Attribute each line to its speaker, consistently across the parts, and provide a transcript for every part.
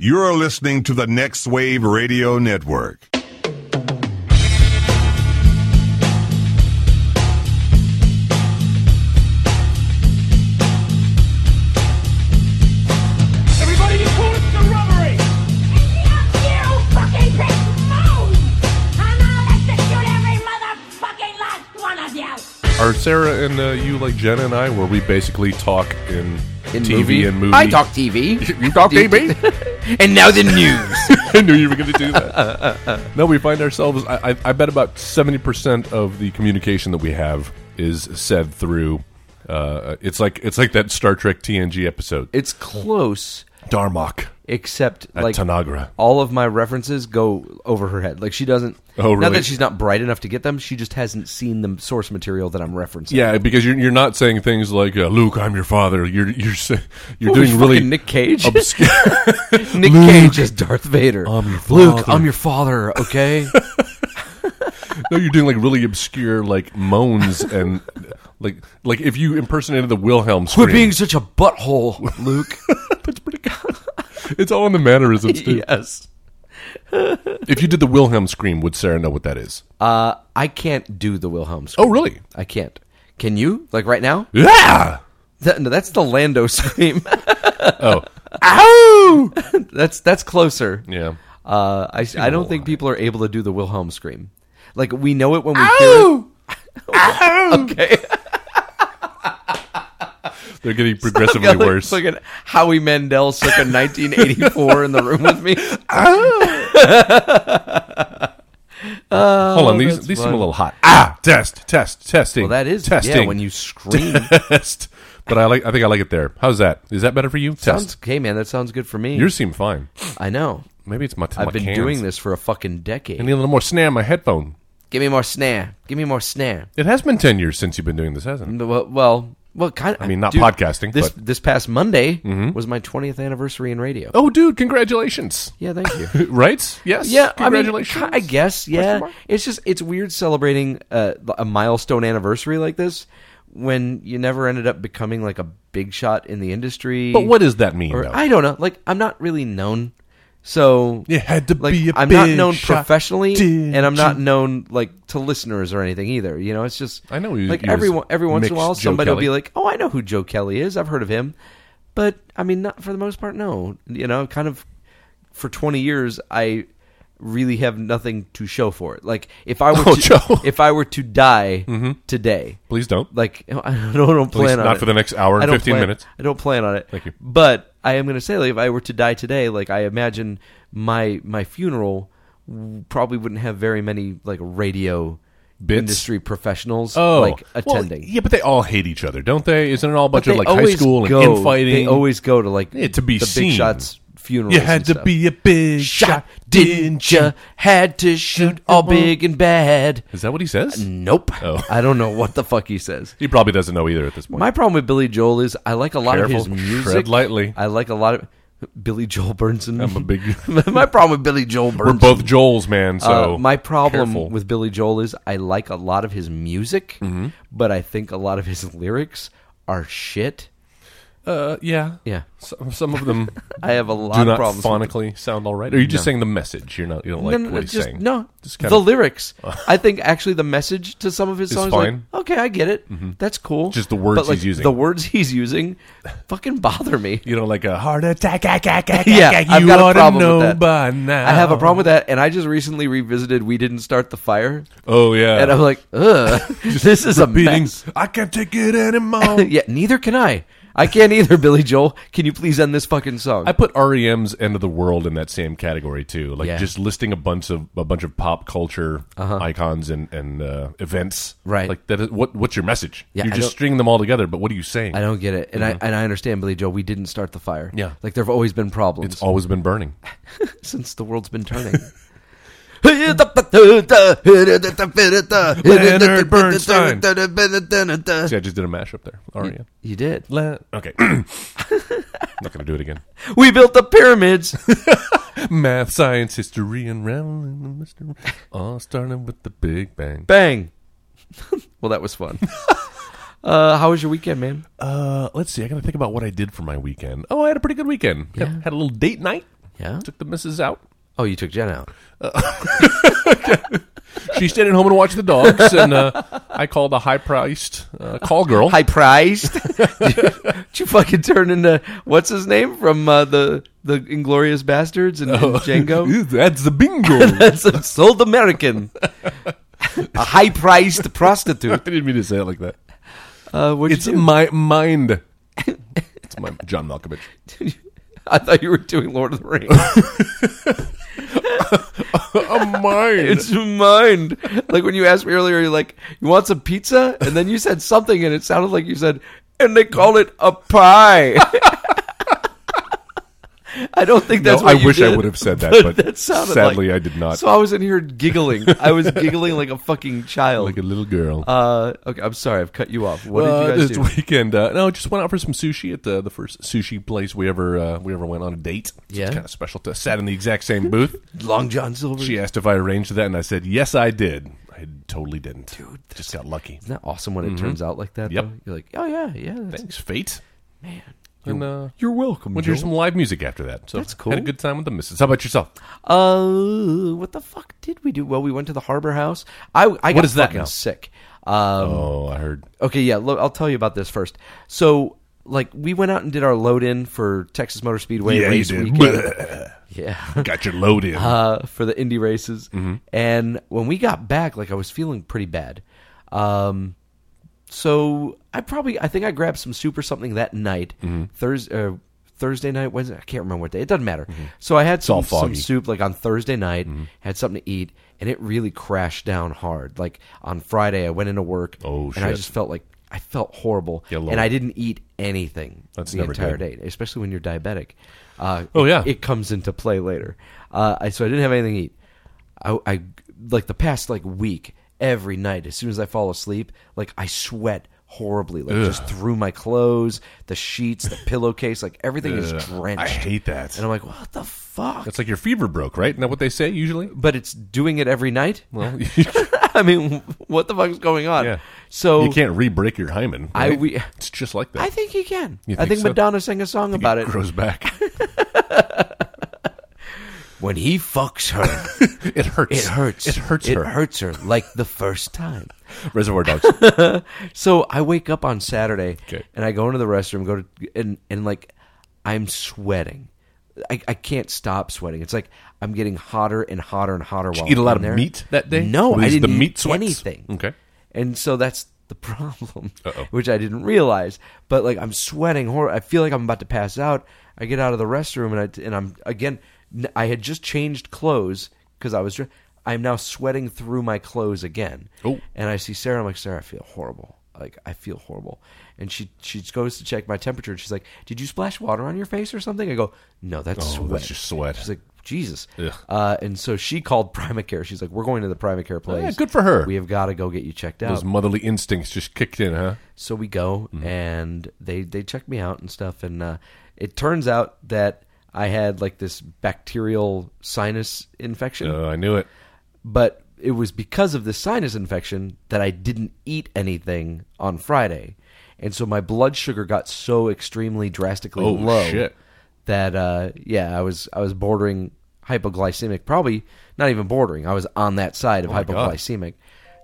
Speaker 1: You're listening to the Next Wave Radio Network.
Speaker 2: Everybody, you call it the robbery!
Speaker 3: Are Sarah and uh, you like Jenna and I, where we basically talk in, TV and movie?
Speaker 4: I talk TV.
Speaker 3: You talk TV?
Speaker 4: and now the news.
Speaker 3: I knew you were going to do that. no, we find ourselves. I, I, I bet about seventy percent of the communication that we have is said through. Uh, it's like it's like that Star Trek TNG episode.
Speaker 5: It's close,
Speaker 3: Darmok
Speaker 5: except
Speaker 3: at
Speaker 5: like
Speaker 3: Tanagra.
Speaker 5: all of my references go over her head. Like she doesn't.
Speaker 3: Oh,
Speaker 5: Not
Speaker 3: really?
Speaker 5: that she's not bright enough to get them. She just hasn't seen the source material that I'm referencing.
Speaker 3: Yeah, because you're you're not saying things like uh, Luke, I'm your father. You're you're sa- you're
Speaker 5: Who's
Speaker 3: doing really
Speaker 5: fucking Nick Cage.
Speaker 3: obscure.
Speaker 5: Nick
Speaker 3: Luke,
Speaker 5: Cage is Darth Vader.
Speaker 3: I'm your
Speaker 5: Luke,
Speaker 3: father.
Speaker 5: I'm your father. Okay.
Speaker 3: No, you're doing like really obscure like moans and like like if you impersonated the Wilhelm scream.
Speaker 5: Quit being such a butthole, Luke.
Speaker 3: That's pretty good. It's all in the mannerisms, dude.
Speaker 5: yes.
Speaker 3: If you did the Wilhelm scream, would Sarah know what that is?
Speaker 5: Uh, I can't do the Wilhelm scream.
Speaker 3: oh, really?
Speaker 5: I can't. Can you? Like right now?
Speaker 3: Yeah.
Speaker 5: That, no, that's the Lando scream.
Speaker 3: Oh,
Speaker 5: Ow! that's that's closer.
Speaker 3: yeah.
Speaker 5: Uh, I, I don't think people are able to do the Wilhelm scream. Like we know it when we hear it. Okay,
Speaker 3: They're getting progressively
Speaker 5: Like
Speaker 3: worse.
Speaker 5: Fucking Howie Mandel circa 1984 in the room with me.
Speaker 3: Hold on, these these seem a little hot. Ah, test, test, testing.
Speaker 5: Oh, Well, that is
Speaker 3: testing.
Speaker 5: yeah. When you scream,
Speaker 3: test. But I like. I think I like it there. How's that? Is that better for you?
Speaker 5: sounds
Speaker 3: Test.
Speaker 5: okay, man. That sounds good for me.
Speaker 3: Yours seem fine.
Speaker 5: I know.
Speaker 3: Maybe it's my.
Speaker 5: I've
Speaker 3: my
Speaker 5: been
Speaker 3: cans.
Speaker 5: doing this for a fucking
Speaker 3: I
Speaker 5: decade.
Speaker 3: need a little more snare in my headphone.
Speaker 5: Give me more snare. Give me more snare.
Speaker 3: It has been ten years since you've been doing this, hasn't it?
Speaker 5: Well, well, well kind of. I
Speaker 3: mean, not podcasting,
Speaker 5: This
Speaker 3: but- Mm-hmm.
Speaker 5: this past Monday was my 20th anniversary in radio.
Speaker 3: Oh, dude, congratulations!
Speaker 5: Yeah, thank you.
Speaker 3: right? Yes.
Speaker 5: Yeah,
Speaker 3: Congratulations.
Speaker 5: I, mean, ki- I guess. Yeah, it's just it's weird celebrating uh, a milestone anniversary like this when you never ended up becoming like a big shot in the industry.
Speaker 3: But what does that mean?
Speaker 5: Or,
Speaker 3: though?
Speaker 5: I don't know. Like I'm not really known, so
Speaker 3: You had to
Speaker 5: like,
Speaker 3: be a
Speaker 5: I'm not
Speaker 3: big
Speaker 5: known
Speaker 3: shot,
Speaker 5: professionally,
Speaker 3: did
Speaker 5: and I'm not
Speaker 3: you?
Speaker 5: known like to listeners or anything either. You know, it's just
Speaker 3: I know you-
Speaker 5: like
Speaker 3: you
Speaker 5: every
Speaker 3: just
Speaker 5: one- every once in a
Speaker 3: mixed
Speaker 5: while
Speaker 3: Joe
Speaker 5: somebody will
Speaker 3: Kelly.
Speaker 5: be like, "Oh, I know who Joe Kelly is. I've heard of him," but I mean, not for the most part. No, you know, kind of for 20 years, I really have nothing to show for it. Like if I were
Speaker 3: Oh,
Speaker 5: to,
Speaker 3: Joe. Mm-hmm.
Speaker 5: if I were to die today,
Speaker 3: Please don't.
Speaker 5: like I don't, I don't plan on
Speaker 3: not
Speaker 5: it.
Speaker 3: for the next hour and
Speaker 5: I don't
Speaker 3: 15
Speaker 5: plan-
Speaker 3: minutes.
Speaker 5: I don't plan on it.
Speaker 3: Thank you.
Speaker 5: But I am going to say, like, if I were to die today, like I imagine my my funeral w- probably wouldn't have very many like radio
Speaker 3: Bits?
Speaker 5: industry professionals
Speaker 3: Oh,
Speaker 5: like
Speaker 3: Well,
Speaker 5: attending.
Speaker 3: yeah, but they all hate each other, don't they? Isn't it all a bunch
Speaker 5: But
Speaker 3: of
Speaker 5: they
Speaker 3: like high
Speaker 5: always
Speaker 3: school and
Speaker 5: go,
Speaker 3: infighting?
Speaker 5: They always go to like
Speaker 3: Yeah, to be
Speaker 5: the
Speaker 3: seen.
Speaker 5: big shots funerals.
Speaker 3: You had
Speaker 5: and
Speaker 3: to
Speaker 5: stuff.
Speaker 3: be a big
Speaker 5: shot, didn't ya? Had to shoot all big and bad.
Speaker 3: Is that what he says?
Speaker 5: Nope.
Speaker 3: Oh.
Speaker 5: I don't know what the fuck he says.
Speaker 3: He probably doesn't know either at this point.
Speaker 5: My problem with Billy Joel is I like a lot of his
Speaker 3: Careful,
Speaker 5: music.
Speaker 3: tread lightly.
Speaker 5: I like a lot of Billy Joel Burnson.
Speaker 3: I'm a big.
Speaker 5: my problem with Billy Joel Burnson.
Speaker 3: We're both Joels, man.
Speaker 5: Uh,
Speaker 3: So
Speaker 5: my problem
Speaker 3: careful. Mm-hmm.
Speaker 5: with Billy Joel is I like a lot of his music, but I think a lot of his lyrics are shit.
Speaker 3: uh, yeah,
Speaker 5: Yeah.
Speaker 3: Some, some of them
Speaker 5: I have a lot
Speaker 3: do
Speaker 5: of
Speaker 3: not
Speaker 5: problems. with
Speaker 3: phonically sound all right. Or are you just saying the message? You're not. You don't like
Speaker 5: no, no,
Speaker 3: what he's
Speaker 5: just,
Speaker 3: saying.
Speaker 5: No,
Speaker 3: Just kind
Speaker 5: the
Speaker 3: of-
Speaker 5: lyrics. I think actually the message to some of his
Speaker 3: Is
Speaker 5: songs,
Speaker 3: fine. Mm-hmm.
Speaker 5: like, okay, I get it. That's cool.
Speaker 3: Just the words
Speaker 5: But, like,
Speaker 3: he's using.
Speaker 5: The words he's using, fucking bother me.
Speaker 3: You know, like a heart attack. ack, ack, ack,
Speaker 5: yeah,
Speaker 3: ack,
Speaker 5: I've
Speaker 3: you
Speaker 5: got
Speaker 3: ought
Speaker 5: a
Speaker 3: to
Speaker 5: problem
Speaker 3: know
Speaker 5: with that.
Speaker 3: by now.
Speaker 5: I have a problem with that, and I just recently revisited "We Didn't Start the Fire,"
Speaker 3: Oh yeah,
Speaker 5: and I'm like, ugh, this is a
Speaker 3: repeating,
Speaker 5: mess.
Speaker 3: I can't take it anymore.
Speaker 5: yeah, neither can I. I can't either, Billy Joel. Can you please end this fucking song?
Speaker 3: I put REM's "End of the World" in that same category too, like
Speaker 5: Yeah. Uh-huh.
Speaker 3: just listing a bunch of a bunch of pop culture icons and and uh, events.
Speaker 5: Right.
Speaker 3: Like that. Is, what what's your message?
Speaker 5: Yeah,
Speaker 3: You're
Speaker 5: I
Speaker 3: just
Speaker 5: don't-
Speaker 3: stringing them all together, but what are you saying?
Speaker 5: I don't get it, and I and I understand, Billy Joel. We didn't start the fire.
Speaker 3: Mm-hmm. Yeah.
Speaker 5: like there have always been problems
Speaker 3: It's always been burning.
Speaker 5: since the world's been turning.
Speaker 3: Leonard Bernstein. See, I just did a mashup there. REM.
Speaker 5: you did.
Speaker 3: Le- okay. I'm not gonna do it again.
Speaker 5: We built the pyramids.
Speaker 3: Math, science, history, and reveling the mystery, all starting with the Big Bang.
Speaker 5: Bang. well, that was fun. Uh, how was your weekend, man?
Speaker 3: Uh, let's see. I gotta think about what I did for my weekend. Oh, I had a pretty good weekend. Had- Had a little date night.
Speaker 5: Yeah.
Speaker 3: Took the missus out.
Speaker 5: Oh, you took Jen out.
Speaker 3: She stayed at home and watched the dogs, and uh, I called a high-priced uh, call girl.
Speaker 5: High priced. Did you fucking turn into what's his name from uh, the the Inglorious Bastards and, and Django?
Speaker 3: Ooh, That's the bingo.
Speaker 5: That's a sold American. a high priced prostitute.
Speaker 3: I didn't mean to say it like that.
Speaker 5: Uh, what'd
Speaker 3: It's
Speaker 5: you do?
Speaker 3: my mind. It's my John Malkovich.
Speaker 5: I thought you were doing Lord of the Rings.
Speaker 3: A mind.
Speaker 5: it's mind. Like when you asked me earlier, you're like, you want some pizza? And then you said something and it sounded like you said, and they call it a pie. I don't think that's
Speaker 3: No,
Speaker 5: what
Speaker 3: I
Speaker 5: you
Speaker 3: wish I
Speaker 5: did,
Speaker 3: would have said that, but
Speaker 5: that sounded
Speaker 3: sadly
Speaker 5: like-
Speaker 3: I did not.
Speaker 5: So I was in here giggling. I was giggling like a fucking child.
Speaker 3: like a little girl.
Speaker 5: uh, okay, I'm sorry, I've cut you off. What
Speaker 3: Uh,
Speaker 5: did you guys
Speaker 3: this
Speaker 5: do?
Speaker 3: weekend? Uh, no, just went out for some sushi at the the first sushi place we ever uh, we ever went on a date. So
Speaker 5: Yeah.
Speaker 3: kind of special. To sat in the exact same booth.
Speaker 5: Long John Silver.
Speaker 3: she asked if I arranged that, and I said yes, I did. I totally didn't. Dude, just got lucky.
Speaker 5: Isn't that awesome when it turns out like that?
Speaker 3: Mm-hmm. Yep.
Speaker 5: though? You're like, oh yeah, yeah. That's,
Speaker 3: Thanks, fate.
Speaker 5: Man.
Speaker 3: And uh,
Speaker 5: You're welcome.
Speaker 3: went to hear some live music after that. So
Speaker 5: That's
Speaker 3: Had a
Speaker 5: cool.
Speaker 3: good time with the missus. How about yourself?
Speaker 5: Uh, what the fuck did we do? Well, we went to the Harbor House. I, I got
Speaker 3: is that
Speaker 5: fucking
Speaker 3: now?
Speaker 5: sick. Um,
Speaker 3: Oh, I heard.
Speaker 5: Okay, yeah, lo- I'll tell you about this first. So, like, we went out and did our load in for Texas Motor Speedway
Speaker 3: yeah, you
Speaker 5: race
Speaker 3: did.
Speaker 5: weekend. Yeah,
Speaker 3: got your load in.
Speaker 5: uh, for the indie races.
Speaker 3: Mm-hmm.
Speaker 5: And when we got back, like, I was feeling pretty bad. Um, so I probably, I think I grabbed some soup or something that night.
Speaker 3: Mm-hmm.
Speaker 5: Thursday, uh, Thursday night, Wednesday, I can't remember what day. It doesn't matter. So I had
Speaker 3: Mm-hmm. all
Speaker 5: some, some
Speaker 3: foggy. Mm-hmm.
Speaker 5: soup like on Thursday night, had something to eat, and it really crashed down hard. Like on Friday, I went into work,
Speaker 3: Oh,
Speaker 5: and I
Speaker 3: shit.
Speaker 5: just felt like I felt horrible,
Speaker 3: Yeah, Lord.
Speaker 5: and I didn't eat anything
Speaker 3: That's
Speaker 5: the
Speaker 3: never
Speaker 5: entire
Speaker 3: good.
Speaker 5: day, especially when you're diabetic. Uh,
Speaker 3: Oh,
Speaker 5: it-
Speaker 3: yeah.
Speaker 5: it comes into play later. Uh, I, so I didn't have anything to eat. I, I like the past like week every night. As soon as I fall asleep, like I sweat horribly, like just through my clothes, the sheets, the pillowcase, like everything is drenched.
Speaker 3: I hate that.
Speaker 5: And I'm like, what the fuck?
Speaker 3: That's like your fever broke, right? Isn't that what they say usually?
Speaker 5: but it's doing it every night.
Speaker 3: Well, you,
Speaker 5: I mean, what the fuck is going on?
Speaker 3: Yeah.
Speaker 5: So
Speaker 3: you can't re-break your hymen.
Speaker 5: Oh. I-
Speaker 3: right?
Speaker 5: we-
Speaker 3: it's just like that.
Speaker 5: I think he can.
Speaker 3: You
Speaker 5: I
Speaker 3: think
Speaker 5: think
Speaker 3: so?
Speaker 5: Madonna sang a song about it.
Speaker 3: grows back.
Speaker 5: When he fucks her,
Speaker 3: It hurts.
Speaker 5: it hurts.
Speaker 3: It hurts
Speaker 5: It
Speaker 3: her.
Speaker 5: hurts her like the first time.
Speaker 3: Reservoir Dogs.
Speaker 5: So I wake up on Saturday
Speaker 3: Okay.
Speaker 5: and I go into the restroom, go to and and like I'm sweating. I, I can't stop sweating. It's like I'm getting hotter and hotter and hotter. Did while
Speaker 3: you eat a
Speaker 5: I'm
Speaker 3: lot
Speaker 5: in
Speaker 3: of
Speaker 5: there.
Speaker 3: meat that day?
Speaker 5: No,
Speaker 3: Or
Speaker 5: I
Speaker 3: is
Speaker 5: didn't
Speaker 3: the meat
Speaker 5: eat
Speaker 3: sweats?
Speaker 5: anything.
Speaker 3: Okay.
Speaker 5: and so that's the problem,
Speaker 3: Uh-oh.
Speaker 5: which I didn't realize. But like I'm sweating hor I feel like I'm about to pass out. I get out of the restroom and I and I'm again. n- I had just changed clothes because I was. dr- I'm now sweating through my clothes again.
Speaker 3: Oh.
Speaker 5: And I see Sarah. I'm like, Sarah, I feel horrible. Like I feel horrible. And she she goes to check my temperature. And she's like, Did you splash water on your face or something? I go, No, that's
Speaker 3: Oh,
Speaker 5: sweat.
Speaker 3: that's just sweat.
Speaker 5: She's like, Jesus.
Speaker 3: Ugh.
Speaker 5: Uh, and so she called Primacare. She's like, We're going to the Primacare place.
Speaker 3: Oh, yeah, good for her.
Speaker 5: We have got to go get you checked out.
Speaker 3: Those motherly instincts just kicked in, huh?
Speaker 5: So we go and they they check me out and stuff, and uh, it turns out that I had like this bacterial sinus infection,
Speaker 3: Uh, I knew it.
Speaker 5: but it was because of this sinus infection that I didn't eat anything on Friday, and so my blood sugar got so extremely drastically
Speaker 3: Oh,
Speaker 5: low
Speaker 3: shit.
Speaker 5: that uh, yeah, I was I was bordering hypoglycemic, probably not even bordering. I was on that side of
Speaker 3: Oh God.
Speaker 5: hypoglycemic.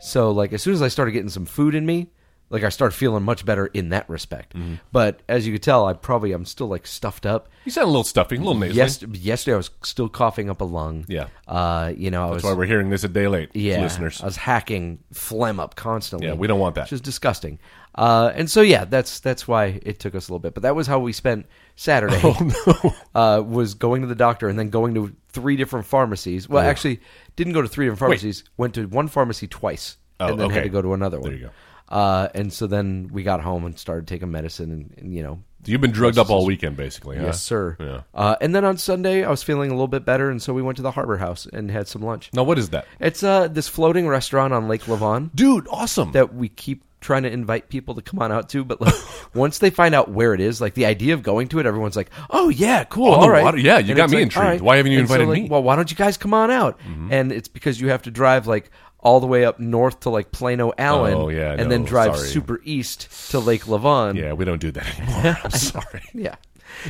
Speaker 5: So like as soon as I started getting some food in me, like I started feeling much better in that respect.
Speaker 3: Mm-hmm.
Speaker 5: But as you could tell, I probably I'm still like stuffed up.
Speaker 3: You sound a little stuffy, a little nasally.
Speaker 5: Yes, yesterday I was still coughing up a lung.
Speaker 3: Yeah.
Speaker 5: uh, you know I was
Speaker 3: That's why we're hearing this a day late,
Speaker 5: yeah,
Speaker 3: listeners.
Speaker 5: I was hacking phlegm up constantly.
Speaker 3: Yeah, we don't want that.
Speaker 5: Which is disgusting. Uh, and so yeah, that's that's why it took us a little bit. But that was how we spent Saturday. Oh no! Uh, was going to the doctor and then going to three different pharmacies.
Speaker 3: Oh.
Speaker 5: Well, actually, didn't go to three different pharmacies. Went to one pharmacy twice,
Speaker 3: Oh,
Speaker 5: and then had
Speaker 3: okay.
Speaker 5: to go to another one.
Speaker 3: There you go.
Speaker 5: Uh, and so then we got home and started taking medicine, and, and you know
Speaker 3: You've been drugged up all weekend, basically. huh?
Speaker 5: Yes, sir.
Speaker 3: Yeah.
Speaker 5: Uh, and then on Sunday, I was feeling a little bit better, and so we went to the Harbor House and had some lunch.
Speaker 3: Now, what is that,
Speaker 5: It's uh, this floating restaurant on Lake Levon
Speaker 3: dude? Awesome.
Speaker 5: that we keep trying to invite people to come on out to, but like once they find out where it is, like the idea of going to it, everyone's like, "Oh yeah, cool,
Speaker 3: On the
Speaker 5: all right."
Speaker 3: water? Yeah, you got
Speaker 5: it's
Speaker 3: me
Speaker 5: like,
Speaker 3: intrigued.
Speaker 5: all right.
Speaker 3: Why haven't you
Speaker 5: And so,
Speaker 3: invited
Speaker 5: like,
Speaker 3: me? Mm-hmm.
Speaker 5: Well, why don't you guys come on out? And it's because you have to drive like all the way up north to like Plano Allen,
Speaker 3: Oh, yeah,
Speaker 5: and then
Speaker 3: no,
Speaker 5: drive
Speaker 3: sorry.
Speaker 5: super east to Lake Levon.
Speaker 3: yeah, we don't do that anymore. I'm sorry.
Speaker 5: yeah.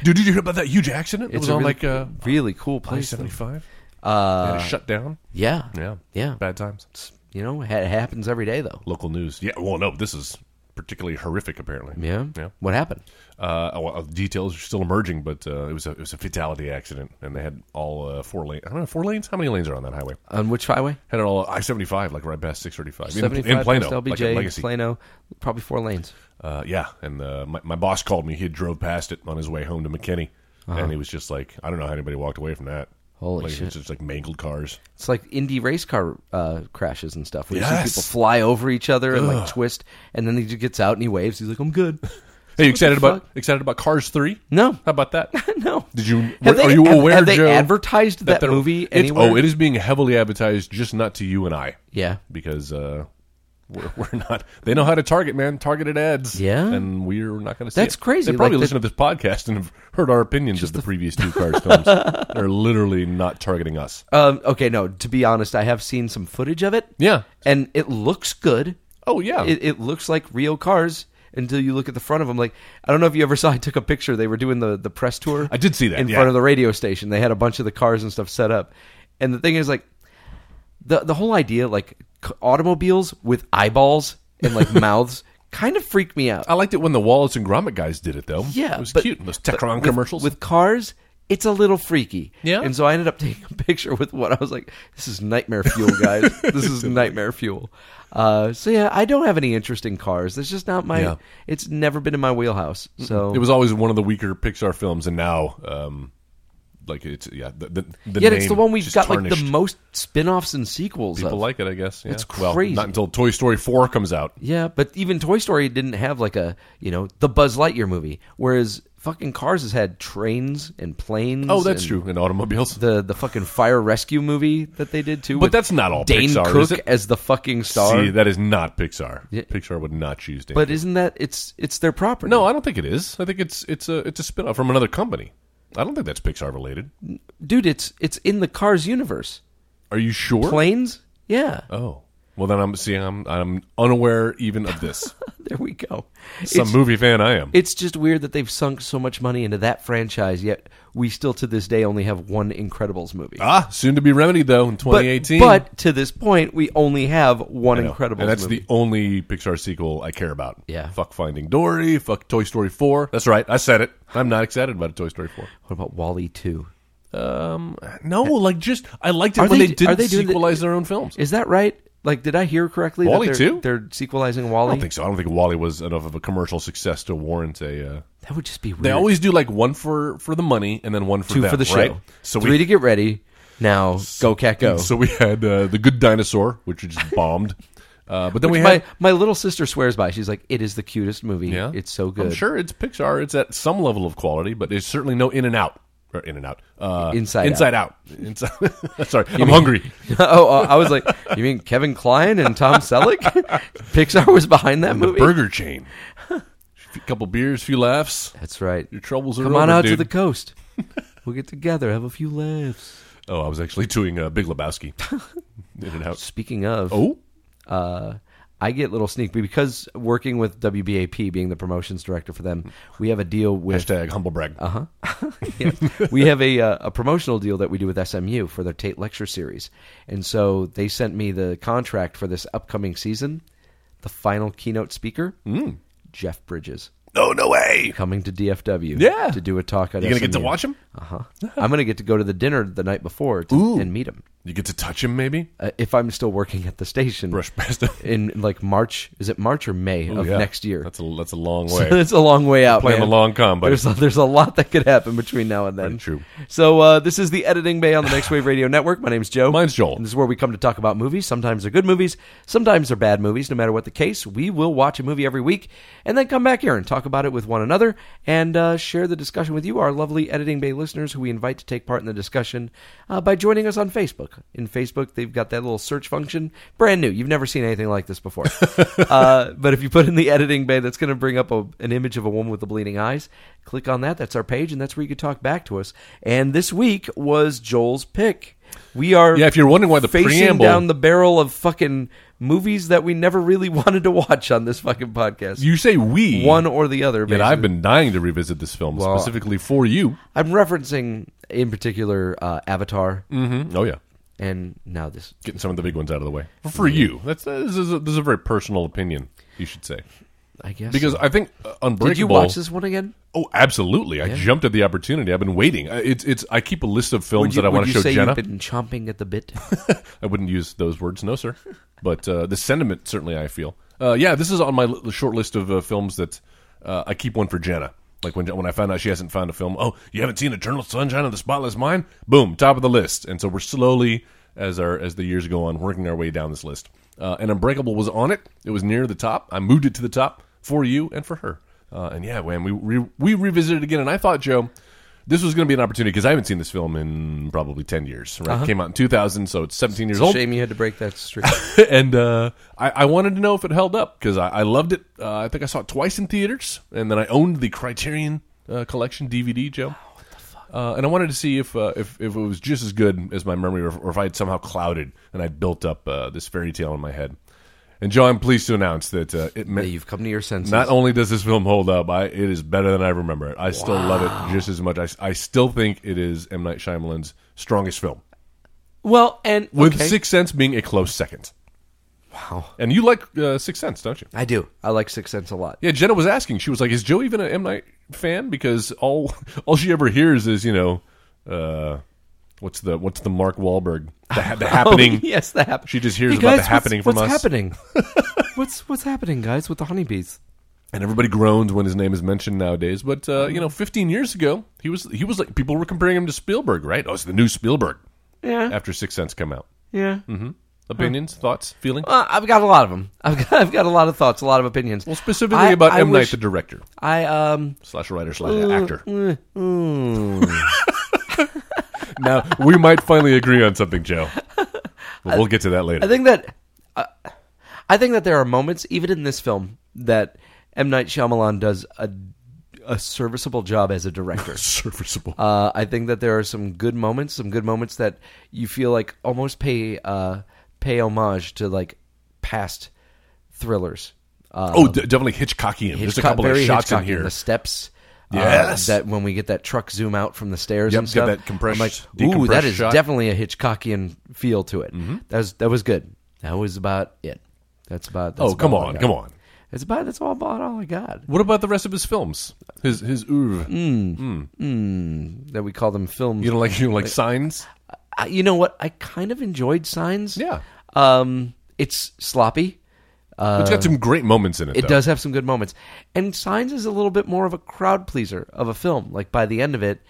Speaker 3: Dude, did you hear about that huge accident? It
Speaker 5: It's
Speaker 3: was
Speaker 5: a
Speaker 3: on
Speaker 5: really,
Speaker 3: like uh,
Speaker 5: really cool
Speaker 3: I
Speaker 5: place. though.
Speaker 3: seventy five. Uh, shut down.
Speaker 5: Yeah.
Speaker 3: Yeah,
Speaker 5: Yeah.
Speaker 3: Bad times.
Speaker 5: You know, it happens every day though.
Speaker 3: Local news. Yeah. Well, no, this is particularly horrific. Apparently.
Speaker 5: Yeah.
Speaker 3: Yeah.
Speaker 5: What happened?
Speaker 3: Uh, oh, well, details are still emerging, but uh, it was a it was a fatality accident, and they had all uh, four lanes. I don't know four lanes. How many lanes are on that highway?
Speaker 5: On which highway?
Speaker 3: Had it all I seventy five, like right past six thirty five in,
Speaker 5: 75
Speaker 3: in Plano,
Speaker 5: past
Speaker 3: like
Speaker 5: LBJ,
Speaker 3: at Legacy.
Speaker 5: Plano, probably four lanes.
Speaker 3: Uh, yeah, and uh, my, my boss called me. He had drove past it on his way home to McKinney, and he was just like, I don't know how anybody walked away from that.
Speaker 5: Uh-huh. Holy
Speaker 3: like,
Speaker 5: shit.
Speaker 3: It's just like mangled cars.
Speaker 5: It's like Indy race car uh, crashes and stuff. Where you
Speaker 3: Yes.
Speaker 5: see people fly over each other and like twist, and then he just gets out and he waves. He's like, "I'm good."
Speaker 3: Hey, you excited
Speaker 5: the
Speaker 3: about excited about Cars three?
Speaker 5: No.
Speaker 3: how about that?
Speaker 5: no.
Speaker 3: Did you?
Speaker 5: Have they-
Speaker 3: are you
Speaker 5: have-
Speaker 3: aware?
Speaker 5: have they
Speaker 3: Joe,
Speaker 5: advertised that
Speaker 3: they're-
Speaker 5: movie
Speaker 3: it's-
Speaker 5: anywhere?
Speaker 3: Oh, it is being heavily advertised, just not to you and I.
Speaker 5: Yeah.
Speaker 3: because uh, we're, we're not. They know how to target, man. Targeted ads.
Speaker 5: Yeah.
Speaker 3: and we're not going to. see
Speaker 5: That's
Speaker 3: it.
Speaker 5: crazy,
Speaker 3: They probably
Speaker 5: like
Speaker 3: listen to this podcast and have heard our opinions of the previous two Cars films. They're literally not targeting us.
Speaker 5: Um, okay, no. To be honest, I have seen some footage of it.
Speaker 3: Yeah.
Speaker 5: and it looks good.
Speaker 3: Oh yeah.
Speaker 5: It, it looks like real cars until you look at the front of them. Like I don't know if you ever saw. I took a picture. They were doing the the press tour.
Speaker 3: I did see that,
Speaker 5: in
Speaker 3: yeah.
Speaker 5: front of the radio station. They had a bunch of the cars and stuff set up. And the thing is, like the the whole idea, like c- automobiles with eyeballs and like mouths, kind of freaked me out.
Speaker 3: I liked it when the Wallace and Gromit guys did it though.
Speaker 5: Yeah,
Speaker 3: it was
Speaker 5: but-
Speaker 3: cute. And those
Speaker 5: but
Speaker 3: Tecron
Speaker 5: with-
Speaker 3: commercials.
Speaker 5: with cars. It's a little freaky,
Speaker 3: Yeah.
Speaker 5: And so I ended up taking a picture with what I was like. This is nightmare fuel, guys. this is nightmare fuel. Uh, so yeah, I don't have any interest in cars. That's just not my.
Speaker 3: Yeah.
Speaker 5: It's never been in my wheelhouse. So
Speaker 3: it was always one of the weaker Pixar films, and now, um, like it's yeah. The, the, the
Speaker 5: Yet it's
Speaker 3: name
Speaker 5: the one we've
Speaker 3: just
Speaker 5: got like
Speaker 3: tarnished.
Speaker 5: the most spin-offs and sequels.
Speaker 3: People
Speaker 5: of.
Speaker 3: like it, I guess. Yeah.
Speaker 5: It's
Speaker 3: Well,
Speaker 5: crazy.
Speaker 3: not until Toy Story four comes out.
Speaker 5: Yeah, but even Toy Story didn't have like a you know the Buzz Lightyear movie, whereas fucking Cars has had trains and planes.
Speaker 3: Oh, that's
Speaker 5: and
Speaker 3: true. In automobiles,
Speaker 5: The the fucking fire rescue movie that they did too.
Speaker 3: But
Speaker 5: with
Speaker 3: that's not all
Speaker 5: Dane
Speaker 3: Pixar,
Speaker 5: Cook
Speaker 3: is it?
Speaker 5: as the fucking star.
Speaker 3: See, that is not Pixar.
Speaker 5: Yeah.
Speaker 3: Pixar would not choose Dane.
Speaker 5: but isn't that it's it's their property?
Speaker 3: no, I don't think it is. I think it's it's a it's a spinoff from another company. I don't think that's Pixar related.
Speaker 5: dude, it's it's in the Cars universe.
Speaker 3: Are you sure?
Speaker 5: Planes, yeah.
Speaker 3: oh, well then I'm seeing I'm I'm unaware even of this.
Speaker 5: There we go.
Speaker 3: Some
Speaker 5: it's,
Speaker 3: movie fan I am.
Speaker 5: it's just weird that they've sunk so much money into that franchise, yet we still to this day only have one Incredibles movie.
Speaker 3: ah, soon to be remedied though in
Speaker 5: But-
Speaker 3: 2018.
Speaker 5: But, to this point, we only have one
Speaker 3: I know.
Speaker 5: Incredibles
Speaker 3: and that's
Speaker 5: movie.
Speaker 3: the only Pixar sequel I care about.
Speaker 5: Yeah.
Speaker 3: fuck Finding Dory, fuck Toy Story four. That's right, I said it. I'm not excited about a Toy Story four.
Speaker 5: what about Wally Two?
Speaker 3: No, like just I liked it
Speaker 5: Are
Speaker 3: when
Speaker 5: they
Speaker 3: they,
Speaker 5: d- are
Speaker 3: didn't
Speaker 5: they doing the-
Speaker 3: sequelize their own films.
Speaker 5: Is that right? Like, did I hear correctly? that
Speaker 3: Wall-E
Speaker 5: they're-
Speaker 3: 2?
Speaker 5: They're sequelizing
Speaker 3: I
Speaker 5: Wally.
Speaker 3: don't think so. I don't think Wally was enough of a commercial success to warrant a. Uh,
Speaker 5: That would just be weird.
Speaker 3: they always do like one for for the money and then one for
Speaker 5: two
Speaker 3: them,
Speaker 5: for the show.
Speaker 3: right? So
Speaker 5: Three
Speaker 3: we
Speaker 5: to get ready. Now go cat go.
Speaker 3: so we had uh, the Good Dinosaur, which just bombed. Uh, but then we
Speaker 5: Which
Speaker 3: had.
Speaker 5: my, my little sister swears by. it. She's like, it is the cutest movie.
Speaker 3: yeah,
Speaker 5: It's so good.
Speaker 3: I'm sure it's Pixar. It's at some level of quality, but there's certainly no in and out. Or in and out. Uh,
Speaker 5: Inside
Speaker 3: Inside out. Inside. Sorry, I'm hungry.
Speaker 5: oh, uh, I was like, you mean Kevin Klein and Tom Selleck? Pixar was behind that
Speaker 3: The
Speaker 5: movie.
Speaker 3: burger chain. A couple beers, few laughs.
Speaker 5: That's right.
Speaker 3: Your troubles are
Speaker 5: Come
Speaker 3: over,
Speaker 5: on out to
Speaker 3: dude.
Speaker 5: the coast. We'll get together, have a few laughs.
Speaker 3: Oh, I was actually doing uh, Big Lebowski. in and out.
Speaker 5: Speaking of,
Speaker 3: Oh,
Speaker 5: uh, I get little sneak because working with WBAP, being the promotions director for them, we have a deal with
Speaker 3: hashtag humble brag.
Speaker 5: Yeah. we have a uh, a promotional deal that we do with SMU for their Tate Lecture Series, and so they sent me the contract for this upcoming season. The final keynote speaker,
Speaker 3: Mm.
Speaker 5: Jeff Bridges,
Speaker 3: No, no way.
Speaker 5: coming to DFW,
Speaker 3: Yeah.
Speaker 5: to do a talk. At
Speaker 3: You gonna get to
Speaker 5: SMU.
Speaker 3: watch him?
Speaker 5: Uh-huh. I'm gonna get to go to the dinner the night before to,
Speaker 3: Ooh.
Speaker 5: and meet him
Speaker 3: You get to touch him, maybe?
Speaker 5: uh, if I'm still working at the station.
Speaker 3: Brush past him.
Speaker 5: in like March, is it March or May
Speaker 3: Ooh,
Speaker 5: of
Speaker 3: yeah.
Speaker 5: next year?
Speaker 3: That's a that's a long
Speaker 5: So
Speaker 3: way.
Speaker 5: it's a long way out.
Speaker 3: Playing
Speaker 5: man.
Speaker 3: the long con, buddy.
Speaker 5: There's a, there's a lot that could happen between now and then.
Speaker 3: Very true.
Speaker 5: So uh, this is the editing bay on the Next Wave Radio Network. My name's Joe.
Speaker 3: Mine's Joel.
Speaker 5: And this is where we come to talk about movies. Sometimes they're good movies. Sometimes they're bad movies. No matter what the case, we will watch a movie every week and then come back here and talk about it with one another and uh, share the discussion with you, our lovely editing bay listeners, who we invite to take part in the discussion uh, by joining us on Facebook. In Facebook, they've got that little search function, brand new. You've never seen anything like this before. uh, but if you put in the editing bay, that's going to bring up a, an image of a woman with the bleeding eyes. Click on that. That's our page, and that's where you can talk back to us. And this week was Joel's pick. We are
Speaker 3: Yeah, if you're wondering why the
Speaker 5: facing
Speaker 3: preamble-
Speaker 5: down the barrel of fucking movies that we never really wanted to watch on this fucking podcast.
Speaker 3: You say we
Speaker 5: one or the other.
Speaker 3: and I've
Speaker 5: basically.
Speaker 3: been dying to revisit this film
Speaker 5: Well-
Speaker 3: specifically for you.
Speaker 5: I'm referencing in particular uh, Avatar,
Speaker 3: Mm-hmm. Oh yeah,
Speaker 5: and now this.
Speaker 3: getting some of the big ones out of the way for you. That's this is a, this is a very personal opinion. You should say
Speaker 5: I guess
Speaker 3: because I think uh, Unbreakable.
Speaker 5: did you watch this one again?
Speaker 3: Oh, absolutely! I jumped at the opportunity. I've been waiting. Uh, It's it's. I keep a list of films
Speaker 5: Would you,
Speaker 3: that I want
Speaker 5: would
Speaker 3: to
Speaker 5: you
Speaker 3: show
Speaker 5: say
Speaker 3: Jenna.
Speaker 5: you've been chomping at the bit?
Speaker 3: I wouldn't use those words, no, sir. But uh, the sentiment certainly I feel. Uh, yeah, this is on my l- short list of uh, films that uh, I keep one for Jenna. Like when when I found out she hasn't found a film. Oh, you haven't seen Eternal Sunshine of the Spotless Mind? Boom, top of the list. And so we're slowly, as our as the years go on, working our way down this list. Uh, and Unbreakable was on it. It was near the top. I moved it to the top for you and for her. Uh, and yeah, man, we re- we revisited it again. And I thought, Joe, this was going to be an opportunity because I haven't seen this film in probably ten years. Right? It came out in two thousand, so it's seventeen years old
Speaker 5: Shame you had to break that streak.
Speaker 3: and uh, I, I wanted to know if it held up because I, I loved it. Uh, I think I saw it twice in theaters, and then I owned the Criterion uh, Collection DVD, Joe. Uh, and I wanted to see if, uh, if if it was just as good as my memory, or if, or if I had somehow clouded and I built up uh, this fairy tale in my head. And Joe, I'm pleased to announce that uh, it meant
Speaker 5: You've come to your senses.
Speaker 3: not only does this film hold up, I, it is better than I remember it. I still love it just as much. I, I still think it is M Night Shyamalan's strongest film,
Speaker 5: well, and
Speaker 3: with
Speaker 5: okay.
Speaker 3: Sixth Sense being a close second.
Speaker 5: Wow,
Speaker 3: And you like uh, Sixth Sense, don't you?
Speaker 5: I do. I like Six Sense a lot.
Speaker 3: Yeah, Jenna was asking. She was like, "Is Joe even an M Night fan?" Because all all she ever hears is you know, uh, what's the what's the Mark Wahlberg the, ha- the happening?
Speaker 5: Oh, yes, the happening.
Speaker 3: She just hears about the happening
Speaker 5: what's,
Speaker 3: from
Speaker 5: what's
Speaker 3: us,
Speaker 5: happening? what's what's happening, guys, with the honeybees?
Speaker 3: and everybody groans when his name is mentioned nowadays. But uh, you know, 15 years ago, he was he was like people were comparing him to Spielberg, right? Oh, it's the new Spielberg
Speaker 5: Yeah,
Speaker 3: after Six Sense come out.
Speaker 5: yeah.
Speaker 3: Opinions, thoughts, feelings.
Speaker 5: Uh, Mm-hmm. I've got a lot of them. I've got, I've got a lot of thoughts, a lot of opinions.
Speaker 3: well, specifically
Speaker 5: I-
Speaker 3: about
Speaker 5: I
Speaker 3: M Night,
Speaker 5: wish-
Speaker 3: the director
Speaker 5: I um.
Speaker 3: slash writer slash actor.
Speaker 5: hmm.
Speaker 3: now we might finally agree on something, Joe. But we'll get to that later.
Speaker 5: I think that uh, I think that there are moments, even in this film, that M Night Shyamalan does a a serviceable job as a director.
Speaker 3: serviceable.
Speaker 5: Uh, I think that there are some good moments, some good moments that you feel like almost pay uh, pay homage to like past thrillers. Uh,
Speaker 3: oh, d- definitely Hitchcockian. There's a
Speaker 5: Hitchcock-
Speaker 3: couple of
Speaker 5: very
Speaker 3: shots in
Speaker 5: Hitchcocky,
Speaker 3: here.
Speaker 5: The steps. uh,
Speaker 3: Yes.
Speaker 5: that when we get that truck zoom out from the stairs
Speaker 3: Yep,
Speaker 5: and
Speaker 3: get
Speaker 5: stuff,
Speaker 3: that compressed-
Speaker 5: I'm like, ooh,
Speaker 3: decompressed
Speaker 5: that is
Speaker 3: shot." Mm-hmm.
Speaker 5: definitely a Hitchcockian feel to it. That was that was good. That was about it. That's about. That's
Speaker 3: Oh, come
Speaker 5: about all I
Speaker 3: on,
Speaker 5: got.
Speaker 3: come on.
Speaker 5: That's about. That's all about all I got.
Speaker 3: What about the rest of his films? His his oeuvre.
Speaker 5: That we call them films.
Speaker 3: You don't like you don't like
Speaker 5: Uh,
Speaker 3: signs?
Speaker 5: I, you know what? I kind of enjoyed Signs.
Speaker 3: Yeah.
Speaker 5: Um, it's sloppy.
Speaker 3: it's got some great moments in it.
Speaker 5: uh, It
Speaker 3: though.
Speaker 5: does have some good moments. And Signs is a little bit more of a crowd pleaser of a film. Like by the end of it,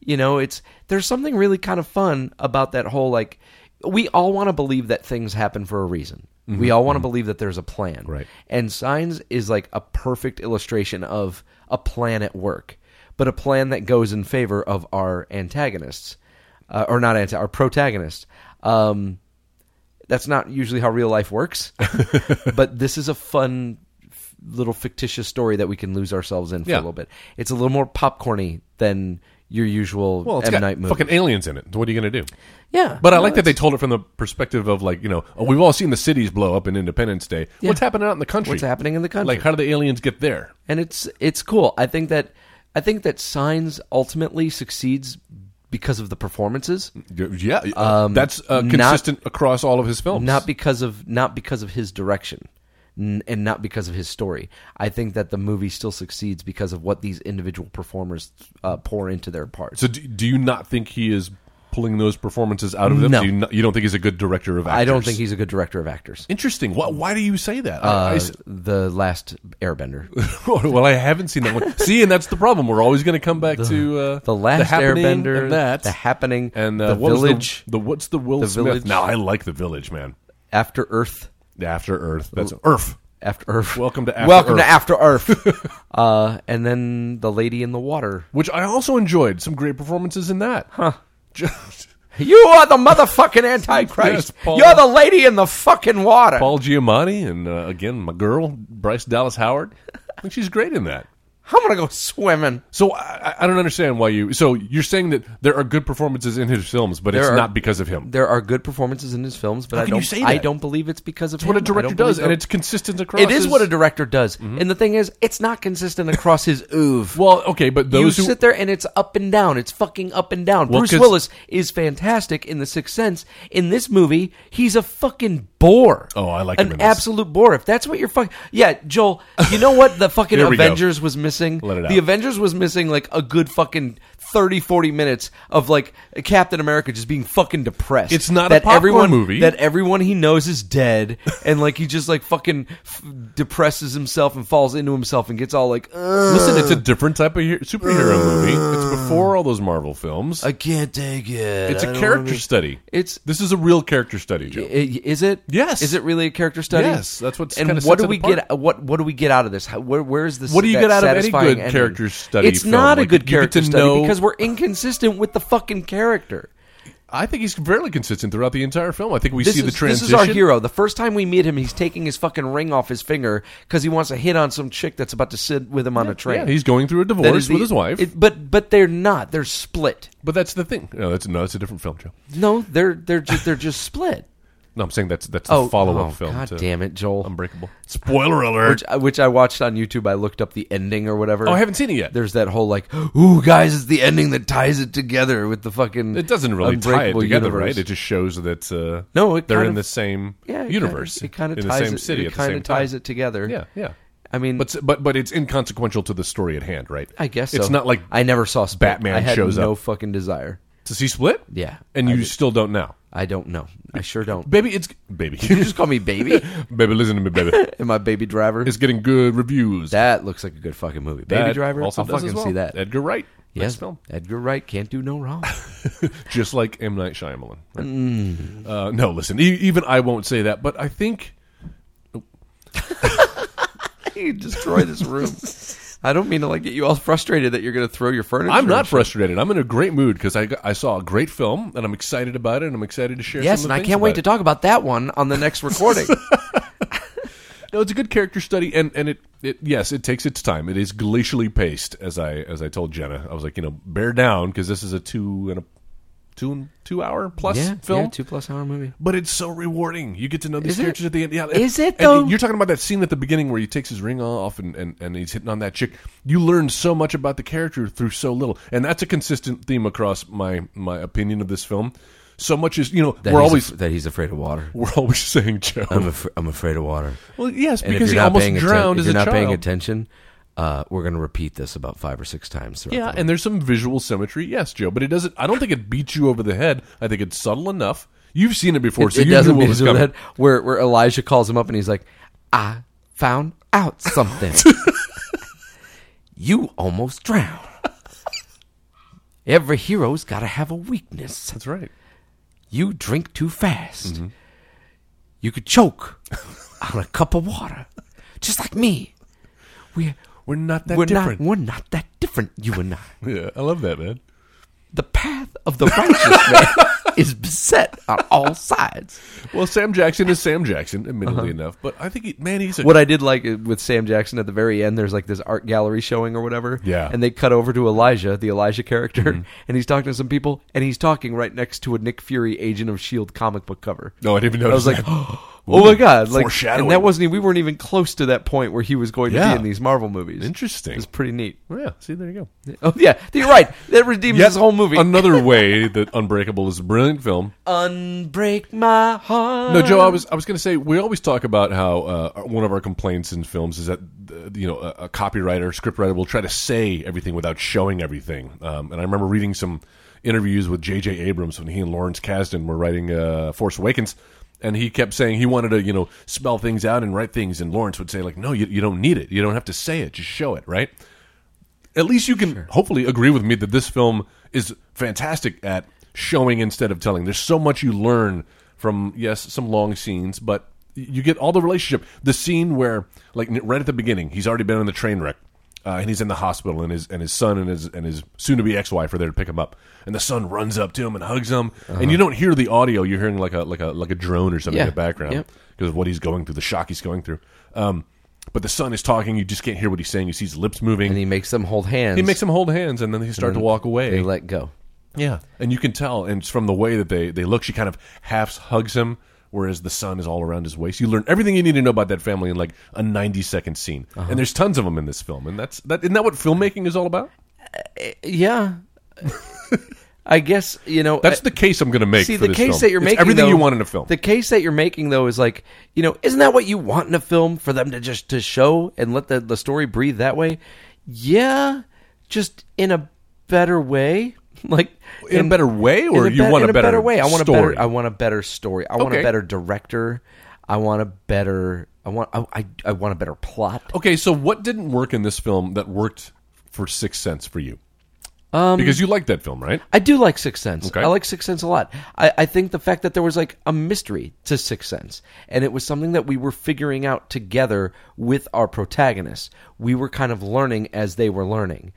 Speaker 5: you know, it's there's something really kind of fun about that whole like we all want to believe that things happen for a reason. We all want to believe that there's a plan.
Speaker 3: Mm-hmm. Right.
Speaker 5: And Signs is like a perfect illustration of a plan at work, but a plan that goes in favor of our antagonists, uh, or not anti, our protagonists. Um, that's not usually how real life works, but this is a fun f- little fictitious story that we can lose ourselves in for
Speaker 3: Yeah.
Speaker 5: a little bit. It's a little more popcorny than your usual
Speaker 3: Well, it's
Speaker 5: M
Speaker 3: got
Speaker 5: Night movie.
Speaker 3: fucking aliens in it. What are you going to do?
Speaker 5: yeah,
Speaker 3: But I
Speaker 5: no,
Speaker 3: like that they
Speaker 5: it's-
Speaker 3: told it from the perspective of like you know oh, we've all seen the cities blow up in Independence Day. What's happening out in the country?
Speaker 5: what's happening in the country.
Speaker 3: Like how do the aliens get there?
Speaker 5: and it's it's cool. I think that I think that Signs ultimately succeeds because of the performances,
Speaker 3: Yeah, that's uh,
Speaker 5: Um, not-
Speaker 3: consistent across all of his films.
Speaker 5: not because of not because of his direction. n- And not because of his story, I think that the movie still succeeds because of what these individual performers uh, pour into their parts.
Speaker 3: so, do, do you not think he is pulling those performances out of them?
Speaker 5: No.
Speaker 3: Do you, not, you don't think he's a good director of actors?
Speaker 5: I don't think he's a good director of actors.
Speaker 3: Interesting. Why, why do you say that? I- I
Speaker 5: Uh,
Speaker 3: s-
Speaker 5: the last Airbender,
Speaker 3: well, I haven't seen that one. See, and that's the problem. We're always going to come back to uh,
Speaker 5: the last
Speaker 3: Happening
Speaker 5: Airbender,
Speaker 3: and that,
Speaker 5: the happening,
Speaker 3: and uh,
Speaker 5: the
Speaker 3: what was
Speaker 5: village,
Speaker 3: the, the what's the Will
Speaker 5: The
Speaker 3: Smith?
Speaker 5: Village.
Speaker 3: No, I like the village, man.
Speaker 5: After Earth,
Speaker 3: After Earth. That's Earth.
Speaker 5: After Earth.
Speaker 3: Welcome to After
Speaker 5: welcome
Speaker 3: Earth.
Speaker 5: to After Earth. uh, and then the Lady in the Water.
Speaker 3: Which I also enjoyed. Some great performances in that. Huh.
Speaker 5: You are the motherfucking
Speaker 3: Yes,
Speaker 5: Antichrist.
Speaker 3: Paul.
Speaker 5: You're the Lady in the fucking Water.
Speaker 3: Paul Giamatti and uh, again my girl Bryce Dallas Howard. I think she's great in that.
Speaker 5: I'm gonna go swimming.
Speaker 3: So I, I- I don't understand why you. So you're saying that there are good performances in his films, but it's
Speaker 5: There are-
Speaker 3: not because of him.
Speaker 5: There are good performances in his films, but I
Speaker 3: can
Speaker 5: don't.
Speaker 3: you say
Speaker 5: I
Speaker 3: that?
Speaker 5: don't believe it's because of
Speaker 3: It's what a
Speaker 5: him. I
Speaker 3: director
Speaker 5: don't
Speaker 3: does,
Speaker 5: believe
Speaker 3: and
Speaker 5: that-
Speaker 3: it's consistent across.
Speaker 5: It is
Speaker 3: his- Mm-hmm.
Speaker 5: what a director does, and the thing is, it's not consistent across his oeuvre.
Speaker 3: Well, okay, but those
Speaker 5: you
Speaker 3: who
Speaker 5: sit there and it's up and down. It's fucking up and down.
Speaker 3: Well,
Speaker 5: Bruce
Speaker 3: 'cause-
Speaker 5: Willis is fantastic in The Sixth Sense. In this movie, he's a fucking bore.
Speaker 3: Oh, I like
Speaker 5: an
Speaker 3: him in this.
Speaker 5: absolute bore. If that's what you're fucking yeah, Joel. You know what the fucking
Speaker 3: Here we go.
Speaker 5: Avengers was missing?
Speaker 3: Let it
Speaker 5: the
Speaker 3: out.
Speaker 5: Avengers was missing like a good fucking 30, 40 minutes of like Captain America just being fucking depressed.
Speaker 3: It's not a
Speaker 5: that
Speaker 3: popcorn
Speaker 5: everyone,
Speaker 3: movie.
Speaker 5: That everyone he knows is dead, and like he just like fucking f- depresses himself and falls into himself and gets all like. Ugh.
Speaker 3: listen, it's a different type of he- superhero movie. It's before all those Marvel films.
Speaker 5: I can't take it.
Speaker 3: it's
Speaker 5: I
Speaker 3: a
Speaker 5: don't
Speaker 3: character
Speaker 5: wanna be-"
Speaker 3: study.
Speaker 5: It's-
Speaker 3: this is a real character study, Joe.
Speaker 5: I- Is it?
Speaker 3: Yes.
Speaker 5: Is it really a character study?
Speaker 3: Yes, that's what's
Speaker 5: And
Speaker 3: kinda sets
Speaker 5: what do
Speaker 3: it
Speaker 5: we
Speaker 3: apart.
Speaker 5: get? What What do we get out of this? How, where Where is this?
Speaker 3: What do you
Speaker 5: that
Speaker 3: get out of any
Speaker 5: satisfying
Speaker 3: good
Speaker 5: ending?
Speaker 3: character study
Speaker 5: It's
Speaker 3: film?
Speaker 5: not a
Speaker 3: Like,
Speaker 5: good
Speaker 3: you get
Speaker 5: character
Speaker 3: to
Speaker 5: study
Speaker 3: know-
Speaker 5: because we're inconsistent with the fucking character.
Speaker 3: I think he's fairly consistent throughout the entire film. I think we
Speaker 5: This
Speaker 3: see
Speaker 5: is,
Speaker 3: the transition.
Speaker 5: this is our hero. The first time we meet him, he's taking his fucking ring off his finger because he wants to hit on some chick that's about to sit with him on a train.
Speaker 3: Yeah, he's going through a
Speaker 5: That
Speaker 3: divorce
Speaker 5: is the-
Speaker 3: with his wife.
Speaker 5: it- but but they're not. They're split.
Speaker 3: but that's the thing. No, that's no, that's a different film, Joe.
Speaker 5: No, they're they're just, they're just split.
Speaker 3: No, I'm saying that's that's
Speaker 5: Oh,
Speaker 3: the follow-up
Speaker 5: oh,
Speaker 3: film.
Speaker 5: God
Speaker 3: to
Speaker 5: damn it, Joel.
Speaker 3: Unbreakable. Spoiler
Speaker 5: which uh,
Speaker 3: alert.
Speaker 5: which I watched on YouTube. I looked up the ending or whatever.
Speaker 3: Oh, I haven't seen it yet.
Speaker 5: There's that whole like, ooh, guys, it's the ending that ties it together with the fucking.
Speaker 3: It doesn't really tie it
Speaker 5: Unbreakable
Speaker 3: together,
Speaker 5: universe.
Speaker 3: right? It just shows that uh,
Speaker 5: No, it
Speaker 3: they're
Speaker 5: kind
Speaker 3: in
Speaker 5: of-
Speaker 3: the same
Speaker 5: yeah, it
Speaker 3: universe,
Speaker 5: Kinda, it kind of
Speaker 3: in
Speaker 5: ties
Speaker 3: the same
Speaker 5: it,
Speaker 3: city
Speaker 5: It
Speaker 3: at the
Speaker 5: kind
Speaker 3: same
Speaker 5: of ties
Speaker 3: time.
Speaker 5: it together.
Speaker 3: Yeah, yeah.
Speaker 5: I mean,
Speaker 3: But s- but but it's inconsequential to the story at hand, right?
Speaker 5: I guess
Speaker 3: it's
Speaker 5: so.
Speaker 3: not like
Speaker 5: I never saw Split.
Speaker 3: Batman
Speaker 5: I had
Speaker 3: shows
Speaker 5: no
Speaker 3: up.
Speaker 5: fucking desire.
Speaker 3: to see Split.
Speaker 5: Yeah,
Speaker 3: and
Speaker 5: I
Speaker 3: you
Speaker 5: did.
Speaker 3: still don't know,
Speaker 5: I don't know. I sure don't.
Speaker 3: baby. It's baby,
Speaker 5: you just call me baby
Speaker 3: baby. Listen to me, baby.
Speaker 5: and my baby driver.
Speaker 3: It's getting good reviews.
Speaker 5: that looks like a good fucking movie. Baby
Speaker 3: That
Speaker 5: Driver.
Speaker 3: also
Speaker 5: I'll
Speaker 3: does
Speaker 5: fucking
Speaker 3: as well.
Speaker 5: see that.
Speaker 3: Edgar Wright.
Speaker 5: yes,
Speaker 3: Next film.
Speaker 5: Edgar Wright can't do no wrong.
Speaker 3: just like M Night Shyamalan.
Speaker 5: Mm.
Speaker 3: Uh, no, listen, e- even I won't say that, but I think
Speaker 5: you destroy this room. I don't mean to like get you all frustrated that you're going to throw your furniture.
Speaker 3: I'm
Speaker 5: and
Speaker 3: not
Speaker 5: shit.
Speaker 3: frustrated. I'm in a great mood because I, got- I saw a great film and I'm excited about it and I'm excited to share.
Speaker 5: Yes,
Speaker 3: some
Speaker 5: and
Speaker 3: of the
Speaker 5: I
Speaker 3: things
Speaker 5: can't wait
Speaker 3: about
Speaker 5: to
Speaker 3: it.
Speaker 5: talk about that one on the next recording.
Speaker 3: No, it's a good character study, and and it, it yes, it takes its time. It is glacially paced, as I as I told Jenna. I was like, you know, bear down because this is a two and a two and two hour plus
Speaker 5: yeah,
Speaker 3: film.
Speaker 5: yeah, two plus hour movie.
Speaker 3: but it's so rewarding. You get to know these
Speaker 5: Is it?
Speaker 3: characters at the end. Yeah,
Speaker 5: Is it,
Speaker 3: and
Speaker 5: though?
Speaker 3: You're talking about that scene at the beginning where he takes his ring off and, and, and he's hitting on that chick. You learn so much about the character through so little, and that's a consistent theme across my my opinion of this film. So much is you know we're always
Speaker 5: that he's afraid of water.
Speaker 3: we're always saying Joe.
Speaker 5: I'm af- I'm afraid of water.
Speaker 3: well, yes,
Speaker 5: And
Speaker 3: because
Speaker 5: if
Speaker 3: he
Speaker 5: you're not
Speaker 3: almost
Speaker 5: paying atten-
Speaker 3: drowned
Speaker 5: if
Speaker 3: as
Speaker 5: you're
Speaker 3: a
Speaker 5: not paying
Speaker 3: child.
Speaker 5: attention, uh, we're going to repeat this about five or six times. throughout
Speaker 3: Yeah,
Speaker 5: the
Speaker 3: and there's some visual symmetry, yes, Joe. But it doesn't. I don't think it beats you over the head. I think it's subtle enough. You've seen it before,
Speaker 5: it,
Speaker 3: so
Speaker 5: it
Speaker 3: you
Speaker 5: doesn't
Speaker 3: knew what
Speaker 5: mean
Speaker 3: was
Speaker 5: so
Speaker 3: coming.
Speaker 5: that where where Elijah calls him up and he's like, "I found out something. you almost drowned. Every hero's got to have a weakness.
Speaker 3: That's Mm-hmm. right.
Speaker 5: You drink too fast. You could choke on a cup of water, just like me. We."
Speaker 3: We're not that
Speaker 5: We're
Speaker 3: different.
Speaker 5: not. We're not that different. You and I.
Speaker 3: yeah, I love that man.
Speaker 5: The path of the righteous man is beset on all sides.
Speaker 3: Well, Sam Jackson is Sam Jackson, admittedly enough, but I think he, man, he's a
Speaker 5: what Uh-huh. I did like uh, with Sam Jackson at the very end, there's like this art gallery showing or whatever.
Speaker 3: Yeah. Mm-hmm.
Speaker 5: And they cut over to Elijah, the Elijah character, and he's talking to some people, and he's talking right next to a Nick Fury Agent of S.H.I.E.L.D. E comic book cover.
Speaker 3: no, I didn't even
Speaker 5: I
Speaker 3: notice.
Speaker 5: was like,
Speaker 3: that.
Speaker 5: oh my God. Like,
Speaker 3: foreshadowing.
Speaker 5: and that wasn't, e- we weren't even close to that point where he was going to
Speaker 3: Yeah.
Speaker 5: be in these Marvel movies.
Speaker 3: Interesting.
Speaker 5: It's pretty neat.
Speaker 3: yeah, see, there you go.
Speaker 5: Oh, yeah. You're right. That redeems
Speaker 3: Yet
Speaker 5: this whole movie. Uh-huh.
Speaker 3: another way that Unbreakable is a brilliant film.
Speaker 5: Unbreak my heart.
Speaker 3: No, Joe, I was I was going to say we always talk about how uh, one of our complaints in films is that uh, you know a, a copywriter, scriptwriter will try to say everything without showing everything. Um, and I remember reading some interviews with J.J. Abrams when he and Lawrence Kasdan were writing uh, Force Awakens. And he kept saying he wanted to, you know, spell things out and write things. And Lawrence would say, like, no, you, you don't need it. You don't have to say it. Just show it, right? at least you can hopefully agree with me that this film is fantastic at showing instead of telling. There's so much you learn from yes, some long scenes, but you get all the relationship. The scene where like right at the beginning, he's already been in the train wreck. Uh, and he's in the hospital, and his and his son and his and his soon-to-be ex-wife are there to pick him up. And the son runs up to him and hugs him. And you don't hear the audio; you're hearing like a like a like a drone or something in
Speaker 5: Uh-huh. Yeah,
Speaker 3: the background
Speaker 5: yep.
Speaker 3: because of what he's going through, the shock he's going through. Um, but the son is talking. You just can't hear what he's saying. You see his lips moving.
Speaker 5: and he makes them hold hands.
Speaker 3: He makes them hold hands, and then they start to walk away.
Speaker 5: They let go.
Speaker 3: yeah, and you can tell, and it's from the way that they, they look. She kind of half hugs him, whereas the son is all around his waist. You learn everything you need to know about that family in like a ninety second scene,
Speaker 5: Uh-huh.
Speaker 3: and there's tons of them in this film. And that's that. Isn't that what filmmaking is all about?
Speaker 5: Yeah. I guess you know
Speaker 3: That's
Speaker 5: I-
Speaker 3: the case I'm going to make.
Speaker 5: See
Speaker 3: for
Speaker 5: the
Speaker 3: this
Speaker 5: case
Speaker 3: film.
Speaker 5: that you're
Speaker 3: It's
Speaker 5: making.
Speaker 3: everything
Speaker 5: though-
Speaker 3: you want in a film.
Speaker 5: The case that you're making though is like, you know, isn't that what you want in a film for them to just to show and let the the story breathe that way? Yeah, just in a better way. Like
Speaker 3: In a better way, or you want a
Speaker 5: in
Speaker 3: better
Speaker 5: way? I want a
Speaker 3: story?
Speaker 5: better. I want a better story. I want
Speaker 3: Okay.
Speaker 5: a better director. I want a better. I want. I. I, I want a better plot.
Speaker 3: Okay, so what didn't work in this film that worked for Sixth Sense for you?
Speaker 5: Um,
Speaker 3: because you like that film, right?
Speaker 5: I do like Sixth Sense.
Speaker 3: Okay.
Speaker 5: I like Sixth Sense a lot. I, I think the fact that there was like a mystery to Sixth Sense, and it was something that we were figuring out together with our protagonists. We were kind of learning as they were learning.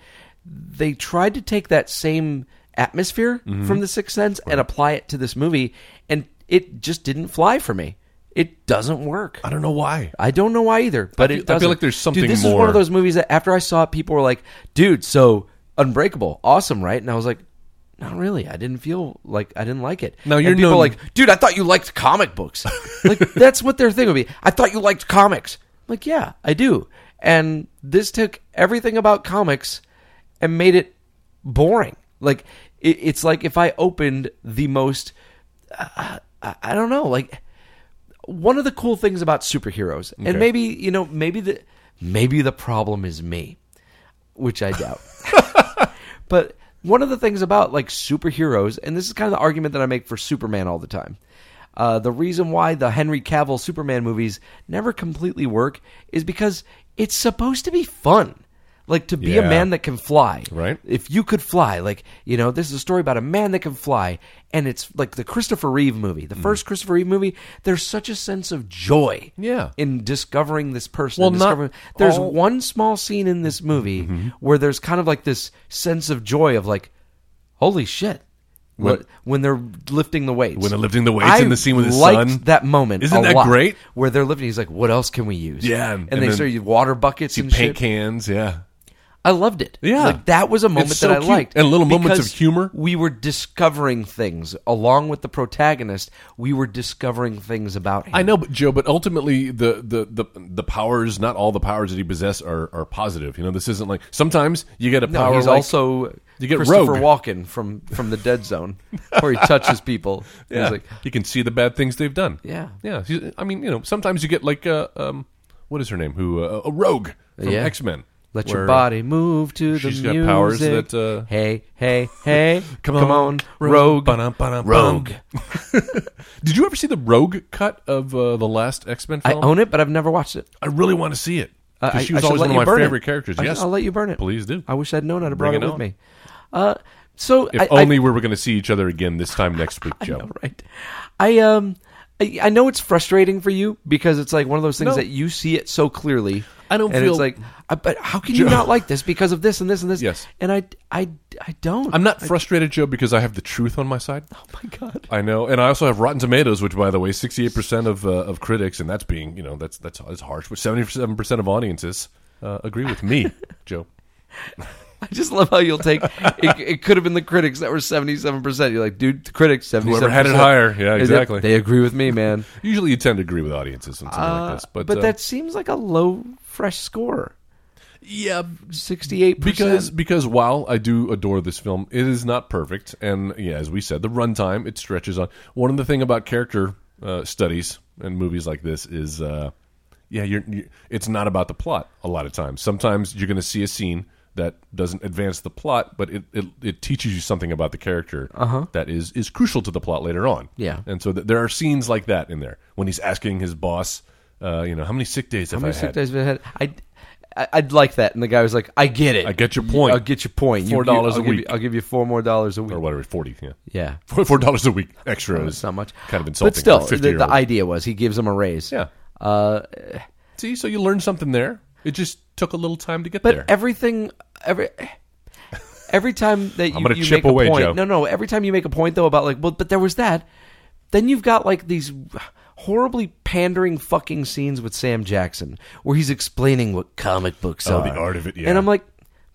Speaker 5: They tried to take that same atmosphere from the Sixth Sense and apply it to this movie, and it just didn't fly for me. It doesn't work.
Speaker 3: I don't know why.
Speaker 5: I don't know why either, but
Speaker 3: I feel-
Speaker 5: it doesn't.
Speaker 3: I feel like there's something
Speaker 5: Dude, this is
Speaker 3: more.
Speaker 5: one of those movies that after I saw it, people were like, "Dude, so Unbreakable, awesome, right?" And I was like, "Not really. I didn't feel like I didn't like it."
Speaker 3: Now,
Speaker 5: And
Speaker 3: you're
Speaker 5: people
Speaker 3: known-
Speaker 5: were like, "Dude, I thought you liked comic books." like that's what their thing would be. I thought you liked comics. I'm like, yeah, I do. And this took everything about comics and made it boring. Like it, it's like if I opened the most, uh, I, I don't know, like one of the cool things about superheroes, and maybe you know, maybe the maybe the problem is me, which I doubt. but one of the things about like superheroes, and this is kind of the argument that I make for Superman all the time. Uh, the reason why the Henry Cavill Superman movies never completely work is because it's supposed to be fun. Like to be a
Speaker 3: Yeah.
Speaker 5: man that can fly.
Speaker 3: Right.
Speaker 5: If you could fly, like, you know, this is a story about a man that can fly, and it's like the Christopher Reeve movie,
Speaker 3: Mm.
Speaker 5: the first Christopher Reeve movie, there's such a sense of joy
Speaker 3: Yeah.
Speaker 5: in discovering this person.
Speaker 3: Well,
Speaker 5: and
Speaker 3: not
Speaker 5: discovering, there's
Speaker 3: all- Mm-hmm.
Speaker 5: one small scene in this movie where there's kind of like this sense of joy of like, holy shit. When, when they're lifting the weights,
Speaker 3: When they're lifting the weights
Speaker 5: I
Speaker 3: in the scene with his
Speaker 5: liked
Speaker 3: son.
Speaker 5: that moment.
Speaker 3: Isn't
Speaker 5: a
Speaker 3: that
Speaker 5: lot,
Speaker 3: great?
Speaker 5: Where they're lifting, he's like, "What else can we use?"
Speaker 3: Yeah,
Speaker 5: and,
Speaker 3: and
Speaker 5: they
Speaker 3: then
Speaker 5: show you water buckets
Speaker 3: See
Speaker 5: and
Speaker 3: paint
Speaker 5: shit.
Speaker 3: cans, yeah.
Speaker 5: I loved it.
Speaker 3: Yeah.
Speaker 5: like that was a moment
Speaker 3: It's so
Speaker 5: that I
Speaker 3: cute.
Speaker 5: liked,
Speaker 3: And little moments
Speaker 5: because
Speaker 3: of humor.
Speaker 5: We were discovering things along with the protagonist. We were discovering things about him.
Speaker 3: I know, but Joe, but ultimately the, the, the, the powers, not all the powers that he possesses are, are positive. You know, this isn't like sometimes you get a
Speaker 5: No,
Speaker 3: power
Speaker 5: he's
Speaker 3: like-
Speaker 5: also
Speaker 3: You get
Speaker 5: Christopher
Speaker 3: Rogue.
Speaker 5: Walken from from the Dead Zone, where he touches people.
Speaker 3: yeah,
Speaker 5: He's like,
Speaker 3: you can see the bad things they've done.
Speaker 5: Yeah.
Speaker 3: yeah. He's- I mean, you know, sometimes you get like uh, um, what is her name? Who uh, a rogue from
Speaker 5: Yeah.
Speaker 3: X Men?
Speaker 5: "Let your body move to the
Speaker 3: she's got
Speaker 5: music."
Speaker 3: powers that, uh,
Speaker 5: hey, hey, hey!
Speaker 3: Come
Speaker 5: come,
Speaker 3: on,
Speaker 5: on,
Speaker 3: rogue.
Speaker 5: Rogue,
Speaker 3: Ba-dum, ba-dum,
Speaker 5: Rogue.
Speaker 3: Did you ever see the Rogue cut of uh, the last X Men
Speaker 5: I
Speaker 3: film?
Speaker 5: own it, but I've never watched it.
Speaker 3: I really want to see it
Speaker 5: Uh,
Speaker 3: because
Speaker 5: I-
Speaker 3: she was
Speaker 5: I should
Speaker 3: always
Speaker 5: let
Speaker 3: one of
Speaker 5: you
Speaker 3: my
Speaker 5: burn it.
Speaker 3: favorite characters.
Speaker 5: I-
Speaker 3: yes,
Speaker 5: I'll let you burn it.
Speaker 3: Please do.
Speaker 5: I wish I'd known I'd have brought
Speaker 3: Bring
Speaker 5: it,
Speaker 3: it
Speaker 5: with
Speaker 3: on.
Speaker 5: me. Uh, so
Speaker 3: if
Speaker 5: I, I-
Speaker 3: only we were going to see each other again this time next week, Joe.
Speaker 5: know, right? I um, I, I know it's frustrating for you because it's like one of those things
Speaker 3: No.
Speaker 5: that you see it so clearly.
Speaker 3: I don't
Speaker 5: and
Speaker 3: feel-
Speaker 5: it's like, I, but how can you not like this because of this and this and this?
Speaker 3: Yes.
Speaker 5: and I, I, I don't.
Speaker 3: I'm not frustrated, Joe, because I have the truth on my side.
Speaker 5: Oh my god.
Speaker 3: I know, and I also have Rotten Tomatoes, which, by the way, sixty-eight percent of uh, of critics, and that's being you know that's that's, that's harsh, but seventy-seven percent of audiences uh, agree with me, Joe.
Speaker 5: I just love how you'll take. it, it could have been the critics that were seventy-seven percent. You're like, dude, the critics seventy-seven.
Speaker 3: Whoever had it higher. Yeah, exactly.
Speaker 5: They agree with me, man.
Speaker 3: Usually, you tend to agree with audiences and something like this, but
Speaker 5: but
Speaker 3: uh,
Speaker 5: that seems like a low fresh score.
Speaker 3: yeah,
Speaker 5: Sixty-eight
Speaker 3: because because while I do adore this film, it is not perfect, and yeah, as we said, the runtime it stretches on. One of the thing about character uh, studies and movies like this is, uh, yeah, you're, you it's not about the plot a lot of times. Sometimes you're going to see a scene that doesn't advance the plot, but it it, it teaches you something about the character that is is crucial to the plot later on.
Speaker 5: Uh-huh. Yeah.
Speaker 3: and so th- there are scenes like that in there when he's asking his boss. Uh, you know how many sick days have
Speaker 5: How many
Speaker 3: I
Speaker 5: sick
Speaker 3: had?
Speaker 5: days have I had? I, I, I'd like that. And the guy was like, "I get it.
Speaker 3: I get your point.
Speaker 5: I get your point. You-
Speaker 3: Four
Speaker 5: you-
Speaker 3: dollars
Speaker 5: I'll
Speaker 3: a
Speaker 5: give
Speaker 3: week.
Speaker 5: You, I'll give you four more dollars a week.
Speaker 3: or whatever, forty. Yeah,
Speaker 5: Yeah,
Speaker 3: Four four dollars a week extra
Speaker 5: that's
Speaker 3: is
Speaker 5: not much.
Speaker 3: Kind of insulting.
Speaker 5: But still,
Speaker 3: for a
Speaker 5: the,
Speaker 3: 50-year-old.
Speaker 5: the idea was he gives him a raise.
Speaker 3: Yeah.
Speaker 5: Uh,
Speaker 3: See, so you learned something there. It just took a little time to get
Speaker 5: but
Speaker 3: there.
Speaker 5: everything, every. Every time that you,
Speaker 3: gonna
Speaker 5: you
Speaker 3: chip
Speaker 5: make
Speaker 3: away,
Speaker 5: a point,
Speaker 3: Joe.
Speaker 5: no, no. Every time you make a point though about like, well, but there was that, then you've got like these horribly pandering fucking scenes with Sam Jackson where he's explaining what comic books
Speaker 3: Oh,
Speaker 5: are.
Speaker 3: the art of it, yeah.
Speaker 5: And I'm like,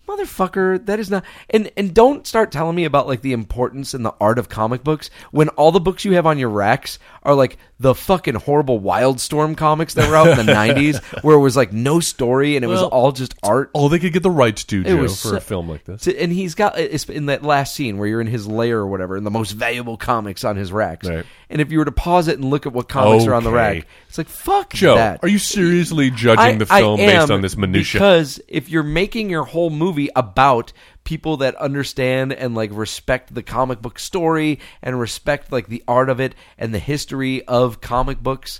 Speaker 5: motherfucker, that is not. And and don't start telling me about like the importance and the art of comic books when all the books you have on your racks are like the fucking horrible Wildstorm comics that were out in the '90s where it was like no story and it was
Speaker 3: Well,
Speaker 5: all just art.
Speaker 3: All they could get the rights to,
Speaker 5: It
Speaker 3: Joe, for
Speaker 5: was
Speaker 3: a
Speaker 5: so-
Speaker 3: film like this.
Speaker 5: So- and he's got it's in that last scene where you're in his lair or whatever, and the most valuable comics on his racks.
Speaker 3: Right.
Speaker 5: And if you were to pause it and look at what comics are on the
Speaker 3: Okay.
Speaker 5: rack, it's like fuck
Speaker 3: Joe,
Speaker 5: that.
Speaker 3: are you seriously judging
Speaker 5: I-
Speaker 3: the
Speaker 5: I
Speaker 3: film based
Speaker 5: am,
Speaker 3: on this minutia?
Speaker 5: Because if you're making your whole movie about people that understand and like respect the comic book story and respect like the art of it and the history of comic books,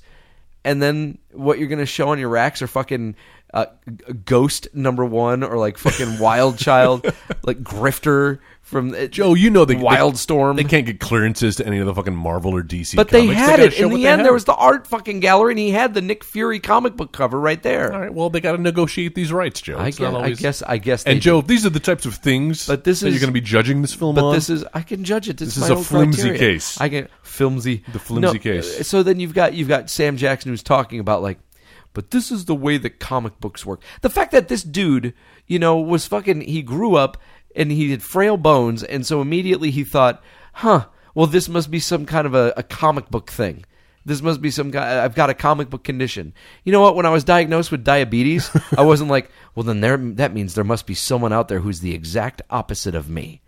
Speaker 5: and then what you're gonna show on your racks are fucking. Uh, g- ghost number one, or like fucking Wild Child, like Grifter from
Speaker 3: Joe, you know they
Speaker 5: Wildstorm.
Speaker 3: They, they can't get clearances to any of the fucking Marvel or DC.
Speaker 5: but they
Speaker 3: comics.
Speaker 5: had
Speaker 3: gotta
Speaker 5: it
Speaker 3: show
Speaker 5: in
Speaker 3: what
Speaker 5: the
Speaker 3: they
Speaker 5: end.
Speaker 3: have.
Speaker 5: There was the art fucking gallery, and he had the Nick Fury comic book cover right there.
Speaker 3: All right, well, they got to negotiate these rights, Joe.
Speaker 5: I
Speaker 3: It's
Speaker 5: guess-
Speaker 3: not
Speaker 5: I
Speaker 3: always-
Speaker 5: guess- I guess they
Speaker 3: And Joe, these are the types of things
Speaker 5: But this
Speaker 3: that you're
Speaker 5: is-
Speaker 3: going to be judging this film
Speaker 5: But
Speaker 3: on.
Speaker 5: this is I can judge it. This,
Speaker 3: This is
Speaker 5: my
Speaker 3: a
Speaker 5: own
Speaker 3: flimsy
Speaker 5: criteria.
Speaker 3: case.
Speaker 5: I can flimsy the
Speaker 3: flimsy case.
Speaker 5: So then you've got you've got Sam Jackson who's talking about like, but this is the way that comic books work. The fact that this dude, you know, was fucking he grew up and he had frail bones, and so immediately he thought, huh, well this must be some kind of a, a comic book thing. This must be some guy. I've got a comic book condition. You know what? When I was diagnosed with diabetes, I wasn't like, well, then there. That means there must be someone out there who's the exact opposite of me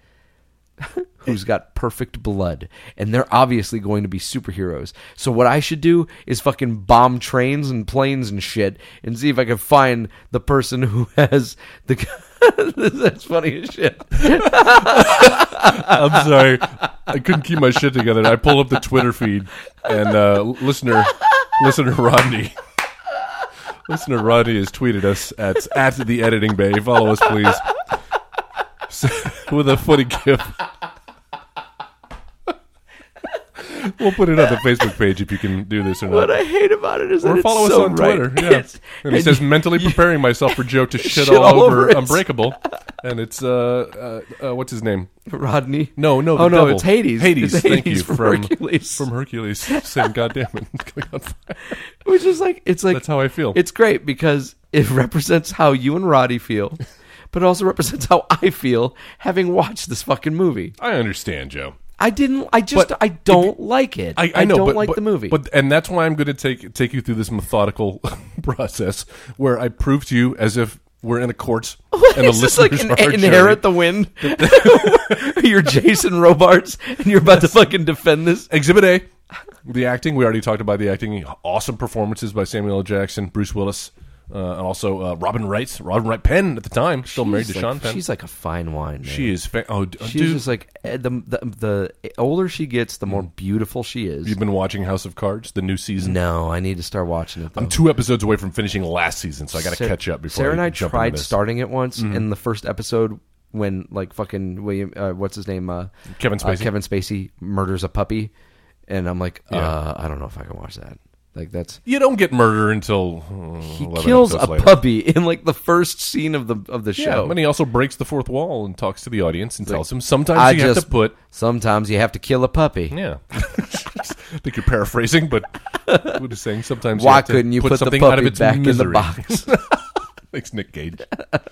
Speaker 5: who's got perfect blood, and they're obviously going to be superheroes. So what I should do is fucking bomb trains and planes and shit, and see if I can find the person who has the. That's funny as shit.
Speaker 3: I'm sorry, I couldn't keep my shit together. I pulled up the Twitter feed, and uh, listener, listener Rodney, listener Rodney has tweeted us at at the editing bay. Follow us, please, with a footy gif. We'll put it on the Facebook page if you can do this or
Speaker 5: What
Speaker 3: not.
Speaker 5: I hate about it is that
Speaker 3: or
Speaker 5: it's
Speaker 3: follow us
Speaker 5: so
Speaker 3: on
Speaker 5: right.
Speaker 3: Twitter. Yeah.
Speaker 5: It's-
Speaker 3: And he
Speaker 5: and
Speaker 3: says,
Speaker 5: you-
Speaker 3: mentally preparing myself for Joe to shit,
Speaker 5: Shit
Speaker 3: all,
Speaker 5: all
Speaker 3: over,
Speaker 5: over it.
Speaker 3: Unbreakable. And it's, uh, uh, uh, what's his name?
Speaker 5: Rodney.
Speaker 3: No, no, the
Speaker 5: oh no,
Speaker 3: devil.
Speaker 5: it's Hades.
Speaker 3: Hades,
Speaker 5: It's
Speaker 3: thank
Speaker 5: Hades
Speaker 3: you.
Speaker 5: from Hercules.
Speaker 3: From Hercules. Saying, God damn it. it's going on fire."
Speaker 5: Which is like it's like
Speaker 3: That's how I feel.
Speaker 5: It's great because it represents how you and Roddy feel, but it also represents how I feel having watched this fucking movie.
Speaker 3: I understand, Joe.
Speaker 5: I didn't. I just.
Speaker 3: But
Speaker 5: I don't like it.
Speaker 3: I, I know,
Speaker 5: don't
Speaker 3: but,
Speaker 5: like
Speaker 3: but-
Speaker 5: the movie.
Speaker 3: but and that's why I'm going to take take you through this methodical process where I prove to you as if we're in a court and the
Speaker 5: Is this like
Speaker 3: listeners
Speaker 5: an-
Speaker 3: are our
Speaker 5: inherit
Speaker 3: jury.
Speaker 5: the wind? you're Jason Robards, and you're about to fucking defend this.
Speaker 3: Exhibit A. The acting we already talked about. The acting, awesome performances by Samuel L. Jackson, Bruce Willis, uh, and also uh, Robin Wright. Robin Wright Penn at the time, still married to
Speaker 5: She's
Speaker 3: Sean
Speaker 5: like-
Speaker 3: Oh, Penn.
Speaker 5: She's like a fine wine. Man.
Speaker 3: she is. Fa- oh, d-
Speaker 5: She's
Speaker 3: dude,
Speaker 5: just like eh, the, the the older she gets, the more
Speaker 3: Mm.
Speaker 5: beautiful she is.
Speaker 3: you've been watching House of Cards, the new season.
Speaker 5: No, I need to start watching it. Though.
Speaker 3: I'm two episodes away from finishing last season, so I got to
Speaker 5: Sarah-
Speaker 3: catch up before
Speaker 5: Sarah and I
Speaker 3: jump into
Speaker 5: tried
Speaker 3: this. Mm-hmm.
Speaker 5: starting it once in the first episode when like fucking William, uh, what's his name, uh,
Speaker 3: Kevin
Speaker 5: uh,
Speaker 3: Spacey.
Speaker 5: Kevin Spacey murders a puppy, and I'm like,
Speaker 3: Yeah.
Speaker 5: uh, I don't know if I can watch that. Like that's
Speaker 3: You don't get murder until uh,
Speaker 5: he
Speaker 3: 11
Speaker 5: kills a
Speaker 3: episodes later.
Speaker 5: puppy in like the first scene of the of the
Speaker 3: Yeah,
Speaker 5: show.
Speaker 3: and he also breaks the fourth wall and talks to the audience and tells him sometimes
Speaker 5: I
Speaker 3: you have
Speaker 5: just
Speaker 3: to put
Speaker 5: sometimes you have to kill a puppy.
Speaker 3: Yeah, I think you're paraphrasing, but we're just saying sometimes.
Speaker 5: Why
Speaker 3: have to
Speaker 5: couldn't you
Speaker 3: put,
Speaker 5: put, the
Speaker 3: something out of
Speaker 5: puppy
Speaker 3: its
Speaker 5: back in the
Speaker 3: misery.
Speaker 5: box? Uh,
Speaker 3: Thanks, Nick Cage.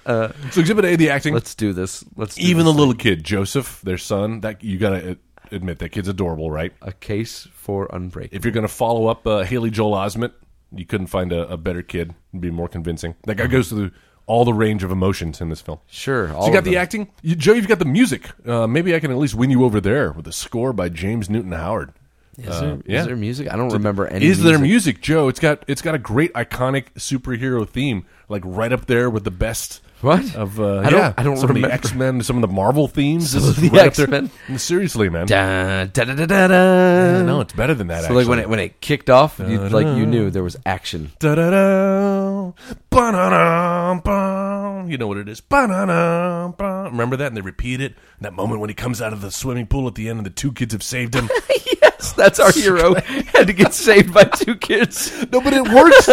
Speaker 3: so Exhibit A, the acting,
Speaker 5: Let's do this. Let's do
Speaker 3: even the
Speaker 5: this.
Speaker 3: little kid Joseph, their son. That you gotta uh, admit that kid's adorable, right?
Speaker 5: a case for unbreakable.
Speaker 3: If you're gonna follow up uh, Haley Joel Osment, you couldn't find a, a better kid. It'd be more convincing. That guy goes through all the range of emotions in this film.
Speaker 5: Sure, all
Speaker 3: So you got
Speaker 5: of
Speaker 3: the
Speaker 5: them.
Speaker 3: acting, you, Joe. You've got the music. Uh, maybe I can at least win you over there with a score by James Newton Howard.
Speaker 5: Is there, Uh, is
Speaker 3: yeah.
Speaker 5: there music? I don't remember any.
Speaker 3: is
Speaker 5: music.
Speaker 3: there music, Joe? It's got it's got a great iconic superhero theme, like right up there with the best.
Speaker 5: What?
Speaker 3: of uh,
Speaker 5: I don't-
Speaker 3: yeah?
Speaker 5: I don't
Speaker 3: some
Speaker 5: remember.
Speaker 3: of the X Men, some of the Marvel themes. This
Speaker 5: Some
Speaker 3: is
Speaker 5: of the
Speaker 3: right up there.
Speaker 5: X-Men.
Speaker 3: Seriously, man.
Speaker 5: Da, da, da, da, da, da.
Speaker 3: No, it's better than that.
Speaker 5: So
Speaker 3: actually.
Speaker 5: like when it when it kicked off, you, like you knew there was action.
Speaker 3: Da-da-da, ba-da-dum, bum. You know what it is. Ba-da-dum, bum. Remember that? And they repeat it. And that moment when he comes out of the swimming pool at the end and the two kids have saved him.
Speaker 5: Yes, that's our hero had to get saved by two kids.
Speaker 3: no, but it works.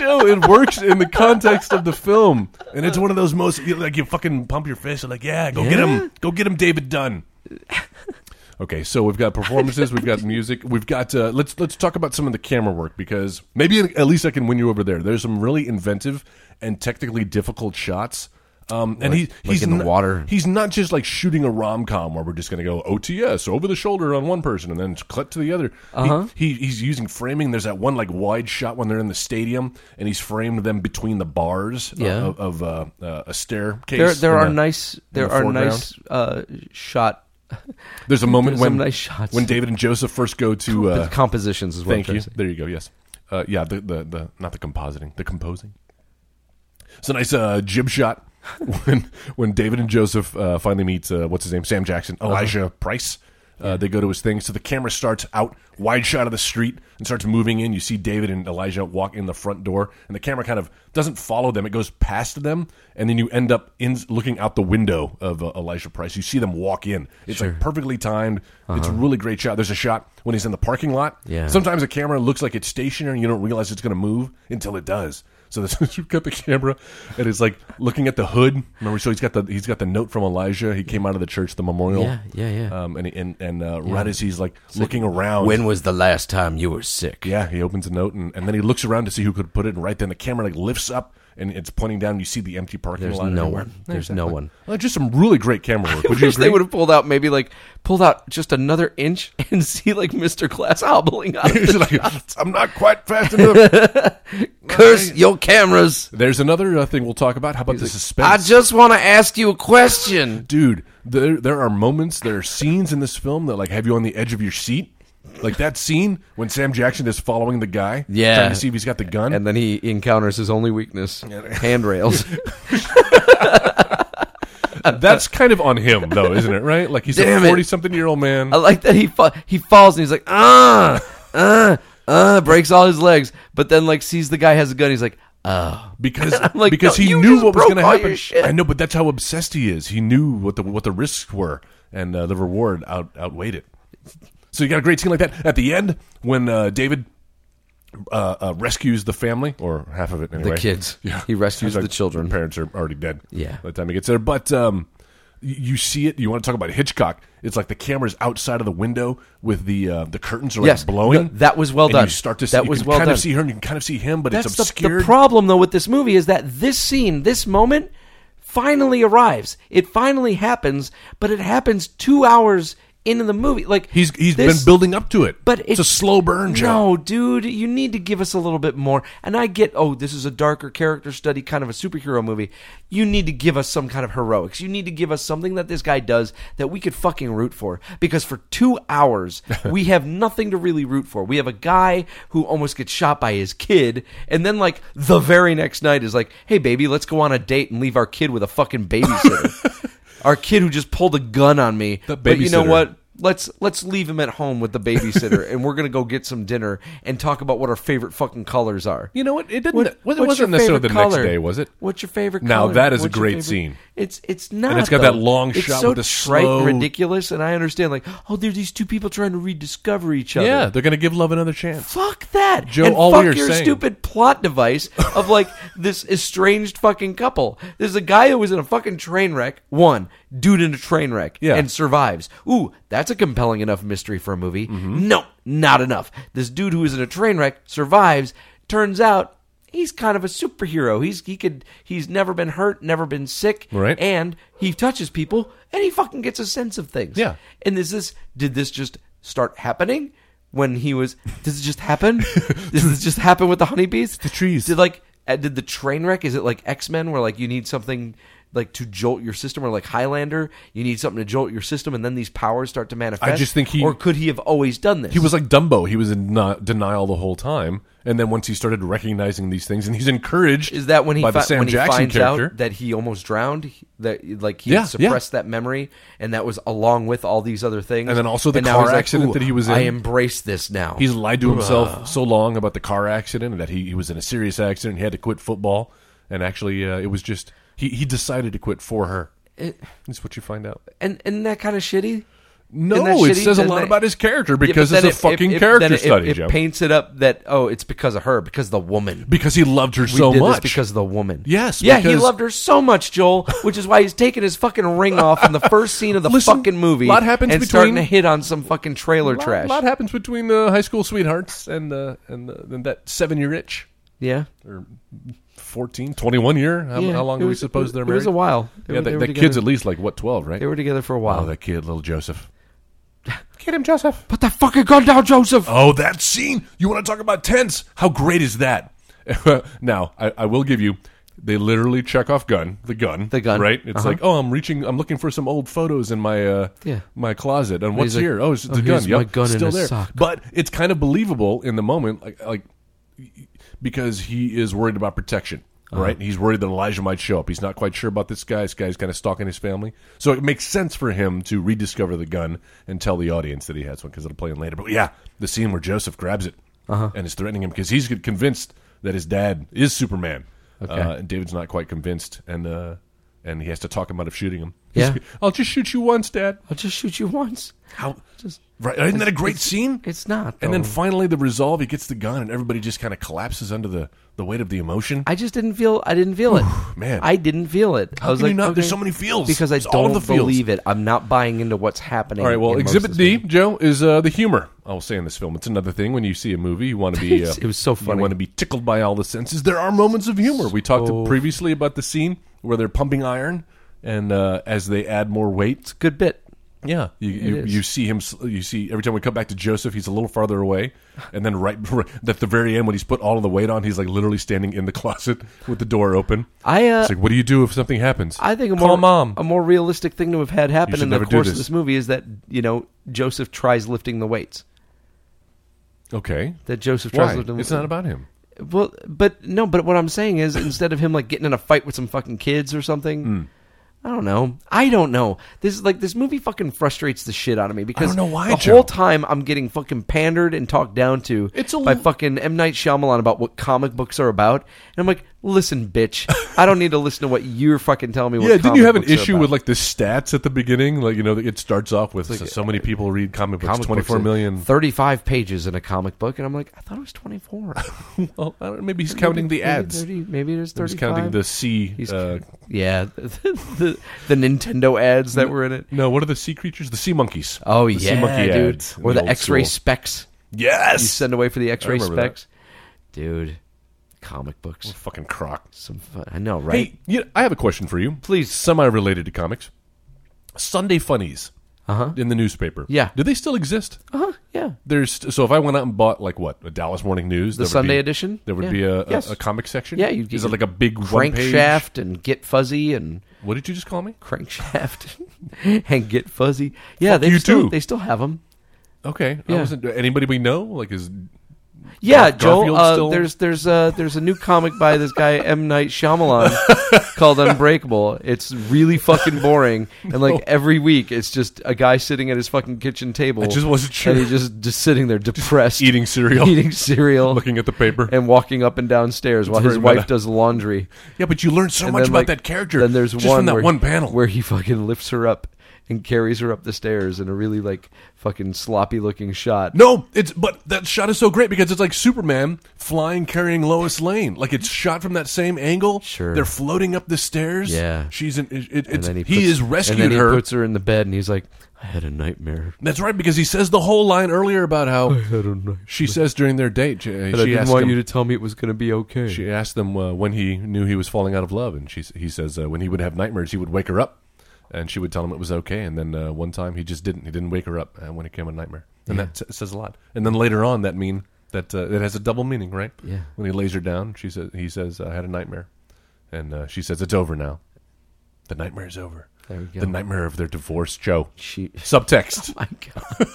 Speaker 3: Joe, it works in the context of the film. And it's one of those most, you know, like you fucking pump your fist. You're like, yeah, go get him. Go get him, David Dunn. Okay, so we've got performances, we've got music, we've got uh, let's let's talk about some of the camera work because maybe at least I can win you over there. There's some really inventive and technically difficult shots. Um, and he, he's
Speaker 5: in the
Speaker 3: not-
Speaker 5: water.
Speaker 3: He's not just like shooting a rom com where we're just going to go OTS over the shoulder on one person and then cut to the other. Uh-huh. He, he he's using framing. There's that one like wide shot when they're in the stadium and he's framed them between the bars uh,
Speaker 5: Yeah.
Speaker 3: of, of uh, uh, a staircase.
Speaker 5: There, there
Speaker 3: in
Speaker 5: are
Speaker 3: the-
Speaker 5: nice, there
Speaker 3: the
Speaker 5: are
Speaker 3: foreground.
Speaker 5: nice uh, shot
Speaker 3: There's a moment
Speaker 5: There's
Speaker 3: when
Speaker 5: some nice shots.
Speaker 3: when David and Joseph first go to uh,
Speaker 5: compositions as well.
Speaker 3: Thank you. There you go. Yes. Uh, yeah. The, the the not the compositing, the composing. It's a nice uh, jib shot when when David and Joseph uh, finally meet. Uh, what's his name? Sam Jackson, Elijah Price. Uh, they go to his thing, so the camera starts out wide shot of the street and starts moving in. You see David and Elijah walk in the front door, and the camera kind of doesn't follow them; it goes past them, and then you end up in looking out the window of uh, Elijah Price. You see them walk in. It's like perfectly timed. It's a really great shot. There's a shot when he's in the parking lot.
Speaker 5: Yeah.
Speaker 3: Sometimes a camera looks like it's stationary and you don't realize it's going to move until it does. So this you've got the camera and it's like looking at the hood. Remember, so he's got the he's got the note from Elijah. He came out of the church, the memorial.
Speaker 5: Yeah, yeah, yeah.
Speaker 3: Um, and he- and and uh, right as he's like looking around,
Speaker 5: When was the last time you were sick?
Speaker 3: yeah, he opens a note and, and then he looks around to see who could put it. And right then, the camera like lifts up and it's pointing down. You see the empty parking
Speaker 5: There's
Speaker 3: lot.
Speaker 5: no
Speaker 3: everywhere.
Speaker 5: one. There's no one.
Speaker 3: Well, just some really great camera work. Would you
Speaker 5: Wish
Speaker 3: agree?
Speaker 5: they would have pulled out maybe like pulled out just another inch and see like Mr. Glass hobbling out.
Speaker 3: He's like, I'm not quite fast enough.
Speaker 5: Curse your cameras!
Speaker 3: There's another uh, thing we'll talk about. How about the suspense?
Speaker 5: I just want to ask you a question.
Speaker 3: dude there there are moments there are scenes in this film that like have you on the edge of your seat like that scene when sam jackson is following the guy
Speaker 5: Yeah.
Speaker 3: trying to see if he's got the gun
Speaker 5: And then he encounters his only weakness: handrails.
Speaker 3: that's kind of on him though isn't it right like he's
Speaker 5: Damn
Speaker 3: a
Speaker 5: it.
Speaker 3: 40 something year old man
Speaker 5: I like that he fa- he falls and he's like ah ah ah breaks all his legs, but then like sees the guy has a gun. He's like oh
Speaker 3: because
Speaker 5: like,
Speaker 3: because
Speaker 5: no,
Speaker 3: he
Speaker 5: you
Speaker 3: knew
Speaker 5: just
Speaker 3: what was
Speaker 5: broke
Speaker 3: going to
Speaker 5: all
Speaker 3: happen
Speaker 5: your shit.
Speaker 3: i know but that's how obsessed he is he knew what the what the risks were and uh, the reward out outweighed it so you got a great scene like that at the end when uh, david uh, uh, rescues the family or half of it anyway
Speaker 5: kids. He rescues
Speaker 3: Sounds like
Speaker 5: the children.
Speaker 3: their parents are already dead
Speaker 5: Yeah.
Speaker 3: by the time he gets there but um y- you see it. You want to talk about Hitchcock? It's like the camera's outside of the window with the uh, the curtains are like
Speaker 5: Yes.
Speaker 3: blowing.
Speaker 5: No, that was well
Speaker 3: And
Speaker 5: done.
Speaker 3: You start to see,
Speaker 5: That
Speaker 3: you
Speaker 5: was
Speaker 3: can
Speaker 5: well
Speaker 3: kind
Speaker 5: done.
Speaker 3: of see her and you can kind of see him, but
Speaker 5: that's
Speaker 3: it's
Speaker 5: the,
Speaker 3: obscured.
Speaker 5: the problem though with this movie is that this scene, this moment, finally arrives. It finally happens, but it happens two hours into the movie. Like
Speaker 3: He's he's
Speaker 5: this-
Speaker 3: been building up to it,
Speaker 5: But
Speaker 3: it's, a slow burn, Joe.
Speaker 5: No, dude, you need to give us a little bit more. And I get, oh, this is a darker character study, kind of a superhero movie. You need to give us some kind of heroics. You need to give us something that this guy does that we could fucking root for. Because for two hours, we have nothing to really root for. We have a guy who almost gets shot by his kid, and then like the very next night is like, hey, baby, let's go on a date and leave our kid with a fucking babysitter. Our kid who just pulled a gun on me.
Speaker 3: That
Speaker 5: But you know
Speaker 3: babysitter.
Speaker 5: what? Let's let's leave him at home with the babysitter, and we're gonna go get some dinner and talk about what our favorite fucking colors are.
Speaker 3: You know what? It didn't.
Speaker 5: What-
Speaker 3: it wasn't
Speaker 5: what's your
Speaker 3: necessarily the
Speaker 5: favorite
Speaker 3: next
Speaker 5: color?
Speaker 3: day, was it?
Speaker 5: What's your favorite?
Speaker 3: Now
Speaker 5: color?
Speaker 3: that is a
Speaker 5: What's your
Speaker 3: great
Speaker 5: favorite-
Speaker 3: scene.
Speaker 5: It's it's not.
Speaker 3: it's got
Speaker 5: though.
Speaker 3: that long
Speaker 5: It's
Speaker 3: shot
Speaker 5: so
Speaker 3: with the
Speaker 5: trite
Speaker 3: slow-
Speaker 5: and ridiculous, and I understand. Like, oh, there are these two people trying to rediscover each other.
Speaker 3: Yeah, they're gonna give love another chance.
Speaker 5: Fuck that.
Speaker 3: Joe,
Speaker 5: and
Speaker 3: all
Speaker 5: fuck
Speaker 3: we are
Speaker 5: your
Speaker 3: saying-
Speaker 5: stupid plot device of like this estranged fucking couple. There's a guy who was in a fucking train wreck. One dude in a train wreck
Speaker 3: Yeah.
Speaker 5: and survives. Ooh, that's a compelling enough mystery for a movie.
Speaker 3: Mm-hmm.
Speaker 5: No, not enough. This dude who is in a train wreck survives. Turns out he's kind of a superhero. He's he could he's never been hurt, never been sick,
Speaker 3: Right.
Speaker 5: And he touches people and he fucking gets a sense of things.
Speaker 3: Yeah.
Speaker 5: And is this did this just start happening when he was? Does it just happen? Does this just happen with the honeybees? The
Speaker 3: trees.
Speaker 5: Did like uh, did the train wreck? Is it like X Men where like you need something like to jolt your system, or like Highlander, you need something to jolt your system, and then these powers start to manifest?
Speaker 3: I just think he-
Speaker 5: or could he have always done this?
Speaker 3: He was like Dumbo. He was in not denial the whole time, and then once he started recognizing these things, and he's encouraged.
Speaker 5: Is that when he,
Speaker 3: by the
Speaker 5: fi-
Speaker 3: Sam
Speaker 5: when he
Speaker 3: Jackson
Speaker 5: finds
Speaker 3: character?
Speaker 5: out that he almost drowned? He- That like he
Speaker 3: Yeah,
Speaker 5: had suppressed that memory, and that was along with all these other things,
Speaker 3: And then also the
Speaker 5: now
Speaker 3: car
Speaker 5: he's
Speaker 3: accident
Speaker 5: "Ooh,
Speaker 3: that he was in."
Speaker 5: I embrace this now.
Speaker 3: He's lied to himself so long about the car accident and that he, he was in a serious accident. He had to quit football, and actually, uh, it was just he, he decided to quit for her. That's what you find out.
Speaker 5: and isn't that kind of shitty?
Speaker 3: No,
Speaker 5: Isn't that
Speaker 3: it
Speaker 5: shitty?
Speaker 3: says a
Speaker 5: Doesn't
Speaker 3: lot
Speaker 5: that-
Speaker 3: about his character because
Speaker 5: Yeah, but
Speaker 3: it's
Speaker 5: then
Speaker 3: a
Speaker 5: it-
Speaker 3: fucking
Speaker 5: it- it-
Speaker 3: character
Speaker 5: then it-
Speaker 3: study,
Speaker 5: It,
Speaker 3: Joe.
Speaker 5: paints it up that oh, it's because of her, because of the woman.
Speaker 3: because he loved her
Speaker 5: we
Speaker 3: so
Speaker 5: did
Speaker 3: much.
Speaker 5: this because of the woman.
Speaker 3: Yes,
Speaker 5: yeah, he
Speaker 3: because-
Speaker 5: loved her so much, Joel, which is why he's taking his fucking ring off in the first scene of the
Speaker 3: Listen,
Speaker 5: fucking movie.
Speaker 3: lot happens
Speaker 5: and
Speaker 3: between-
Speaker 5: starting to hit on some fucking trailer trash.
Speaker 3: A lot happens between the high school sweethearts and the and, the, and that seven year itch.
Speaker 5: yeah,
Speaker 3: 14, 21 year. How,
Speaker 5: Yeah,
Speaker 3: how long
Speaker 5: it
Speaker 3: do we
Speaker 5: was-
Speaker 3: suppose they're
Speaker 5: it
Speaker 3: married?
Speaker 5: was a while. They
Speaker 3: yeah,
Speaker 5: were-
Speaker 3: that,
Speaker 5: they were
Speaker 3: that kid's
Speaker 5: together.
Speaker 3: at least like what twelve, right?
Speaker 5: they were together for a
Speaker 3: oh,
Speaker 5: while.
Speaker 3: that kid, little Joseph. Get him, Joseph.
Speaker 5: Put that fucking gun down, Joseph.
Speaker 3: Oh, that scene! You want to talk about tense? How great is that? now, I, I will give you. They literally check off gun, the gun,
Speaker 5: The gun.
Speaker 3: right? It's
Speaker 5: Uh-huh.
Speaker 3: like, oh, I'm reaching, I'm looking for some old photos in my uh,
Speaker 5: Yeah.
Speaker 3: my closet, and what's
Speaker 5: he's like,
Speaker 3: here? Oh, it's
Speaker 5: "Oh,
Speaker 3: the gun.
Speaker 5: here's
Speaker 3: Yep,
Speaker 5: my gun and
Speaker 3: still
Speaker 5: a
Speaker 3: there.
Speaker 5: sock.
Speaker 3: But it's kind of believable in the moment, like, like because he is worried about protection,
Speaker 5: Uh-huh.
Speaker 3: right? He's worried that Elijah might show up. He's not quite sure about this guy. This guy's kind of stalking his family, so it makes sense for him to rediscover the gun and tell the audience that he has one because it'll play in later. But yeah, the scene where Joseph grabs it
Speaker 5: Uh-huh.
Speaker 3: and is threatening him because he's convinced that his dad is Superman, uh, and David's not quite convinced, and uh, and he has to talk him out of shooting him.
Speaker 5: Yeah.
Speaker 3: I'll just shoot you once, Dad.
Speaker 5: I'll just shoot you once.
Speaker 3: How? right? Isn't that a great scene?
Speaker 5: It's not.
Speaker 3: And then
Speaker 5: though.
Speaker 3: finally, the resolve. He gets the gun, and everybody just kind of collapses under the, the weight of the emotion.
Speaker 5: I just didn't feel. I didn't feel it,
Speaker 3: man.
Speaker 5: I didn't feel it. I
Speaker 3: How
Speaker 5: was
Speaker 3: can
Speaker 5: like,
Speaker 3: you not? There's
Speaker 5: okay.
Speaker 3: so many feels.
Speaker 5: because I
Speaker 3: It's all
Speaker 5: don't
Speaker 3: the feels.
Speaker 5: believe it. I'm not buying into what's happening.
Speaker 3: All right. Well,
Speaker 5: in most
Speaker 3: Exhibit
Speaker 5: of this
Speaker 3: D,
Speaker 5: movie.
Speaker 3: Joe, is uh, the humor. I will say in this film, it's another thing when you see a movie, you want to be. Uh,
Speaker 5: It was so funny.
Speaker 3: You want to be tickled by all the senses. There are moments of humor. We talked previously about the scene where they're pumping iron, and uh, as they add more weight,
Speaker 5: Good bit.
Speaker 3: Yeah, you you,
Speaker 5: is.
Speaker 3: you see him. s- You see every time we come back to Joseph, he's a little farther away, and then right before- at the very end when he's put all of the weight on, he's like literally standing in the closet with the door open.
Speaker 5: I, uh,
Speaker 3: it's like, what do you do if something happens?
Speaker 5: I think a
Speaker 3: call
Speaker 5: more
Speaker 3: mom.
Speaker 5: a more realistic thing to have had happen
Speaker 3: should
Speaker 5: in the
Speaker 3: never do
Speaker 5: course
Speaker 3: this.
Speaker 5: of this movie is that you know Joseph tries lifting the weights.
Speaker 3: okay,
Speaker 5: That Joseph tries
Speaker 3: why?
Speaker 5: lifting.
Speaker 3: It's not about him.
Speaker 5: well, but no. But what I'm saying is, instead of him like getting in a fight with some fucking kids or something.
Speaker 3: Hmm.
Speaker 5: I don't know. I don't know. This is like this movie fucking frustrates the shit out of me because
Speaker 3: know why,
Speaker 5: the
Speaker 3: Joe.
Speaker 5: whole time I'm getting fucking pandered and talked down to
Speaker 3: It's a
Speaker 5: by
Speaker 3: l-
Speaker 5: fucking M Night Shyamalan about what comic books are about, and I'm like, listen, bitch, I don't need to listen to what you're fucking telling me. What
Speaker 3: Yeah, didn't you
Speaker 5: comic
Speaker 3: have an
Speaker 5: books are
Speaker 3: issue
Speaker 5: about.
Speaker 3: with like the stats at the beginning? Like you know, it starts off with so, so many people read comic books,
Speaker 5: comic
Speaker 3: twenty four
Speaker 5: books,
Speaker 3: million.
Speaker 5: 35 pages in a comic book and i'm like i thought it was 24
Speaker 3: Well, Oh, I don't know, maybe he's counting the
Speaker 5: Maybe
Speaker 3: ads.
Speaker 5: 30 maybe it is
Speaker 3: He's
Speaker 5: 35
Speaker 3: counting the C.
Speaker 5: He's-
Speaker 3: uh,
Speaker 5: yeah the, the, the nintendo ads that were in it
Speaker 3: no, what are the sea creatures? The sea monkeys.
Speaker 5: oh
Speaker 3: The sea
Speaker 5: yeah
Speaker 3: monkey
Speaker 5: dude
Speaker 3: ads in
Speaker 5: or the,
Speaker 3: old
Speaker 5: x-ray
Speaker 3: school.
Speaker 5: specs
Speaker 3: Yes.
Speaker 5: you send away for the x-ray
Speaker 3: remember that.
Speaker 5: specs dude comic books
Speaker 3: Fucking croc.
Speaker 5: some fun i know right
Speaker 3: Hey, you I have a question for you.
Speaker 5: Please.
Speaker 3: Semi-related to comics. Sunday funnies
Speaker 5: uh-huh
Speaker 3: in the newspaper.
Speaker 5: Yeah.
Speaker 3: Do they still exist?
Speaker 5: uh-huh yeah
Speaker 3: There's so if I went out and bought like what a Dallas Morning News, the
Speaker 5: Sunday edition?
Speaker 3: there would
Speaker 5: Yeah.
Speaker 3: be a, a,
Speaker 5: Yes.
Speaker 3: a comic section.
Speaker 5: yeah you
Speaker 3: is it like a big one page-
Speaker 5: crankshaft and get fuzzy and
Speaker 3: What did you just call me?
Speaker 5: crankshaft and get fuzzy yeah they
Speaker 3: you
Speaker 5: still
Speaker 3: too.
Speaker 5: they still have them
Speaker 3: Okay, I
Speaker 5: Yeah.
Speaker 3: wasn't, anybody we know like is
Speaker 5: Yeah,
Speaker 3: Garf-
Speaker 5: Joel.
Speaker 3: Garfield
Speaker 5: Uh,
Speaker 3: still-
Speaker 5: There's there's uh, there's a new comic by this guy M Night Shyamalan called Unbreakable. It's really fucking boring, and like every week, it's just a guy sitting at his fucking kitchen table. I
Speaker 3: just wasn't sure.
Speaker 5: And he's just just sitting there, depressed,
Speaker 3: eating cereal.
Speaker 5: eating cereal,
Speaker 3: looking at the paper.
Speaker 5: and walking up and down stairs while
Speaker 3: very
Speaker 5: his wife
Speaker 3: meta.
Speaker 5: does laundry.
Speaker 3: yeah, but you learn so much about
Speaker 5: like,
Speaker 3: that character.
Speaker 5: Then there's
Speaker 3: just
Speaker 5: one
Speaker 3: from that
Speaker 5: where,
Speaker 3: one panel.
Speaker 5: where he fucking lifts her up and carries her up the stairs in a really like fucking sloppy looking shot.
Speaker 3: No, it's but that shot is so great because it's like Superman flying carrying Lois Lane. Like it's shot from that same angle.
Speaker 5: Sure.
Speaker 3: they're floating up the stairs.
Speaker 5: Yeah.
Speaker 3: she's in. It, it-
Speaker 5: And
Speaker 3: it's,
Speaker 5: then
Speaker 3: he,
Speaker 5: he, puts-
Speaker 3: is rescued
Speaker 5: and then
Speaker 3: her.
Speaker 5: He puts her in the bed, and he's like, "I had a nightmare."
Speaker 3: That's right because he says the whole line earlier about how
Speaker 5: I had a nightmare.
Speaker 3: she says during their date. uh,
Speaker 5: And I
Speaker 3: she
Speaker 5: didn't
Speaker 3: asked
Speaker 5: want
Speaker 3: him,
Speaker 5: you to tell me it was going to be okay.
Speaker 3: She asked them uh, when he knew he was falling out of love, and she s- he says uh, when he would have nightmares, he would wake her up, and she would tell him it was okay. And then uh, one time he just didn't. He didn't wake her up uh, when it came a nightmare, and that s- says a lot. And then later on, that mean that uh, it has a double meaning, right?
Speaker 5: Yeah.
Speaker 3: When he lays her down, she says he says I had a nightmare, and uh, she says it's over now. The nightmare is over.
Speaker 5: There we go.
Speaker 3: The nightmare of their divorce, Joe.
Speaker 5: She-
Speaker 3: Subtext.
Speaker 5: My God.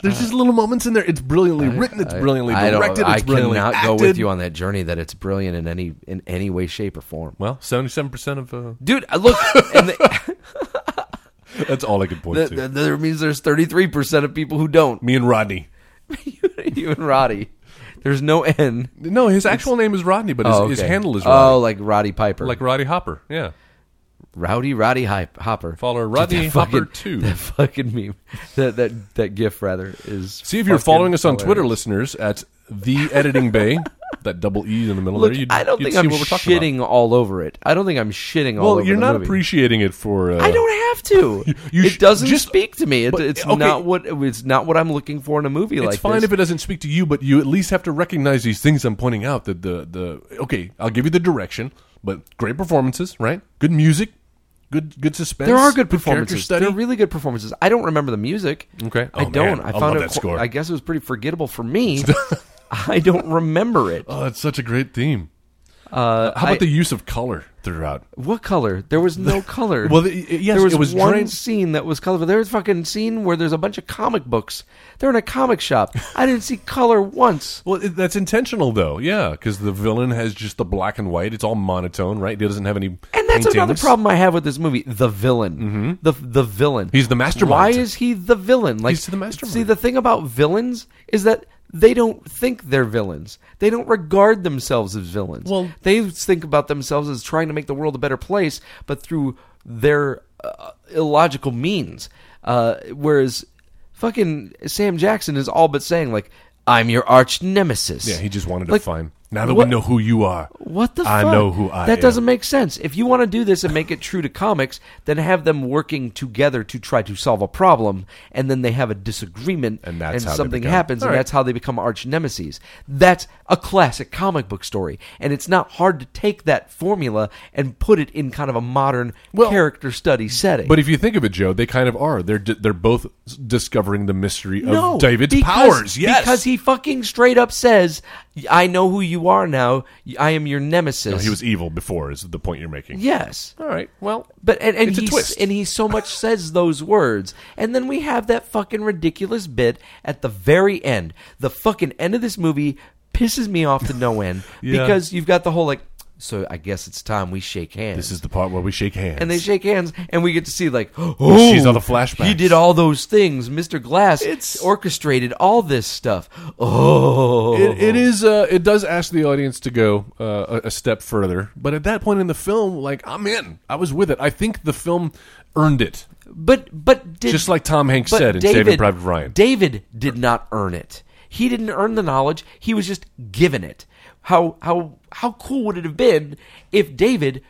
Speaker 3: There's just little moments in there. It's brilliantly written. It's brilliantly
Speaker 5: I don't-
Speaker 3: directed.
Speaker 5: I
Speaker 3: it's brilliantly
Speaker 5: cannot
Speaker 3: acted.
Speaker 5: go with you on that journey that it's brilliant in any in any way, shape, or form.
Speaker 3: Well, seventy-seven percent of uh,
Speaker 5: Dude, I look, and the,
Speaker 3: that's all I could point
Speaker 5: the,
Speaker 3: to.
Speaker 5: the, there means there's 33 percent of people who don't.
Speaker 3: Me and Rodney.
Speaker 5: you and Roddy, there's no N.
Speaker 3: No, his actual name is Rodney, but his,
Speaker 5: oh,
Speaker 3: his
Speaker 5: okay.
Speaker 3: handle is
Speaker 5: oh,
Speaker 3: Rodney.
Speaker 5: like Roddy Piper,
Speaker 3: like Roddy Hopper. Yeah.
Speaker 5: Rowdy Roddy Hi- Hopper.
Speaker 3: Follow
Speaker 5: Dude,
Speaker 3: Roddy
Speaker 5: that
Speaker 3: Hopper
Speaker 5: fucking-
Speaker 3: too.
Speaker 5: That fucking meme. That that that gif rather is.
Speaker 3: See if you're
Speaker 5: fucking
Speaker 3: following us on
Speaker 5: hilarious.
Speaker 3: Twitter, listeners, at the Editing Bay. That double E in the middle
Speaker 5: Look,
Speaker 3: there. You'd,
Speaker 5: I don't
Speaker 3: you'd
Speaker 5: think
Speaker 3: see
Speaker 5: I'm
Speaker 3: what we're talking about.
Speaker 5: shitting all over it. I don't think I'm shitting all
Speaker 3: Well,
Speaker 5: over
Speaker 3: you're
Speaker 5: the
Speaker 3: not
Speaker 5: movie.
Speaker 3: appreciating it for. Uh,
Speaker 5: I don't have to.
Speaker 3: you sh-
Speaker 5: it doesn't
Speaker 3: just-
Speaker 5: speak to me. It,
Speaker 3: but,
Speaker 5: it's
Speaker 3: okay.
Speaker 5: not what it's not what I'm looking for in a movie like
Speaker 3: It's fine
Speaker 5: this.
Speaker 3: if it doesn't speak to you, but you at least have to recognize these things I'm pointing out. That the the okay, I'll give you the direction, but great performances, right? Good music, good good suspense.
Speaker 5: there are good
Speaker 3: character
Speaker 5: performances.
Speaker 3: study.
Speaker 5: There are really good performances. I don't remember the music.
Speaker 3: Okay.
Speaker 5: I
Speaker 3: Oh,
Speaker 5: don't.
Speaker 3: man.
Speaker 5: I
Speaker 3: I
Speaker 5: found
Speaker 3: love
Speaker 5: it.
Speaker 3: that
Speaker 5: qu-
Speaker 3: score.
Speaker 5: I guess it was pretty forgettable for me. I don't remember it.
Speaker 3: oh, it's such a great theme.
Speaker 5: Uh,
Speaker 3: How about
Speaker 5: I-
Speaker 3: the use of color throughout?
Speaker 5: What color? There was no color.
Speaker 3: Well, the- y- yes,
Speaker 5: there was,
Speaker 3: it was
Speaker 5: one
Speaker 3: drained-
Speaker 5: scene that was colorful. There's a fucking scene where there's a bunch of comic books. They're in a comic shop. I didn't see color once.
Speaker 3: Well, it, that's intentional, though. Yeah, because the villain has just the black and white. It's all monotone, right? He doesn't have any.
Speaker 5: And that's another
Speaker 3: paintings.
Speaker 5: problem I have with this movie: the villain, the the villain.
Speaker 3: Mm-hmm. He's the mastermind.
Speaker 5: Why is he the villain? Like
Speaker 3: He's the mastermind.
Speaker 5: See, the thing about villains is that they don't think they're villains. They don't regard themselves as villains.
Speaker 3: Well-
Speaker 5: they think about themselves as trying to make the world a better place, but through their uh, illogical means. Uh, whereas, fucking Sam Jackson is all but saying like. I'm your arch nemesis.
Speaker 3: Yeah, he just wanted to
Speaker 5: Like,
Speaker 3: find. Now that
Speaker 5: what-
Speaker 3: we know who you are,
Speaker 5: what the
Speaker 3: I
Speaker 5: fuck?
Speaker 3: know who I
Speaker 5: That
Speaker 3: am.
Speaker 5: doesn't make sense. If you want to do this and make it true to comics, then have them working together to try to solve a problem, and then they have a disagreement,
Speaker 3: And that's how they
Speaker 5: something
Speaker 3: become-
Speaker 5: happens,
Speaker 3: All
Speaker 5: and
Speaker 3: right.
Speaker 5: that's how they become arch nemesis. That's a classic comic book story, and it's not hard to take that formula and put it in kind of a modern
Speaker 3: Well,
Speaker 5: character study setting.
Speaker 3: But if you think of it, Joe, they kind of are. They're d- they're both s- discovering the mystery of
Speaker 5: no,
Speaker 3: David's
Speaker 5: because-
Speaker 3: powers. Yes,
Speaker 5: because he fucking straight up says, "I know who you are now. I am your nemesis."
Speaker 3: No, he was evil before. Is the point you're making?
Speaker 5: yes.
Speaker 3: All right. Well,
Speaker 5: But and, and
Speaker 3: It's a
Speaker 5: he
Speaker 3: twist.
Speaker 5: and he so much says those words, and then we have that fucking ridiculous bit at the very end. The fucking end of this movie pisses me off to no end
Speaker 3: Yeah.
Speaker 5: because you've got the whole like. So I guess it's time we shake hands.
Speaker 3: this is the part where we shake hands.
Speaker 5: and they shake hands, and we get to see like, oh,
Speaker 3: she's on the flashbacks.
Speaker 5: He did all those things. Mr. Glass
Speaker 3: It's-
Speaker 5: orchestrated all this stuff. Oh,
Speaker 3: It, it is. Uh, it does ask the audience to go uh, a, a step further. But at that point in the film, like I'm in. I was with it. I think the film earned it.
Speaker 5: But but did,
Speaker 3: Just like Tom Hanks
Speaker 5: but
Speaker 3: said in Saving Private Ryan.
Speaker 5: David did not earn it. He didn't earn the knowledge. He was just given it. How how how cool would it have been if David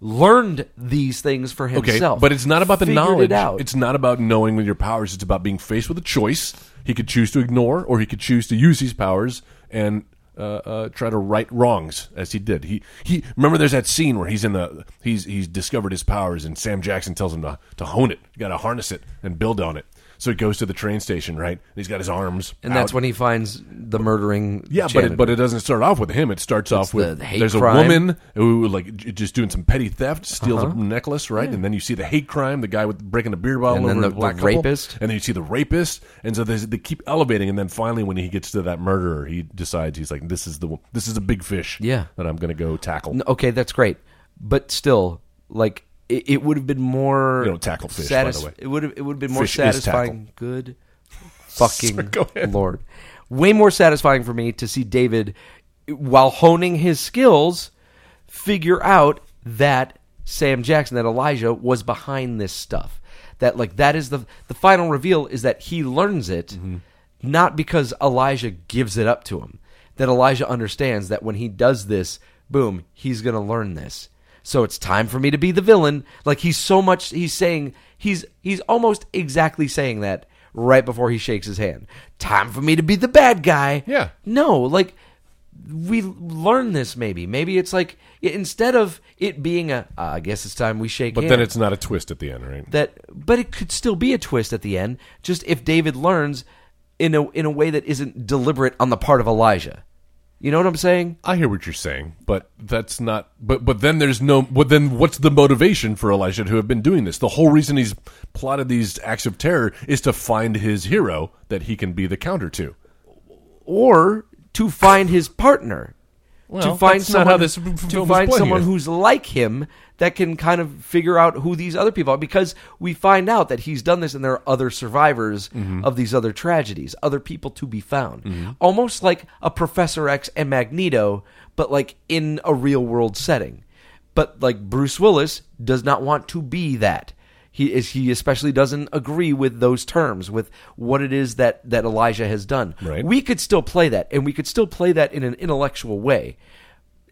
Speaker 5: learned these things for
Speaker 3: Okay,
Speaker 5: himself?
Speaker 3: but it's not about the
Speaker 5: figured
Speaker 3: knowledge.
Speaker 5: It out.
Speaker 3: It's not about knowing your powers. It's about being faced with a choice. He could choose to ignore, or he could choose to use these powers and uh, uh, try to right wrongs, as he did. He he. Remember, there's that scene where he's in the he's he's discovered his powers, and Sam Jackson tells him to to hone it. You got to harness it and build on it. So he goes to the train station, right? And he's got his arms,
Speaker 5: and that's
Speaker 3: out.
Speaker 5: when he finds the murdering.
Speaker 3: Yeah, but
Speaker 5: janitor.
Speaker 3: it, but it doesn't start off with him. It starts off with
Speaker 5: the hate
Speaker 3: there's
Speaker 5: crime. Uh-huh.
Speaker 3: a woman who like j- just doing some petty theft, steals a necklace, right? And then you see the hate crime, the guy with breaking a beer bottle
Speaker 5: And then
Speaker 3: over
Speaker 5: the-
Speaker 3: a black
Speaker 5: the
Speaker 3: couple.
Speaker 5: rapist.
Speaker 3: and then you see the rapist, and so there's- they keep elevating, and then finally when he gets to that murderer, he decides he's like this is the one- this is a big fish,
Speaker 5: Yeah.
Speaker 3: that I'm gonna go tackle.
Speaker 5: N- okay, that's great. But still, like it, it would have been more.
Speaker 3: You don't tackle fish, by the way.
Speaker 5: It would have it would have been more
Speaker 3: Fish is
Speaker 5: satisfying. Good, fucking
Speaker 3: go ahead.
Speaker 5: lord, way more satisfying for me to see David, while honing his skills, figure out that Sam Jackson, that Elijah was behind this stuff. That like that is the the final reveal is that he learns it,
Speaker 3: Mm-hmm.
Speaker 5: not because Elijah gives it up to him. That Elijah understands that when he does this, boom, he's gonna learn this so it's time for me to be the villain like he's so much he's saying he's he's almost exactly saying that right before he shakes his hand time for me to be the bad guy
Speaker 3: Yeah.
Speaker 5: no like we learn this maybe maybe it's like i- instead of it being a "Ah, I guess it's time we shake
Speaker 3: But
Speaker 5: hands
Speaker 3: then it's not a twist at the end, right?
Speaker 5: that but it could still be a twist at the end just if david learns in a in a way that isn't deliberate on the part of elijah you know what i'm saying
Speaker 3: I hear what you're saying, but that's not. But but then there's no. But then what's the motivation for Elijah to have been doing this? The whole reason he's plotted these acts of terror is to find his hero that he can be the counter to.
Speaker 5: or to find his partner. to
Speaker 3: Well,
Speaker 5: find
Speaker 3: that's not
Speaker 5: someone,
Speaker 3: how this f- f-
Speaker 5: to
Speaker 3: film is
Speaker 5: find
Speaker 3: playing
Speaker 5: someone
Speaker 3: here.
Speaker 5: who's like him that can kind of figure out who these other people are because we find out that he's done this and there are other survivors
Speaker 3: Mm-hmm.
Speaker 5: of these other tragedies, other people to be found. Almost like a Professor X and Magneto, but like in a real world setting. But like Bruce Willis does not want to be that. He is he especially doesn't agree with those terms with what it is that that Elijah has done.
Speaker 3: Right.
Speaker 5: We could still play that and we could still play that in an intellectual way.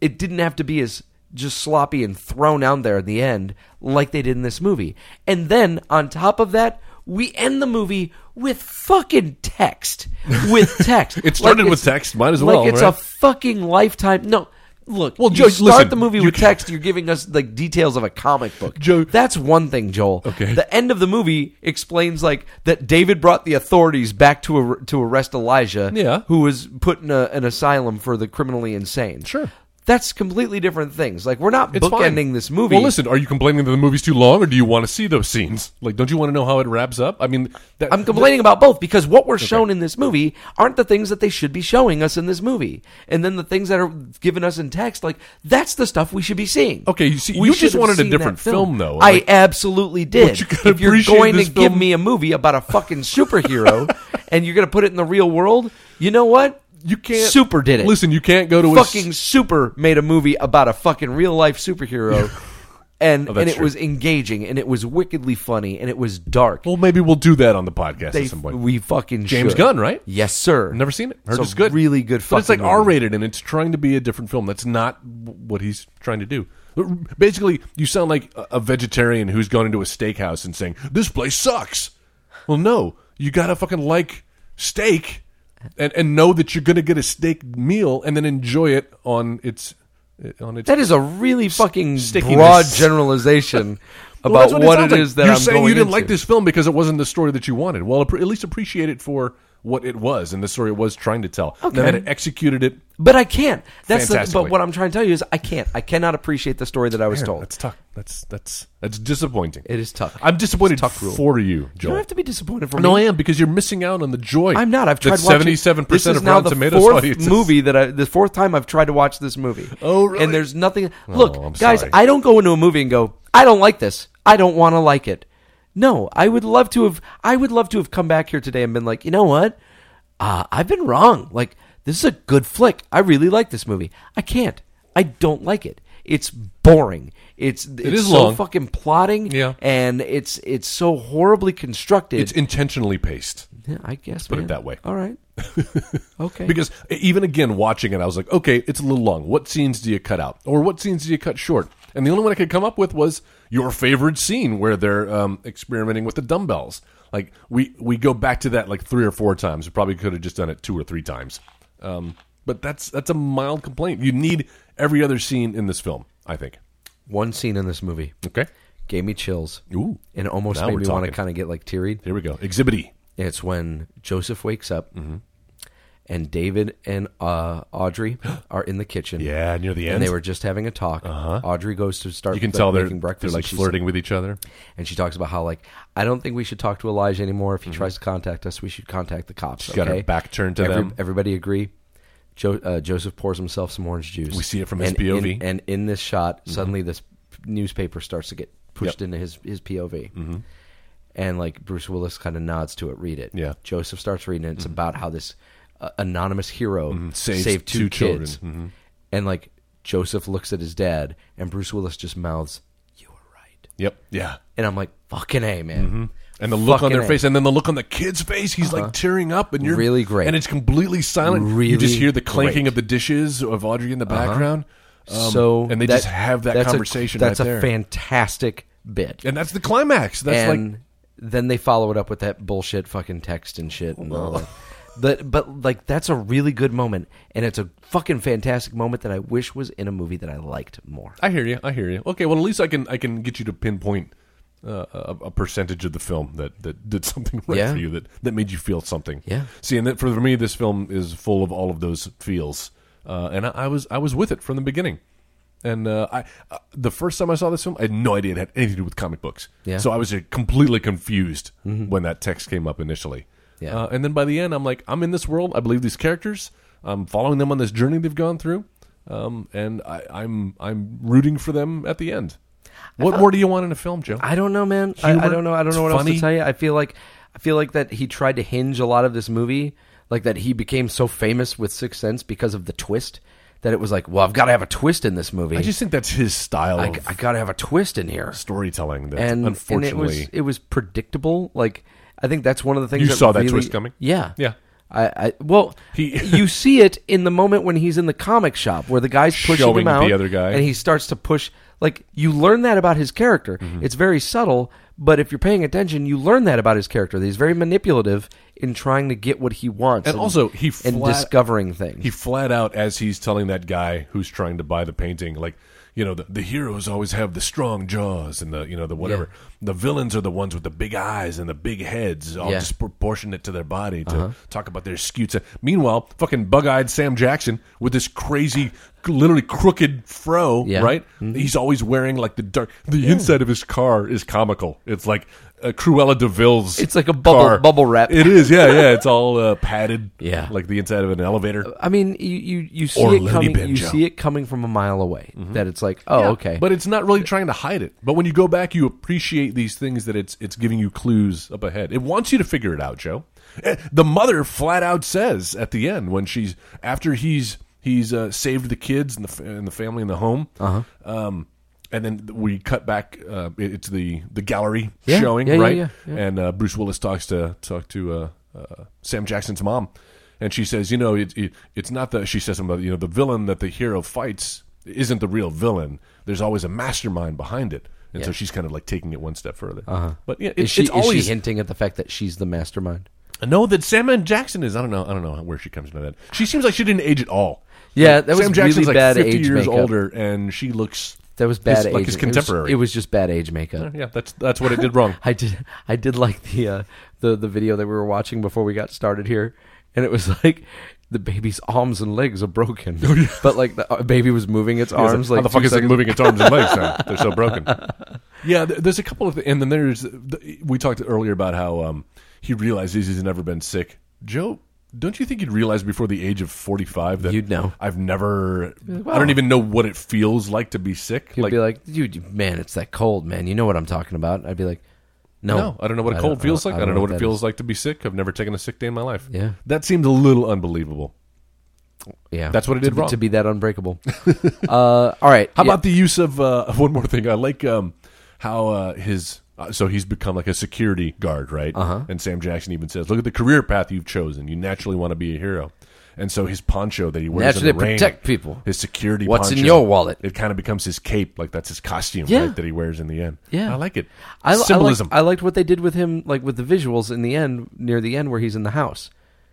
Speaker 5: It didn't have to be as just sloppy and thrown out there in the end like they did in this movie. And then on top of that, we end the movie with fucking text. With text.
Speaker 3: It started
Speaker 5: Like
Speaker 3: with
Speaker 5: it's-
Speaker 3: text, might as
Speaker 5: like
Speaker 3: well,
Speaker 5: it's
Speaker 3: right?
Speaker 5: a fucking lifetime. No, look.
Speaker 3: Well,
Speaker 5: you
Speaker 3: Joe,
Speaker 5: start
Speaker 3: listen,
Speaker 5: the movie
Speaker 3: you
Speaker 5: with
Speaker 3: can-
Speaker 5: text. You're giving us like details of a comic book.
Speaker 3: Joe-
Speaker 5: that's one thing, Joel.
Speaker 3: Okay.
Speaker 5: The end of the movie explains like that David brought the authorities back to ar- to arrest Elijah,
Speaker 3: Yeah.
Speaker 5: who was put in a, an asylum for the criminally insane.
Speaker 3: Sure.
Speaker 5: That's completely different things. Like we're not
Speaker 3: It's fine.
Speaker 5: bookending this movie.
Speaker 3: Well, listen, are you complaining that the movie's too long, or do you want to see those scenes? Like, don't you want to know how it wraps up? I mean, that,
Speaker 5: I'm complaining about both because what we're shown in this movie aren't the things that they should be showing us in this movie. And then the things that are given us in text, like that's the stuff we should be seeing.
Speaker 3: Okay, you see-
Speaker 5: We
Speaker 3: you just
Speaker 5: should have
Speaker 3: wanted a
Speaker 5: seen
Speaker 3: different
Speaker 5: that
Speaker 3: film, though.
Speaker 5: I
Speaker 3: Like-
Speaker 5: absolutely did.
Speaker 3: you gotta
Speaker 5: if you're
Speaker 3: appreciate
Speaker 5: going to
Speaker 3: this
Speaker 5: give
Speaker 3: film.
Speaker 5: me a movie about a fucking superhero and you're going to put it in the real world, you know what?
Speaker 3: You can't
Speaker 5: Super did it.
Speaker 3: Listen, you can't go to a,
Speaker 5: fucking
Speaker 3: s-
Speaker 5: Super made a movie about a fucking real life superhero. And,
Speaker 3: Oh, that's
Speaker 5: and it
Speaker 3: true.
Speaker 5: was engaging, and it was wickedly funny, and it was dark.
Speaker 3: Well, maybe we'll do that on the podcast
Speaker 5: They-
Speaker 3: at some point.
Speaker 5: we fucking
Speaker 3: James
Speaker 5: should.
Speaker 3: Gunn, right?
Speaker 5: Yes, sir.
Speaker 3: Never seen it. Heard
Speaker 5: So
Speaker 3: it's good.
Speaker 5: Really good.
Speaker 3: But it's like
Speaker 5: fucking movie.
Speaker 3: R rated and it's trying to be a different film. That's not w- what he's trying to do. Basically, you sound like a a vegetarian who's gone into a steakhouse and saying, This place sucks. Well, no. You got to fucking like steak and, and know that you're going to get a steak meal and then enjoy it on its. eh, On its
Speaker 5: That is a really fucking
Speaker 3: stickiness.
Speaker 5: broad generalization
Speaker 3: Well,
Speaker 5: about
Speaker 3: that's
Speaker 5: what
Speaker 3: sounds
Speaker 5: it
Speaker 3: like.
Speaker 5: is that
Speaker 3: you're
Speaker 5: I'm
Speaker 3: saying
Speaker 5: going
Speaker 3: you didn't
Speaker 5: into.
Speaker 3: like this film because it wasn't the story that you wanted. Well, appre- at least appreciate it for what it was and the story it was trying to tell. Okay. And then it executed it.
Speaker 5: But I can't. That's the,
Speaker 3: Fantastically.
Speaker 5: but what I'm trying to tell you is I can't. I cannot appreciate the story that I was told.
Speaker 3: That's tough. That's that's that's disappointing.
Speaker 5: It is tough.
Speaker 3: I'm disappointed
Speaker 5: It's tough rule.
Speaker 3: for you,
Speaker 5: you
Speaker 3: Joel.
Speaker 5: don't have to be disappointed for
Speaker 3: no, I
Speaker 5: me.
Speaker 3: am because you're missing out on the joy.
Speaker 5: I'm not. I've tried watching.
Speaker 3: seventy-seven
Speaker 5: This
Speaker 3: percent
Speaker 5: is
Speaker 3: of
Speaker 5: now
Speaker 3: Rotten
Speaker 5: the
Speaker 3: Tomatoes
Speaker 5: fourth
Speaker 3: audiences.
Speaker 5: movie that I the fourth time I've tried to watch this movie.
Speaker 3: Oh, really? Oh,
Speaker 5: And there's nothing. Look,
Speaker 3: I'm
Speaker 5: guys,
Speaker 3: sorry.
Speaker 5: I don't go into a movie and go, I don't like this. I don't want to like it. No, I would love to have. I would love to have come back here today and been like, you know what? Uh, I've been wrong. Like this is a good flick. I really like this movie. I can't. I don't like it. It's boring. It's it's
Speaker 3: is
Speaker 5: so
Speaker 3: long.
Speaker 5: fucking plotting.
Speaker 3: Yeah.
Speaker 5: and it's it's so horribly constructed.
Speaker 3: It's intentionally paced.
Speaker 5: Yeah, I guess.
Speaker 3: Put it
Speaker 5: man.
Speaker 3: that way.
Speaker 5: All right. Okay.
Speaker 3: Because even again, watching it, I was like, okay, it's a little long. What scenes do you cut out, or what scenes do you cut short? And the only one I could come up with was your favorite scene where they're um, experimenting with the dumbbells. Like we we go back to that like three or four times. We probably could have just done it two or three times. Um, but that's that's a mild complaint. You need every other scene in this film, I think.
Speaker 5: one scene in this movie
Speaker 3: Okay,
Speaker 5: gave me chills.
Speaker 3: Ooh.
Speaker 5: and almost
Speaker 3: Now
Speaker 5: made
Speaker 3: we're
Speaker 5: me want to
Speaker 3: talking.
Speaker 5: kind of get like teary.
Speaker 3: here we go. Exhibit E.
Speaker 5: It's when Joseph wakes up,
Speaker 3: Mm-hmm.
Speaker 5: and David and uh, Audrey are in the kitchen.
Speaker 3: Yeah, near the
Speaker 5: And
Speaker 3: end.
Speaker 5: they were just having a talk. Audrey goes to start.
Speaker 3: you can
Speaker 5: like,
Speaker 3: tell they're,
Speaker 5: making breakfast
Speaker 3: they're like
Speaker 5: and she's-
Speaker 3: flirting with each other.
Speaker 5: and she talks about how like I don't think we should talk to Elijah anymore. If he tries to contact us, we should contact the cops.
Speaker 3: Mm-hmm. She's got her
Speaker 5: okay?
Speaker 3: back turned to them.
Speaker 5: Everybody agree. Jo- uh, Joseph pours himself some orange juice.
Speaker 3: We see it from his
Speaker 5: and
Speaker 3: POV.
Speaker 5: In, and in this shot, suddenly this newspaper starts to get pushed
Speaker 3: Mm-hmm. Yep. Mm-hmm.
Speaker 5: into his his POV. And like Bruce Willis kind of nods to it, read it.
Speaker 3: Yeah. Mm-hmm.
Speaker 5: Joseph starts reading it. It's about how this uh, anonymous hero
Speaker 3: Saves
Speaker 5: saved two,
Speaker 3: two children. Mm-hmm.
Speaker 5: kids. And like Joseph looks at his dad, and Bruce Willis just mouths, "You were right."
Speaker 3: Yep. Yeah.
Speaker 5: And I'm like, fucking A, man.
Speaker 3: And the look on
Speaker 5: Fucking
Speaker 3: their
Speaker 5: A. Uh-huh.
Speaker 3: face, and then the look on the kid's face, he's like tearing up, and you're
Speaker 5: Really great.
Speaker 3: And it's completely silent. you just
Speaker 5: Really
Speaker 3: hear the clanking
Speaker 5: great. Uh-huh.
Speaker 3: of the dishes of Audrey in the background. Um,
Speaker 5: so
Speaker 3: and they
Speaker 5: that-
Speaker 3: just have that
Speaker 5: that's a-
Speaker 3: conversation.
Speaker 5: that's
Speaker 3: right
Speaker 5: a
Speaker 3: there.
Speaker 5: fantastic bit.
Speaker 3: and that's the climax. That's
Speaker 5: and
Speaker 3: like
Speaker 5: then they follow it up with that bullshit fucking text and shit and all that. But, but like that's a really good moment and it's a fucking fantastic moment that I wish was in a movie that I liked more.
Speaker 3: I hear you. I hear you. Okay. Well, at least I can I can get you to pinpoint uh, a, a percentage of the film that, that did something right
Speaker 5: Yeah.
Speaker 3: for you that that made you feel something.
Speaker 5: Yeah.
Speaker 3: See, and that, for me, this film is full of all of those feels, uh, and I, I was I was with it from the beginning. And uh, I, uh, the first time I saw this film, I had no idea it had anything to do with comic books.
Speaker 5: Yeah. Mm-hmm.
Speaker 3: So I was uh, completely confused when that text came up initially.
Speaker 5: Yeah.
Speaker 3: Uh, and then by the end, I'm like, I'm in this world. I believe these characters. I'm following them on this journey they've gone through, um, and I, I'm I'm rooting for them at the end. What more do you want in a film, Joe?
Speaker 5: I don't know, man. I, I
Speaker 3: Humor,
Speaker 5: don't know. I don't know
Speaker 3: it's
Speaker 5: what else
Speaker 3: funny.
Speaker 5: to tell you. I feel like I feel like that he tried to hinge a lot of this movie, like that he became so famous with Sixth Sense because of the twist that it was like, well, I've got to have a twist in this movie.
Speaker 3: I just think that's his style
Speaker 5: I,
Speaker 3: of
Speaker 5: I got to have a twist in here.
Speaker 3: storytelling. That
Speaker 5: and
Speaker 3: unfortunately,
Speaker 5: and it was it was predictable. Like I think that's one of the things
Speaker 3: You
Speaker 5: that
Speaker 3: saw that
Speaker 5: really-
Speaker 3: twist coming?
Speaker 5: Yeah,
Speaker 3: Yeah.
Speaker 5: I, I well,
Speaker 3: He-
Speaker 5: you see it in the moment when he's in the comic shop where the guy's pushing
Speaker 3: Showing
Speaker 5: him
Speaker 3: the
Speaker 5: out,
Speaker 3: other guy.
Speaker 5: and he starts to push. Like you learn that about his character.
Speaker 3: Mm-hmm.
Speaker 5: It's very subtle, but if you're paying attention, you learn that about his character. That he's very manipulative in trying to get what he wants,
Speaker 3: And also, he
Speaker 5: and
Speaker 3: flat-
Speaker 5: discovering things.
Speaker 3: he flat out as he's telling that guy who's trying to buy the painting like you know the, the heroes always have the strong jaws and the you know the whatever the villains are the ones with the big eyes and the big heads all
Speaker 5: Yeah. Uh-huh.
Speaker 3: disproportionate to their body to talk about their skewed se- meanwhile fucking bug-eyed sam jackson with this crazy literally crooked fro
Speaker 5: Yeah. Mm-hmm.
Speaker 3: right he's always wearing like the dark the inside of his car is comical it's like uh, Cruella Deville's.
Speaker 5: It's like a bubble-
Speaker 3: car.
Speaker 5: bubble wrap.
Speaker 3: It is, yeah, yeah. It's all uh, padded,
Speaker 5: Yeah.
Speaker 3: like the inside of an elevator.
Speaker 5: I mean, you you, you see
Speaker 3: Or
Speaker 5: it
Speaker 3: Lily
Speaker 5: coming. You
Speaker 3: Benjo. Mm-hmm.
Speaker 5: see it coming from a mile away. That it's like, oh, okay,
Speaker 3: But it's not really trying to hide it. But when you go back, you appreciate these things that it's it's giving you clues up ahead. It wants you to figure it out, Joe. Eh, The mother flat out says at the end when she's after he's he's uh, saved the kids and the fa- and the family and the home. Uh-huh. Um, and then we cut back. Uh, it- it's the the gallery
Speaker 5: Yeah,
Speaker 3: showing,
Speaker 5: yeah, yeah,
Speaker 3: right?
Speaker 5: yeah, yeah.
Speaker 3: And uh, Bruce Willis talks to talk to uh, uh, Sam Jackson's mom, and she says, you know, it, it, it's not the. She says something about you know the villain that the hero fights isn't the real villain. There's always a mastermind behind it, and so she's kind of like taking it one step further. Uh-huh. But yeah, it,
Speaker 5: is she,
Speaker 3: it's
Speaker 5: is she
Speaker 3: always
Speaker 5: hinting at the fact that she's the mastermind?
Speaker 3: no that Sam and Jackson is. I don't know. I don't know where she comes into that. She seems like she didn't age at all.
Speaker 5: Yeah,
Speaker 3: Like,
Speaker 5: that was
Speaker 3: Sam Jackson's
Speaker 5: really
Speaker 3: like
Speaker 5: bad
Speaker 3: 50
Speaker 5: age
Speaker 3: years
Speaker 5: makeup.
Speaker 3: older, and she looks
Speaker 5: That was bad
Speaker 3: his-
Speaker 5: age.
Speaker 3: like his
Speaker 5: It was-
Speaker 3: contemporary.
Speaker 5: It was, just bad age makeup.
Speaker 3: yeah, that's that's what it did wrong.
Speaker 5: I did I did like the uh, the the video that we were watching before we got started here, and it was like the baby's arms and legs are broken, but like the uh, baby was moving its
Speaker 3: Oh, He was
Speaker 5: arms.
Speaker 3: like,
Speaker 5: Like
Speaker 3: how the
Speaker 5: two
Speaker 3: fuck is it
Speaker 5: seconds-
Speaker 3: moving its arms and legs now? They're so broken. Yeah, th- there's a couple of, and then there's th- we talked earlier about how um, he realizes he's never been sick. Joe, don't you think you'd realize before the age of 45 that
Speaker 5: You'd know.
Speaker 3: I've never, I don't even know what it feels like to be sick.
Speaker 5: He'd be like, dude, man, it's that cold, man. You know what I'm talking about? I'd be like, no,
Speaker 3: no, I don't know what a cold feels like. I don't, know what it
Speaker 5: that
Speaker 3: feels
Speaker 5: is."
Speaker 3: like to be sick. I've never taken a sick day in my life.
Speaker 5: Yeah.
Speaker 3: that seems a little unbelievable.
Speaker 5: Yeah,
Speaker 3: That's what it
Speaker 5: To
Speaker 3: did
Speaker 5: be-
Speaker 3: wrong.
Speaker 5: to be that unbreakable. uh, all right,
Speaker 3: How
Speaker 5: yeah.
Speaker 3: about the use of uh, one more thing? I like um, how uh, his uh, so he's become like a security guard, right? Uh-huh. And Sam Jackson even says, "Look at the career path you've chosen. You naturally want to be a hero." And so his poncho that he wears in
Speaker 5: Naturally
Speaker 3: the rain,
Speaker 5: protect people.
Speaker 3: His security.
Speaker 5: What's in
Speaker 3: poncho,
Speaker 5: your wallet?
Speaker 3: It kind of becomes his cape, like that's his costume,
Speaker 5: Yeah.
Speaker 3: right? That he wears in the end.
Speaker 5: Yeah.
Speaker 3: I like it.
Speaker 5: I, I liked-
Speaker 3: Symbolism.
Speaker 5: I, liked what they did with him, like with the visuals in the end, near the end where he's in the house.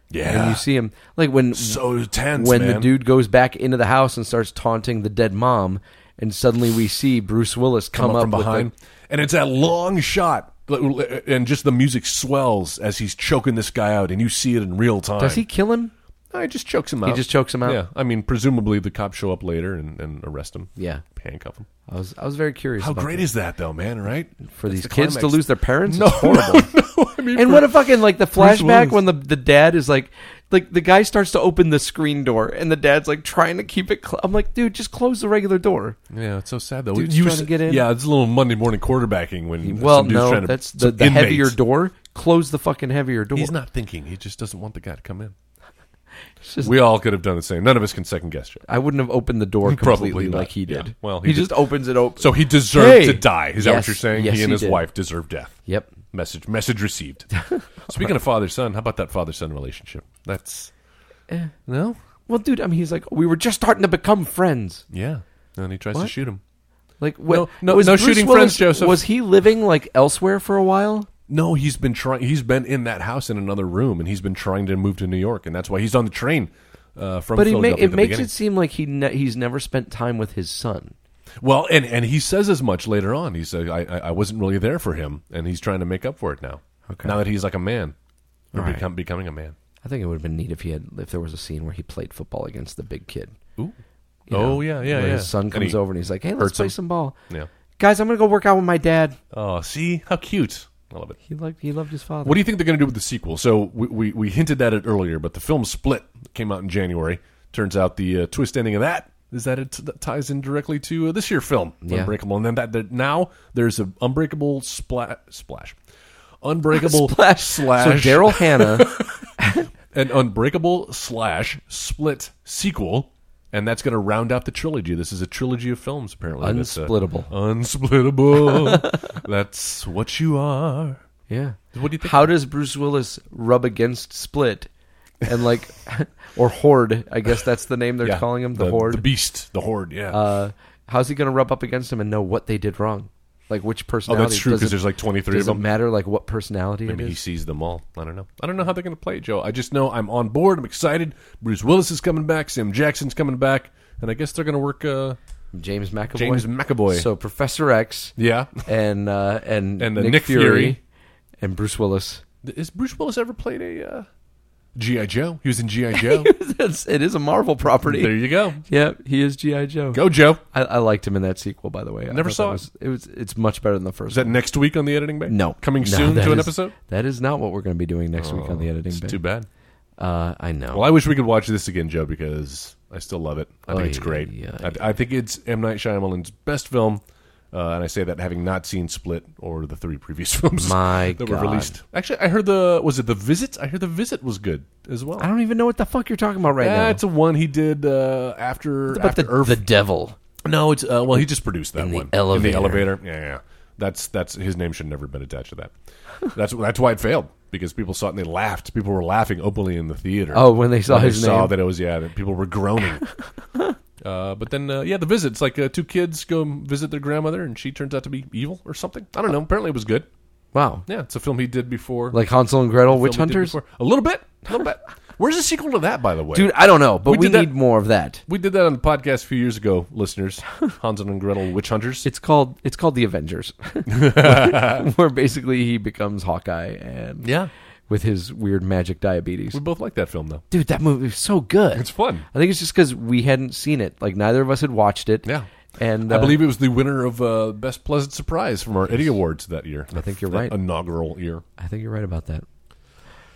Speaker 3: yeah,
Speaker 5: And you see him, like when
Speaker 3: so tense
Speaker 5: when the
Speaker 3: man.
Speaker 5: dude goes back into the house and starts taunting the dead mom, and suddenly we see Bruce Willis come,
Speaker 3: come up from
Speaker 5: with
Speaker 3: behind, and it's that long shot, and just the music swells as he's choking this guy out, and you see it in real time.
Speaker 5: the- does he kill him?
Speaker 3: No, he just chokes him out.
Speaker 5: just chokes him out?
Speaker 3: Yeah, I mean, presumably the cops show up later and, and arrest him.
Speaker 5: Yeah.
Speaker 3: handcuff him.
Speaker 5: I was I was very curious.
Speaker 3: How
Speaker 5: about
Speaker 3: great
Speaker 5: that.
Speaker 3: is that, though, man? Right
Speaker 5: for
Speaker 3: That's
Speaker 5: these
Speaker 3: the
Speaker 5: kids to
Speaker 3: climax.
Speaker 5: lose their parents?
Speaker 3: No,
Speaker 5: it's horrible.
Speaker 3: no, I mean,
Speaker 5: And
Speaker 3: for-
Speaker 5: what a fucking like the
Speaker 3: Bruce Willis.
Speaker 5: flashback when the the dad is like like the guy starts to open the screen door and the dad's like trying to keep it. Cl- I'm like, dude, just close the regular door.
Speaker 3: Yeah, it's so sad though.
Speaker 5: Dude's trying to get in.
Speaker 3: Yeah, it's a little Monday morning quarterbacking when
Speaker 5: Well,
Speaker 3: some dude's
Speaker 5: no,
Speaker 3: trying to,
Speaker 5: that's the,
Speaker 3: some
Speaker 5: the heavier
Speaker 3: inmates.
Speaker 5: door. Close the fucking heavier door.
Speaker 3: He's not thinking. He just doesn't want the guy to come in.
Speaker 5: just-
Speaker 3: we all could have done the same. None of us can second guess you.
Speaker 5: I wouldn't have opened the door
Speaker 3: Probably
Speaker 5: completely
Speaker 3: not.
Speaker 5: like he did.
Speaker 3: Yeah. Well, he
Speaker 5: he, just
Speaker 3: did.
Speaker 5: opens it open.
Speaker 3: So he deserved
Speaker 5: Hey!
Speaker 3: to die. Is that what
Speaker 5: Yes,
Speaker 3: you're saying?
Speaker 5: yes,
Speaker 3: he and
Speaker 5: he
Speaker 3: his
Speaker 5: did.
Speaker 3: wife deserve death.
Speaker 5: Yep.
Speaker 3: Message message received. Speaking of father son, how about that father son relationship? That's
Speaker 5: Eh.
Speaker 3: no,
Speaker 5: Well, dude, I mean, he's like, we were just starting to become friends.
Speaker 3: yeah. And he tries to
Speaker 5: What?
Speaker 3: shoot him.
Speaker 5: Like, what?
Speaker 3: No, no- no shooting friends, Joseph.
Speaker 5: Was he living like elsewhere for a while?
Speaker 3: No, he's been trying. He's been in that house in another room, and he's been trying to move to New York, and that's why he's on the train uh, from.
Speaker 5: But he ma-
Speaker 3: Philadelphia at
Speaker 5: it
Speaker 3: the
Speaker 5: makes
Speaker 3: beginning.
Speaker 5: it seem like he ne- he's never spent time with his son.
Speaker 3: Well, and and he says as much later on. He said, "I I I wasn't really there for him," and he's trying to make up for it now. Okay. Now that he's like a man, or
Speaker 5: All right.
Speaker 3: become becoming a man.
Speaker 5: I think it would have been neat if he had if there was a scene where he played football against the big kid.
Speaker 3: Ooh. oh
Speaker 5: you know,
Speaker 3: yeah, yeah,
Speaker 5: where
Speaker 3: yeah.
Speaker 5: His son
Speaker 3: And
Speaker 5: comes
Speaker 3: he-
Speaker 5: over and he's like, "Hey, let's
Speaker 3: hurts
Speaker 5: play
Speaker 3: him.
Speaker 5: some ball,
Speaker 3: Yeah.
Speaker 5: guys. I'm gonna go work out with my dad."
Speaker 3: Oh, see how cute. I love it.
Speaker 5: He loved he loved his father.
Speaker 3: What do you think they're going to do with the sequel? So we, we, we hinted at it earlier, but the film Split came out in January. Turns out the uh, twist ending of that is that it t- that ties in directly to uh, this year film
Speaker 5: Yeah.
Speaker 3: Unbreakable, and then that, that now there's a Unbreakable spla- splash, Unbreakable
Speaker 5: Splash.
Speaker 3: slash
Speaker 5: So Daryl Hannah
Speaker 3: an Unbreakable slash Split sequel And that's going to round out the trilogy. This is a trilogy of films, apparently. That's, uh,
Speaker 5: Unsplittable.
Speaker 3: unsplittable. that's what you are.
Speaker 5: Yeah.
Speaker 3: What do you think?
Speaker 5: How does Bruce Willis rub against Split and like or Horde? I guess that's the name they're
Speaker 3: Yeah.
Speaker 5: calling him, the, Horde.
Speaker 3: the beast, the horde. Yeah.
Speaker 5: uh, how's he going to rub up against him and know what they did wrong? Like which
Speaker 3: oh,
Speaker 5: personality?
Speaker 3: that's true because
Speaker 5: doesn't-
Speaker 3: there's like 23 of
Speaker 5: Does it
Speaker 3: them.
Speaker 5: matter like what personality
Speaker 3: Maybe
Speaker 5: it
Speaker 3: he
Speaker 5: is?
Speaker 3: sees them all. I don't know. I don't know how they're going to play it, Joe. I just know I'm on board. I'm excited. Bruce Willis is coming back. Sam Jackson's coming back, and I guess they're going to work uh,
Speaker 5: James McAvoy.
Speaker 3: James McAvoy.
Speaker 5: So Professor X
Speaker 3: yeah,
Speaker 5: and uh, and
Speaker 3: And, uh,
Speaker 5: Nick,
Speaker 3: Nick
Speaker 5: Fury,
Speaker 3: Fury.
Speaker 5: and Bruce Willis.
Speaker 3: is Bruce Willis ever played a uh, GI Joe? He was in GI Joe.
Speaker 5: It's- it is a Marvel property.
Speaker 3: there you go.
Speaker 5: yeah, he is GI Joe.
Speaker 3: Go Joe.
Speaker 5: I, I liked him in that sequel, by the way. I
Speaker 3: Never
Speaker 5: thought
Speaker 3: saw
Speaker 5: that
Speaker 3: it.
Speaker 5: was- it. Was, it's much better than the first.
Speaker 3: Is that
Speaker 5: one.
Speaker 3: next week on the editing bay?
Speaker 5: no
Speaker 3: coming
Speaker 5: No,
Speaker 3: soon
Speaker 5: that
Speaker 3: to an
Speaker 5: is-
Speaker 3: episode. Oh,
Speaker 5: That is not what we're going to be doing next week on the editing.
Speaker 3: It's
Speaker 5: bay.
Speaker 3: too bad.
Speaker 5: Uh, I know.
Speaker 3: Well, I wish we could watch this again, Joe, because I still love it. I think
Speaker 5: Oy,
Speaker 3: it's great.
Speaker 5: Oh, yeah,
Speaker 3: I, I think it's M. Night Shyamalan's best film, uh, and I say that having not seen Split or the three previous films
Speaker 5: My
Speaker 3: that
Speaker 5: God.
Speaker 3: were released. Actually, I heard the was it the Visit? I heard the Visit was good as well.
Speaker 5: I don't even know what the fuck you're talking about right
Speaker 3: yeah,
Speaker 5: now.
Speaker 3: it's a one he did uh, after
Speaker 5: about
Speaker 3: after
Speaker 5: the,
Speaker 3: Irv-
Speaker 5: the devil.
Speaker 3: No, it's uh, well he just produced that
Speaker 5: In the
Speaker 3: one
Speaker 5: elevator.
Speaker 3: In the elevator. Yeah, yeah, yeah. That's that's his name should never have been attached to that. That's that's why it failed because people saw it and they laughed. People were laughing openly in the theater.
Speaker 5: Oh, when they saw
Speaker 3: I
Speaker 5: his
Speaker 3: saw
Speaker 5: name.
Speaker 3: that it was yeah that people were groaning. Uh, but then, uh, yeah, the visit. It's like uh, two kids go visit their grandmother, and she turns out to be evil or something. I don't know. Apparently, it was good.
Speaker 5: Wow.
Speaker 3: Yeah, it's a film he did before.
Speaker 5: Like Hansel and Gretel, witch
Speaker 3: film he did
Speaker 5: hunters.
Speaker 3: before. A little bit. A little bit. Where's the sequel to that, by the way?
Speaker 5: Dude, I don't know, but
Speaker 3: We
Speaker 5: we,
Speaker 3: did that-
Speaker 5: need more of that.
Speaker 3: we did that on the podcast a few years ago, listeners. Hansel and Gretel, witch hunters.
Speaker 5: It's called it's called the Avengers, where basically he becomes Hawkeye and
Speaker 3: Yeah.
Speaker 5: with his weird magic diabetes.
Speaker 3: we both like that film, though.
Speaker 5: Dude, that movie was so good.
Speaker 3: It's fun.
Speaker 5: I think it's just because we hadn't seen it. Like neither of us had watched it.
Speaker 3: Yeah.
Speaker 5: and
Speaker 3: I
Speaker 5: uh,
Speaker 3: believe it was the winner of uh, Best Pleasant Surprise from our Eddie Awards that year. I
Speaker 5: think you're right.
Speaker 3: Inaugural year.
Speaker 5: I think you're right about that.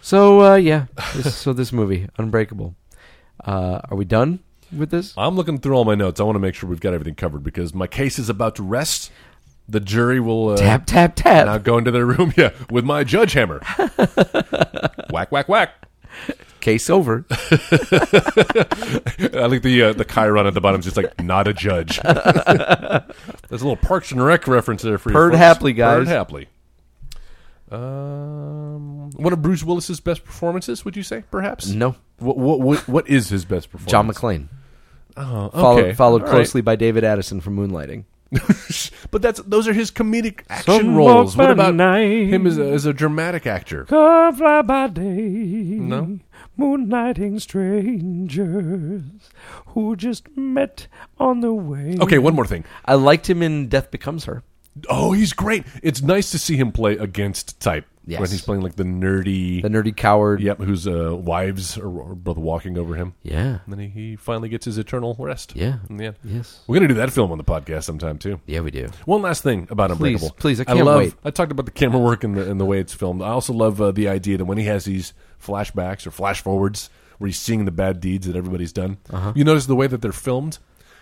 Speaker 5: So uh, yeah, this, so this movie Unbreakable. Uh, are we done with this?
Speaker 3: I'm looking through all my notes. I want to make sure we've got everything covered because my case is about to rest. The jury will uh,
Speaker 5: tap tap tap.
Speaker 3: now go into their room, yeah, with my judge hammer. whack whack whack.
Speaker 5: Case over.
Speaker 3: I like the uh, the Chiron at the bottom is just like not a judge. There's a little Parks and Rec reference there for you.
Speaker 5: Perd
Speaker 3: folks.
Speaker 5: Hapley,
Speaker 3: Perd
Speaker 5: guys.
Speaker 3: Hapley. Um, one of Bruce Willis's best performances, would you say? Perhaps
Speaker 5: No.
Speaker 3: What what what, what is his best performance?
Speaker 5: John McClane.
Speaker 3: Oh, okay.
Speaker 5: Followed, followed
Speaker 3: All right.
Speaker 5: closely by David Addison from Moonlighting.
Speaker 3: but that's those are his comedic action
Speaker 5: Some
Speaker 3: roles.
Speaker 5: walk
Speaker 3: What
Speaker 5: by
Speaker 3: about
Speaker 5: night.
Speaker 3: him as a, as a dramatic actor?
Speaker 6: Come fly by day,
Speaker 3: No.
Speaker 6: moonlighting strangers who just met on the way.
Speaker 3: Okay, one more thing.
Speaker 5: I liked him in Death Becomes Her.
Speaker 3: Oh, he's great. It's nice to see him play against type
Speaker 5: Yes.
Speaker 3: when he's playing like the nerdy
Speaker 5: The nerdy coward.
Speaker 3: Yep, whose uh, wives are, are both walking over him.
Speaker 5: Yeah.
Speaker 3: And then he, he finally gets his eternal rest.
Speaker 5: Yeah.
Speaker 3: In the end.
Speaker 5: Yes.
Speaker 3: We're going to do that film on the podcast sometime, too.
Speaker 5: Yeah, we do.
Speaker 3: One last thing about
Speaker 5: Please,
Speaker 3: Unbreakable.
Speaker 5: please, I can't
Speaker 3: love,
Speaker 5: wait.
Speaker 3: I talked about the camera work and the, and the way it's filmed. I also love uh, the idea that when he has these flashbacks or flash forwards where he's seeing the bad deeds that everybody's done, you notice the way that they're filmed?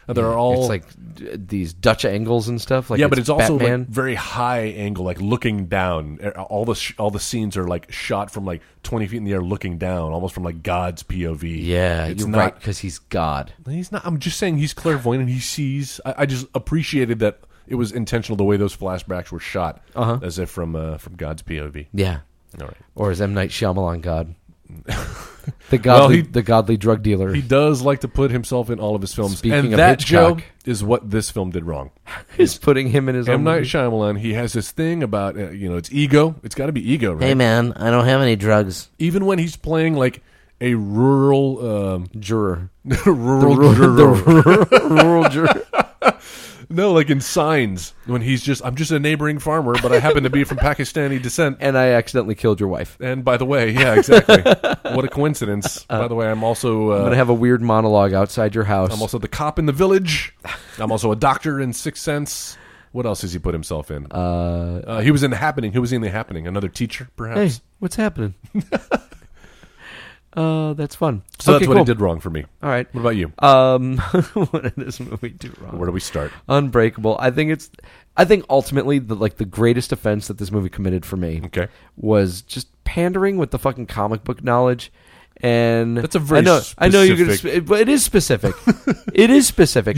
Speaker 3: Uh, They're all.
Speaker 5: Uh-huh. It's like d- these Dutch angles and stuff. Like
Speaker 3: yeah, but it's also
Speaker 5: Batman.
Speaker 3: like very high angle, like looking down. Uh, All the sh- all the scenes are like shot from like twenty feet in the air, looking down, almost from like God's POV.
Speaker 5: yeah,
Speaker 3: it's
Speaker 5: you're
Speaker 3: not,
Speaker 5: right because he's God.
Speaker 3: He's not. I'm just saying he's clairvoyant and he sees. I, I just appreciated that it was intentional the way those flashbacks were shot,
Speaker 5: Uh-huh.
Speaker 3: uh as if from uh, from God's POV.
Speaker 5: Yeah,
Speaker 3: All right.
Speaker 5: or is M Night Shyamalan God? the godly,
Speaker 3: he-
Speaker 5: the godly drug dealer.
Speaker 3: He does like to put himself in all of his films,
Speaker 5: Speaking
Speaker 3: and
Speaker 5: of
Speaker 3: that
Speaker 5: Hitchcock.
Speaker 3: Joe is what this film did wrong.
Speaker 5: is putting him in his
Speaker 3: M
Speaker 5: own.
Speaker 3: Night
Speaker 5: movie.
Speaker 3: Shyamalan, he has this thing about uh, you know it's ego. It's got to be ego, right?
Speaker 5: man, I don't have any drugs.
Speaker 3: Even when he's playing like a rural, um,
Speaker 5: Juror,
Speaker 3: rural,
Speaker 5: the rural, rural juror.
Speaker 3: no, like in Signs, when he's just I'm just a neighboring farmer, but I happen to be from Pakistani descent.
Speaker 5: And I accidentally killed your wife.
Speaker 3: And by the way, yeah, exactly. what a coincidence. By the way, I'm also
Speaker 5: Uh, I'm gonna
Speaker 3: uh,
Speaker 5: have a weird monologue outside your house.
Speaker 3: I'm also the cop in the village. I'm also a doctor in Sixth Sense. What else has he put himself in? Uh, he was in the Happening. Who was he in the Happening? Another teacher,
Speaker 5: hey,
Speaker 3: perhaps.
Speaker 5: what's happening? uh, that's fun.
Speaker 3: So
Speaker 5: Okay,
Speaker 3: that's what
Speaker 5: cool.
Speaker 3: he did wrong for me.
Speaker 5: All right.
Speaker 3: What about you?
Speaker 5: Um, what did this movie do wrong?
Speaker 3: Where do we start?
Speaker 5: Unbreakable. I think it's. I think ultimately the like the greatest offense that this movie committed for me
Speaker 3: Okay.
Speaker 5: was just pandering with the fucking comic book knowledge And
Speaker 3: That's a very
Speaker 5: I know, I know you're gonna,
Speaker 3: specific-
Speaker 5: sp- but it is specific. it is specific.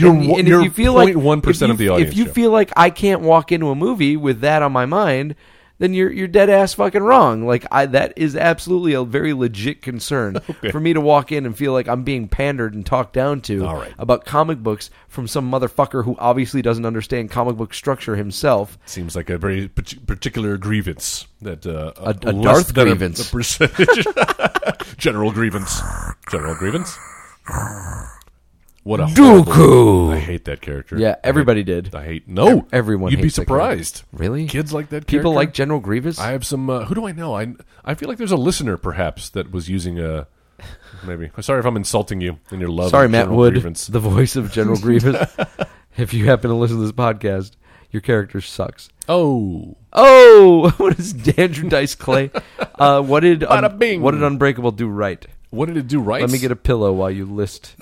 Speaker 3: You're
Speaker 5: and,
Speaker 3: one-
Speaker 5: and
Speaker 3: you're
Speaker 5: if you feel like
Speaker 3: 0.1%
Speaker 5: if
Speaker 3: of the
Speaker 5: you-
Speaker 3: audience,
Speaker 5: if you
Speaker 3: yeah.
Speaker 5: feel like I can't walk into a movie with that on my mind, then you're you're dead ass fucking wrong. Like I, that is absolutely a very legit concern for me to walk in and feel like I'm being pandered and talked down to
Speaker 3: All right.
Speaker 5: about comic books from some motherfucker who obviously doesn't understand comic book structure himself.
Speaker 3: Seems like a very partic- particular grievance that uh, a,
Speaker 5: a
Speaker 3: less
Speaker 5: Darth
Speaker 3: than
Speaker 5: grievance.
Speaker 3: a percentage. General grievance. General grievance. What a Dooku! I hate that character. I
Speaker 5: Yeah,
Speaker 3: hate-
Speaker 5: everybody did.
Speaker 3: I hate no
Speaker 5: everyone
Speaker 3: You'd be
Speaker 5: hates that character.
Speaker 3: surprised.
Speaker 5: Really?
Speaker 3: Kids like that.
Speaker 5: People
Speaker 3: character?
Speaker 5: like General Grievous.
Speaker 3: I have some. Uh, who do I know? I I feel like there's a listener perhaps that was using a. Maybe sorry if I'm insulting you in your love.
Speaker 5: Sorry,
Speaker 3: of
Speaker 5: Matt
Speaker 3: General
Speaker 5: Wood,
Speaker 3: Grievance.
Speaker 5: the voice of General Grievous. If you happen to listen to this podcast, your character sucks.
Speaker 3: oh,
Speaker 5: Oh, what is Andrew Dice Clay? Uh, what did un-
Speaker 3: Bada bing.
Speaker 5: what did Unbreakable do right?
Speaker 3: what did it do? Right.
Speaker 5: Let me get a pillow while you list.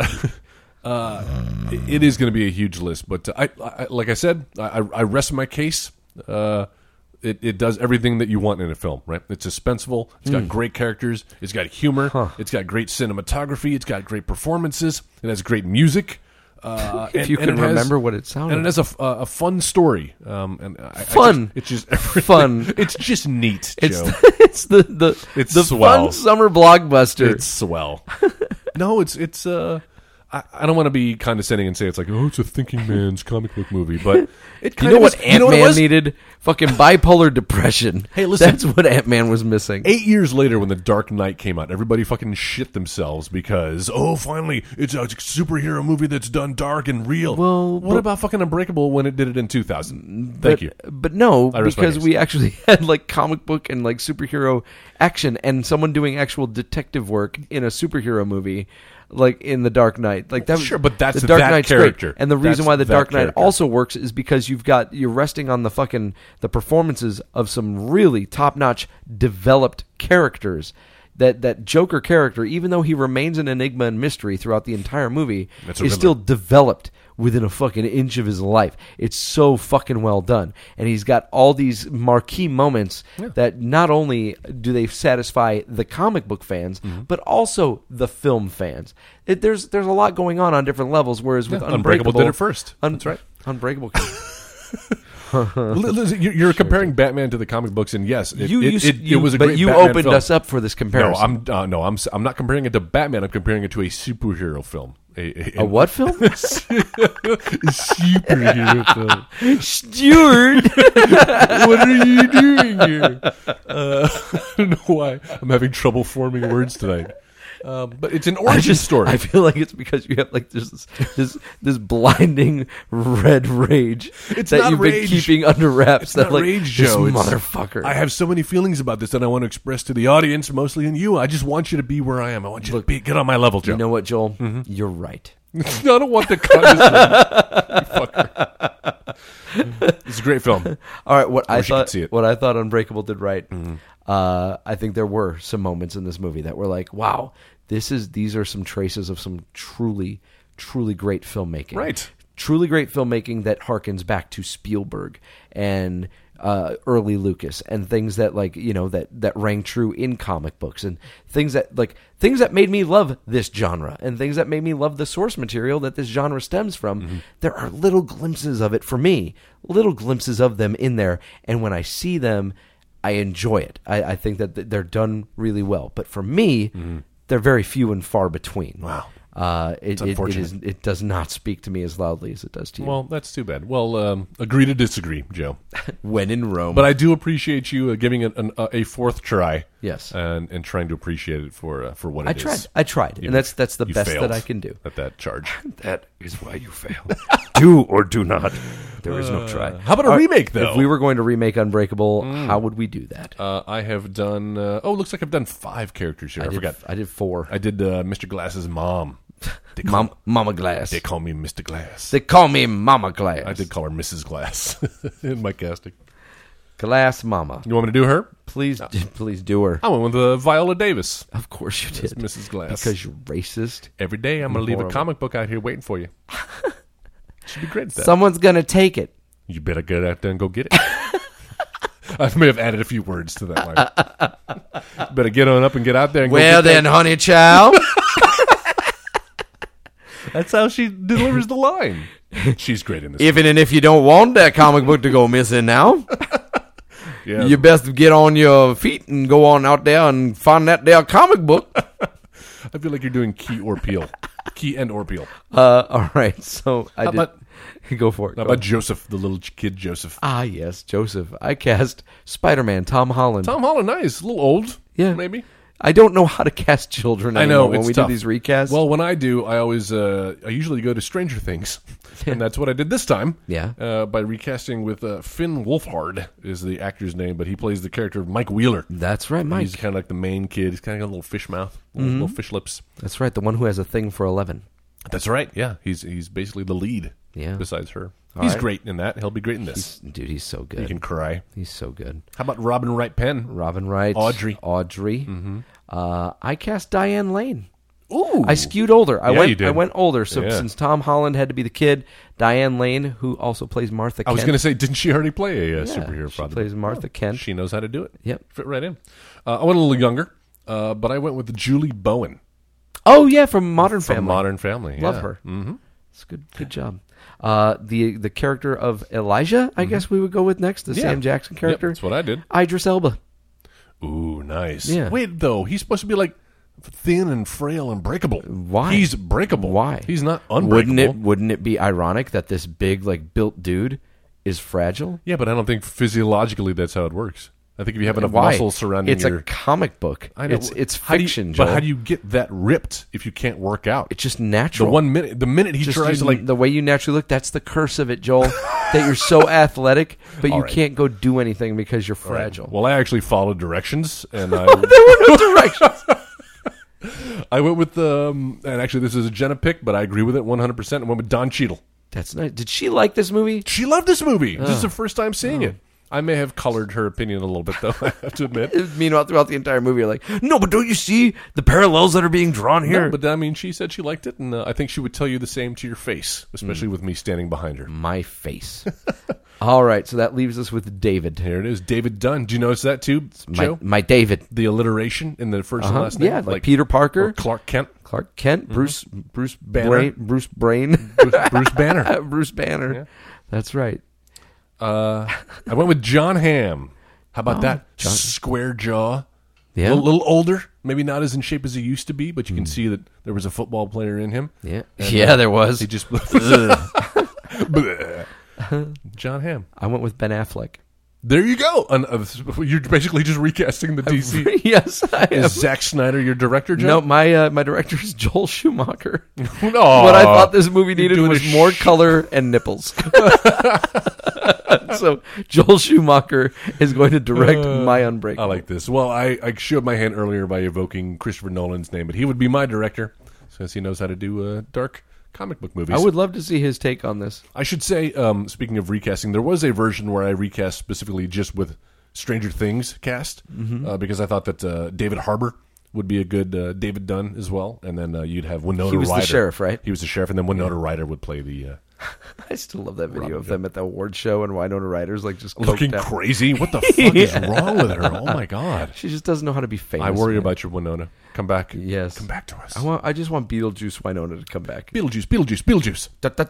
Speaker 3: it is going to be a huge list, but uh, I, I like I said, I, I- I rest my case. Uh, it, it does everything that you want in a film, right? It's suspenseful. It's
Speaker 5: Hmm.
Speaker 3: got great characters. It's got humor. It's got great cinematography. It's got great performances. It has great music. Uh,
Speaker 5: If you can
Speaker 3: it has-
Speaker 5: remember what it sounded
Speaker 3: and it has a, f- a- a fun story. Um, and I- I just-
Speaker 5: Fun.
Speaker 3: it's just everything.
Speaker 5: Fun.
Speaker 3: It's just neat.
Speaker 5: It's
Speaker 3: Joe.
Speaker 5: it's the the
Speaker 3: It's
Speaker 5: the
Speaker 3: swell.
Speaker 5: fun summer blockbuster.
Speaker 3: It's swell. no, it's it's uh I, I don't want to be condescending and say it's like, oh, it's a thinking man's comic book movie, but it
Speaker 5: you
Speaker 3: kind
Speaker 5: know
Speaker 3: of was,
Speaker 5: what
Speaker 3: you
Speaker 5: Ant
Speaker 3: know what it
Speaker 5: Man
Speaker 3: was?
Speaker 5: needed? Fucking bipolar depression.
Speaker 3: Hey, listen.
Speaker 5: that's what Ant Man was missing.
Speaker 3: Eight years later, when The Dark Knight came out, everybody fucking shit themselves because oh, finally, it's a superhero movie that's done dark and real.
Speaker 5: Well,
Speaker 3: what
Speaker 5: but- Mm,
Speaker 3: about fucking Unbreakable when it did it in two thousand? Thank
Speaker 5: but,
Speaker 3: you.
Speaker 5: But no,
Speaker 3: I rest my
Speaker 5: because
Speaker 3: case.
Speaker 5: we actually had like comic book and like superhero action and someone doing actual detective work in a superhero movie. Like in the Dark Knight, like that. was-
Speaker 3: Sure, but that's
Speaker 5: the Dark
Speaker 3: that
Speaker 5: Knight's
Speaker 3: character.
Speaker 5: great. and the reason
Speaker 3: That's
Speaker 5: why the
Speaker 3: that
Speaker 5: Dark Knight
Speaker 3: character.
Speaker 5: also works is because you've got you're resting on the fucking the performances of some really top notch developed characters. That that Joker character, even though he remains an enigma and mystery throughout the entire movie,
Speaker 3: That's a
Speaker 5: is
Speaker 3: Riddler.
Speaker 5: still developed within a fucking inch of his life. It's so fucking well done. And he's got all these marquee moments that not only do they satisfy the comic book fans,
Speaker 3: Mm-hmm.
Speaker 5: but also the film fans. It, there's there's a lot going on on different levels whereas with
Speaker 3: Yeah, Unbreakable
Speaker 5: Unbreakable
Speaker 3: did it first. That's right.
Speaker 5: Unbreakable.
Speaker 3: Li- li- you- You're comparing Batman to the comic books, and yes, it,
Speaker 5: uh, you,
Speaker 3: it,
Speaker 5: you,
Speaker 3: it- it
Speaker 5: you-
Speaker 3: was a
Speaker 5: but
Speaker 3: great
Speaker 5: you
Speaker 3: Batman
Speaker 5: opened
Speaker 3: film.
Speaker 5: us up for this comparison.
Speaker 3: No, I'm uh, no, I'm s- I'm not comparing it to Batman. I'm comparing it to a superhero film. A,
Speaker 5: a what film?
Speaker 3: superhero film?
Speaker 5: Steward.
Speaker 3: What are you doing here? Uh, I don't know why I'm having trouble forming words tonight. Um, but it's an origin story.
Speaker 5: I feel like it's because you have like this this this blinding red rage
Speaker 3: It's
Speaker 5: that
Speaker 3: not
Speaker 5: you've
Speaker 3: rage.
Speaker 5: been keeping under wraps.
Speaker 3: it's
Speaker 5: that
Speaker 3: not
Speaker 5: like
Speaker 3: rage,
Speaker 5: this
Speaker 3: Joe. It's-
Speaker 5: motherfucker.
Speaker 3: I have so many feelings about this that I want to express to the audience, mostly in you. I just want you to be where I am. I want you to be, get on my level, Joe.
Speaker 5: you know what, Joel?
Speaker 3: Mm-hmm.
Speaker 5: You're right.
Speaker 3: I don't want the condescending. You fucker. It's a great film.
Speaker 5: All right, what I,
Speaker 3: wish you could
Speaker 5: thought
Speaker 3: see it. Mm-hmm.
Speaker 5: what I thought Unbreakable did right. Uh, I think there were some moments in this movie that were like, wow, this is these are some traces of some truly truly great filmmaking.
Speaker 3: Right.
Speaker 5: Truly great filmmaking that harkens back to Spielberg and uh, early Lucas and things that like you know that that rang true in comic books and things that like things that made me love this genre and things that made me love the source material that this genre stems from. There are little glimpses of it for me, little glimpses of them in there, and when I see them, I enjoy it. I, I think that th- they're done really well, but for me, they're very few and far between. Mm-hmm. Wow. Uh, it, it- it, is, it does not speak to me as loudly as it does to you.
Speaker 3: Well, that's too bad. Well, um, agree to disagree, Joe.
Speaker 5: when in Rome,
Speaker 3: But I do appreciate you uh, giving it an, uh, a fourth try.
Speaker 5: Yes.
Speaker 3: and and trying to appreciate it for uh, for what
Speaker 5: I
Speaker 3: it is.
Speaker 5: tried. I tried,
Speaker 3: You-
Speaker 5: and that's that's the
Speaker 3: you
Speaker 5: best
Speaker 3: failed
Speaker 5: that I can do.
Speaker 3: at that charge.
Speaker 5: That is why you fail. do or do not. There is no try.
Speaker 3: Uh, How about a remake though? Mm.
Speaker 5: If we were going to remake Unbreakable, how would we do that?
Speaker 3: uh, I have done. Uh, oh, looks like I've done five characters here. I,
Speaker 5: did-
Speaker 3: forgot.
Speaker 5: I did four.
Speaker 3: I did uh, Mr. Glass's mom. They call,
Speaker 5: Mom, Mama Glass.
Speaker 3: they
Speaker 5: They,
Speaker 3: call me Mr. Glass.
Speaker 5: call me Mama Glass.
Speaker 3: I did call her Mrs. Glass in my casting.
Speaker 5: Glass Mama.
Speaker 3: You want me to do her?
Speaker 5: Please, please do her.
Speaker 3: I went with uh, Viola Davis.
Speaker 5: Of course you did,
Speaker 3: Mrs. Glass.
Speaker 5: Because you're racist.
Speaker 3: Every day I'm going to leave a
Speaker 5: Horrible.
Speaker 3: comic book out here waiting for you. Should be great at that.
Speaker 5: Someone's gonna take it.
Speaker 3: you better get out there and go get it. I may have added a few words to that line. Better get on up and get out there. And
Speaker 4: Well
Speaker 3: go get
Speaker 4: then, honey child.
Speaker 5: uh,
Speaker 3: that. that's how she delivers the line. She's great in this.
Speaker 4: Even and if you don't want that comic book to go missing now,
Speaker 3: Yeah.
Speaker 4: you best get on your feet and go on out there and find that there comic book.
Speaker 3: I feel like you're doing key or peel, key and or peel.
Speaker 5: Uh, all right, so I did.
Speaker 3: about-
Speaker 5: go for it.
Speaker 3: How
Speaker 5: go.
Speaker 3: about Joseph, the little ch- kid Joseph?
Speaker 5: ah, yes, Joseph. I cast Spider-Man, Tom Holland.
Speaker 3: Tom Holland, nice, a little old,
Speaker 5: Yeah.
Speaker 3: maybe.
Speaker 5: I don't know how to cast children.
Speaker 3: I know
Speaker 5: anymore when
Speaker 3: it's
Speaker 5: we
Speaker 3: tough.
Speaker 5: do these recasts.
Speaker 3: Well, when I do, I always uh, I usually go to Stranger Things, and that's what I did this time.
Speaker 5: Yeah.
Speaker 3: uh, by recasting with uh, Finn Wolfhard is the actor's name, but he plays the character of Mike Wheeler.
Speaker 5: that's right, Mike. Mm-hmm.
Speaker 3: He's kind of like the main kid. He's kind of got a little fish mouth, little, little fish lips.
Speaker 5: That's right, the one who has a thing for eleven.
Speaker 3: That's right. Yeah, he's he's basically the lead.
Speaker 5: Yeah.
Speaker 3: besides her, he's great in that. He'll be great in this.
Speaker 5: Dude, he's so
Speaker 3: He
Speaker 5: good.
Speaker 3: can cry.
Speaker 5: He's so good.
Speaker 3: How about Robin Wright Penn?
Speaker 5: Robin Wright,
Speaker 3: Audrey.
Speaker 5: Audrey. Mm-hmm. Uh, I cast Diane Lane.
Speaker 3: Ooh,
Speaker 5: I skewed older. I
Speaker 3: Yeah,
Speaker 5: went.
Speaker 3: you did.
Speaker 5: I went older. So
Speaker 3: Yeah.
Speaker 5: since Tom Holland had to be the kid, Diane Lane, who also plays Martha.
Speaker 3: I was
Speaker 5: Kent,
Speaker 3: going to say, didn't she already play a uh,
Speaker 5: Yeah,
Speaker 3: superhero?
Speaker 5: she
Speaker 3: Probably
Speaker 5: plays Martha Kent.
Speaker 3: She knows how to do it.
Speaker 5: Yep.
Speaker 3: fit right in. Uh, I went a little younger, uh, but I went with Julie Bowen
Speaker 5: Oh yeah, from Modern
Speaker 3: from
Speaker 5: Family.
Speaker 3: Modern Family.
Speaker 5: Love
Speaker 3: yeah. Mm.
Speaker 5: her. Mm-hmm. It's good. Good job. Uh, the the character of Elijah, I guess we would go with next the
Speaker 3: Mm-hmm. Yeah.
Speaker 5: Sam Jackson
Speaker 3: Yep,
Speaker 5: character.
Speaker 3: that's what I did.
Speaker 5: Idris Elba.
Speaker 3: Ooh, nice.
Speaker 5: Yeah.
Speaker 3: Wait though, he's supposed to be like thin and frail and breakable.
Speaker 5: Why?
Speaker 3: He's breakable.
Speaker 5: Why?
Speaker 3: He's not unbreakable.
Speaker 5: Wouldn't it Wouldn't it be ironic that this big like built dude is fragile?
Speaker 3: Yeah, but I don't think physiologically that's how it works. I think if you have enough
Speaker 5: Why?
Speaker 3: muscle surrounding
Speaker 5: it's
Speaker 3: your,
Speaker 5: a comic book.
Speaker 3: I know.
Speaker 5: It's it's
Speaker 3: How do you-
Speaker 5: fiction,
Speaker 3: But
Speaker 5: Joel.
Speaker 3: how do you get that ripped if you can't work out?
Speaker 5: It's just
Speaker 3: the
Speaker 5: natural.
Speaker 3: one minute. The minute he
Speaker 5: Just
Speaker 3: tries to
Speaker 5: you-
Speaker 3: like
Speaker 5: the way you naturally look. That's the curse of it, Joel. that you're so athletic, but you
Speaker 3: right.
Speaker 5: can't go do anything because you're fragile.
Speaker 3: Well, I actually followed directions, and I
Speaker 5: Directions.
Speaker 3: I went with um, and actually this is a Jenna pick, but I agree with it 100. percent I went with Don Cheadle.
Speaker 5: That's nice. Did she like this movie?
Speaker 3: She loved this movie. This is her first time seeing it. I may have colored her opinion a little bit, though. I have to admit.
Speaker 5: Meanwhile, throughout the entire movie, you're like, no, but don't you see the parallels that are being drawn here?
Speaker 3: No, but I mean, she said she liked it, and uh, I think she would tell you the same to your face, especially
Speaker 5: Hmm.
Speaker 3: with me standing behind her.
Speaker 5: My face. All right, so that leaves us with David.
Speaker 3: Here it is, David Dunn. Do you notice that too,
Speaker 5: My,
Speaker 3: Joe?
Speaker 5: my David.
Speaker 3: the alliteration in the 1st and
Speaker 5: Uh-huh.
Speaker 3: last name,
Speaker 5: Yeah, like Peter Parker.
Speaker 3: or Clark Kent,
Speaker 5: Clark Kent, Bruce Bruce
Speaker 3: Mm-hmm. Banner.
Speaker 5: Brain, Bruce Brain,
Speaker 3: Bruce, Bruce Banner.
Speaker 5: Bruce Banner. That's right.
Speaker 3: I went with John Hamm. How about that square jaw?
Speaker 5: Oh, Yeah. Hmm.
Speaker 3: a little, little older, maybe not as in shape as he used to be, but you can see that there was a football player in him.
Speaker 5: Yeah.
Speaker 3: And,
Speaker 5: Yeah,
Speaker 3: uh,
Speaker 5: there was.
Speaker 3: He just Bleh. John Hamm.
Speaker 5: I went with Ben Affleck.
Speaker 3: There you go. An- uh, you're basically just recasting the DC.
Speaker 5: yes, I am.
Speaker 3: Is Zack Snyder your director?
Speaker 5: No,
Speaker 3: Joe?
Speaker 5: my uh, my director is Joel Schumacher.
Speaker 3: no.
Speaker 5: what I thought this movie needed
Speaker 3: doing
Speaker 5: was
Speaker 3: a
Speaker 5: more
Speaker 3: sh-
Speaker 5: color and nipples. so Joel Schumacher is going to direct
Speaker 3: I
Speaker 5: my Unbreakable.
Speaker 3: like this. Well, I, I showed my hand earlier by evoking Christopher Nolan's name, but he would be my director since he knows how to do uh, dark comic book movies.
Speaker 5: I would love to see his take on this.
Speaker 3: I should say, um, speaking of recasting, there was a version where I recast specifically just with Stranger Things cast
Speaker 5: Mm-hmm.
Speaker 3: uh, because I thought that uh, David Harbour would be a good uh, David Dunn as well, and then uh, you'd have Winona.
Speaker 5: He was the
Speaker 3: Ryder.
Speaker 5: sheriff, right?
Speaker 3: He was the sheriff, and then Winona Ryder would play the uh,
Speaker 5: I still love that video of them at the award show and Winona Ryder's like just coked
Speaker 3: looking
Speaker 5: out.
Speaker 3: crazy. What the fuck is wrong with her? Oh my god!
Speaker 5: She just doesn't know how to be famous.
Speaker 3: I worry
Speaker 5: man.
Speaker 3: about your Winona. Come back.
Speaker 5: Yes.
Speaker 3: come back to us.
Speaker 5: I want. I just want Beetlejuice Winona to come back.
Speaker 3: Beetlejuice, Beetlejuice, Beetlejuice.
Speaker 5: Dun, dun,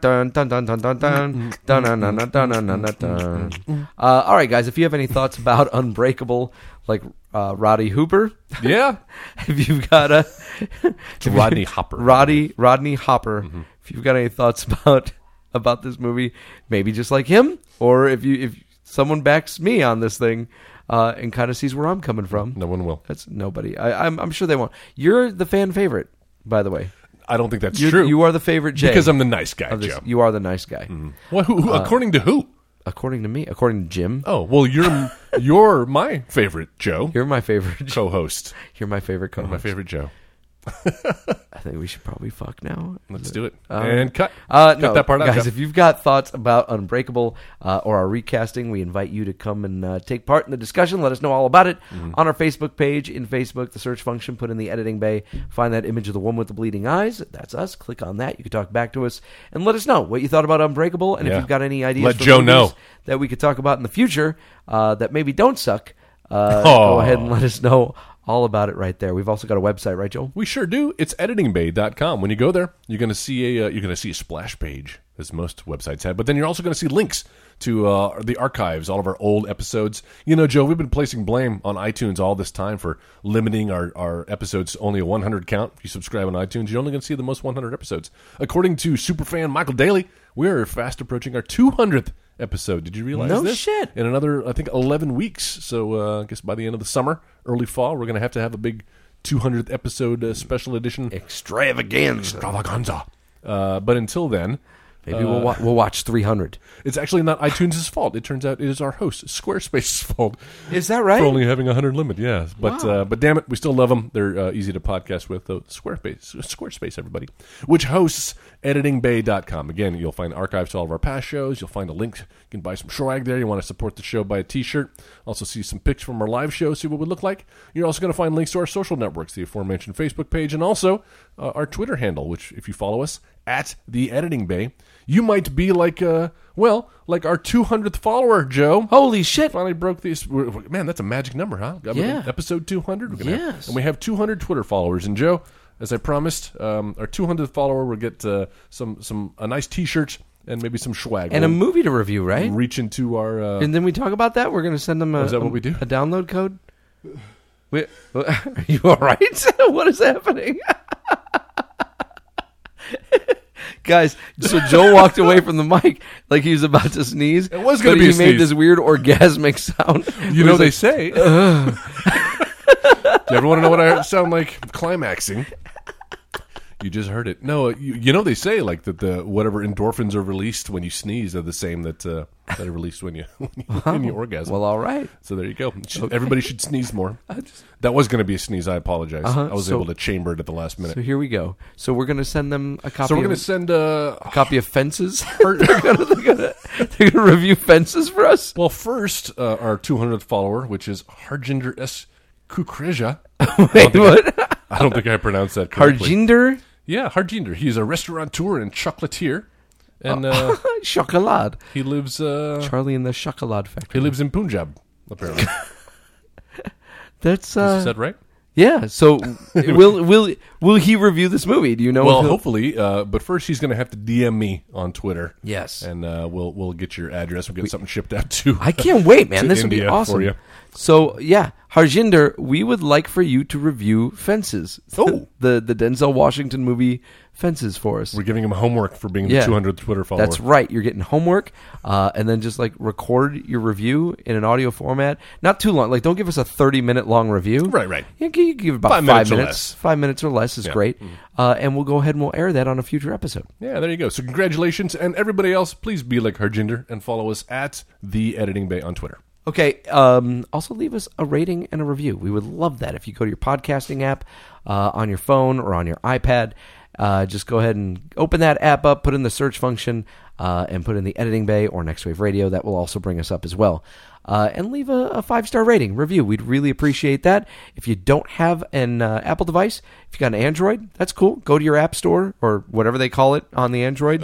Speaker 5: dun, dun, dun, dun, dun, dun, dun, dun, dun. Dun, dun, dun, dun, dun, dun, dun, dun, dun. Uh, All right, guys. If you have any thoughts about Unbreakable, like uh, Roddy Hooper,
Speaker 3: Yeah,
Speaker 5: if you've got a if you-
Speaker 3: Rodney Hopper.
Speaker 5: Roddy Rodney Hopper, if you've got any thoughts about about this movie, maybe just like him, or if you if someone backs me on this thing uh, and kind of sees where I'm coming from,
Speaker 3: no one will.
Speaker 5: that's nobody. I, I'm I'm sure they won't. You're the fan favorite, by the way.
Speaker 3: I don't think that's
Speaker 5: You're,
Speaker 3: true.
Speaker 5: You are the favorite, Jay.
Speaker 3: because I'm the nice guy,
Speaker 5: of this.
Speaker 3: Joe.
Speaker 5: You Uh, are the nice guy,
Speaker 3: Well, who, who, according to who?
Speaker 5: according to me. According to Jim,
Speaker 3: Oh well, you're you're my favorite Joe
Speaker 5: you're my favorite.
Speaker 3: co-host.
Speaker 5: You're my favorite co
Speaker 3: My favorite Joe.
Speaker 5: I think we should probably fuck now.
Speaker 3: Let's do it.
Speaker 5: Uh,
Speaker 3: and cut.
Speaker 5: Uh,
Speaker 3: cut
Speaker 5: no,
Speaker 3: that part out.
Speaker 5: guys.
Speaker 3: Jeff.
Speaker 5: If you've got thoughts about Unbreakable uh, or our recasting, we invite you to come and uh, take part in the discussion. Let us know all about it
Speaker 3: Mm-hmm.
Speaker 5: on our Facebook page. In Facebook, the search function, put in the editing bay, find that image of the woman with the bleeding eyes. That's us. Click on that. You can talk back to us and let us know what you thought about Unbreakable and
Speaker 3: Yeah.
Speaker 5: if you've got any ideas.
Speaker 3: Let
Speaker 5: for
Speaker 3: Joe
Speaker 5: movies
Speaker 3: know.
Speaker 5: that we could talk about in the future uh, that maybe don't suck. Uh,
Speaker 3: Oh.
Speaker 5: Go ahead and let us know all about it right there. We've also got a website, right, Joel?
Speaker 3: We sure do. It's editingbay.com. When you go there, you're going to see a uh, you're going to see a splash page as most websites have, but then you're also going to see links to uh, the archives, all of our old episodes. You know, Joe, we've been placing blame on iTunes all this time for limiting our, our episodes to only a 100 count. If you subscribe on iTunes, you're only going to see the most 100 episodes. According to superfan Michael Daly, we are fast approaching our 200th episode. Did you realize
Speaker 5: No
Speaker 3: this?
Speaker 5: shit.
Speaker 3: in another I think 11 weeks. So uh, I guess by the end of the summer, early fall, we're going to have to have a big 200th episode uh, special edition
Speaker 4: Extravaganza.
Speaker 3: extravaganza. Uh, but until then,
Speaker 5: Maybe we'll, wa- we'll watch 300.
Speaker 3: it's actually not iTunes' fault. It turns out it is our host Squarespace's fault
Speaker 5: Is that right?
Speaker 3: for only having a hundred limit. Yeah, but uh, but damn it, we still love them. They're uh, easy to podcast with. Though Squarespace, Squarespace, everybody, which hosts editingbay.com. Again, you'll find archives to all of our past shows. You'll find a link. You can buy some swag there. You want to support the show, buy a T-shirt. Also, see some pics from our live show. See what we look like. You're also going to find links to our social networks, the aforementioned Facebook page, and also uh, our Twitter handle. Which, if you follow us at the Editing Bay, you might be like uh, well, like our 200th follower, Joe
Speaker 5: Holy shit.
Speaker 3: finally broke these. we're- we're- Man, that's a magic number, huh? I mean,
Speaker 5: Yeah.
Speaker 3: Episode 200. We're gonna
Speaker 5: Yes.
Speaker 3: Have, and we have 200 Twitter followers. And Joe, as I promised, um, our 200th follower will get uh, some some a nice T-shirt and maybe some swag.
Speaker 5: And a
Speaker 3: We'll
Speaker 5: movie to review, right?
Speaker 3: reach into our. Uh,
Speaker 5: And then we talk about that. We're going to send them a,
Speaker 3: Is that what
Speaker 5: a-
Speaker 3: we do?
Speaker 5: a download code. We, are you all right? what is happening? Guys, so Joe walked away from the mic like he was about to sneeze. It
Speaker 3: was gonna be
Speaker 5: He
Speaker 3: a
Speaker 5: made
Speaker 3: sneeze.
Speaker 5: this weird orgasmic sound.
Speaker 3: you
Speaker 5: It
Speaker 3: know
Speaker 5: was
Speaker 3: they
Speaker 5: like,
Speaker 3: say. Do you ever want to know what I sound like climaxing? You just heard it. No, uh, you, you know they say like that the whatever endorphins are released when you sneeze are the same that uh, that are released when you when you, when you orgasm.
Speaker 5: Well, all right.
Speaker 3: So there you go. Should- Everybody should sneeze more. that was going to be a sneeze. I apologize. I was
Speaker 5: Uh-huh. so-
Speaker 3: able to chamber it at the last minute.
Speaker 5: So
Speaker 3: So,
Speaker 5: here we go. So we're going to send them a copy.
Speaker 3: we're
Speaker 5: of-
Speaker 3: going to send uh,
Speaker 5: copy of Fences. they're going to they're gonna review Fences for us.
Speaker 3: well first uh, our 200th follower, which is Harjinder S. Kukreja.
Speaker 5: Wait, what?
Speaker 3: I don't think I pronounced that correctly.
Speaker 5: Harjinder
Speaker 3: Yeah, Harjinder. He's a restaurateur and chocolatier, and uh,
Speaker 5: Chocolade.
Speaker 3: he lives uh,
Speaker 5: Charlie in the Chocolade
Speaker 3: he
Speaker 5: Factory.
Speaker 3: lives in Punjab. Apparently,
Speaker 5: That's uh,
Speaker 3: is that right?
Speaker 5: yeah. So will will will he review this movie? Do you know?
Speaker 3: Well,
Speaker 5: if he'll-
Speaker 3: hopefully, uh, but first he's going to have to DM me on Twitter.
Speaker 5: Yes.
Speaker 3: and uh, we'll we'll get your address. We'll get something shipped out to.
Speaker 5: I can't wait, man.
Speaker 3: to
Speaker 5: This would be
Speaker 3: India for
Speaker 5: awesome.
Speaker 3: you.
Speaker 5: So yeah, Harjinder, we would like for you to review Fences.
Speaker 3: Oh.
Speaker 5: the the Denzel Washington movie Fences for us.
Speaker 3: We're giving him homework for being
Speaker 5: Yeah.
Speaker 3: the 200th Twitter follower.
Speaker 5: That's right. You're getting homework, uh, and then just like record your review in an audio format. Not too long. Like, don't give us a 30 minute long review.
Speaker 3: Right, right.
Speaker 5: You can you can give about five,
Speaker 3: Five
Speaker 5: minutes.
Speaker 3: minutes or less. Mm.
Speaker 5: Five minutes or less is great. Uh, and we'll go ahead and we'll air that on a future episode.
Speaker 3: Yeah, there you go. So congratulations, and everybody else, please be like Harjinder and follow us at the Editing Bay on Twitter.
Speaker 5: Okay. Um, also, leave us a rating and a review. We would love that if you go to your podcasting app uh, on your phone or on your iPad. Uh, just go ahead and open that app up, put in the search function, uh, and put in the editing bay or Next Wave Radio. That will also bring us up as well. Uh, and leave a, a five star rating review. We'd really appreciate that. If you don't have an uh, Apple device, if you got an Android, that's cool. Go to your App Store or whatever they call it on the Android,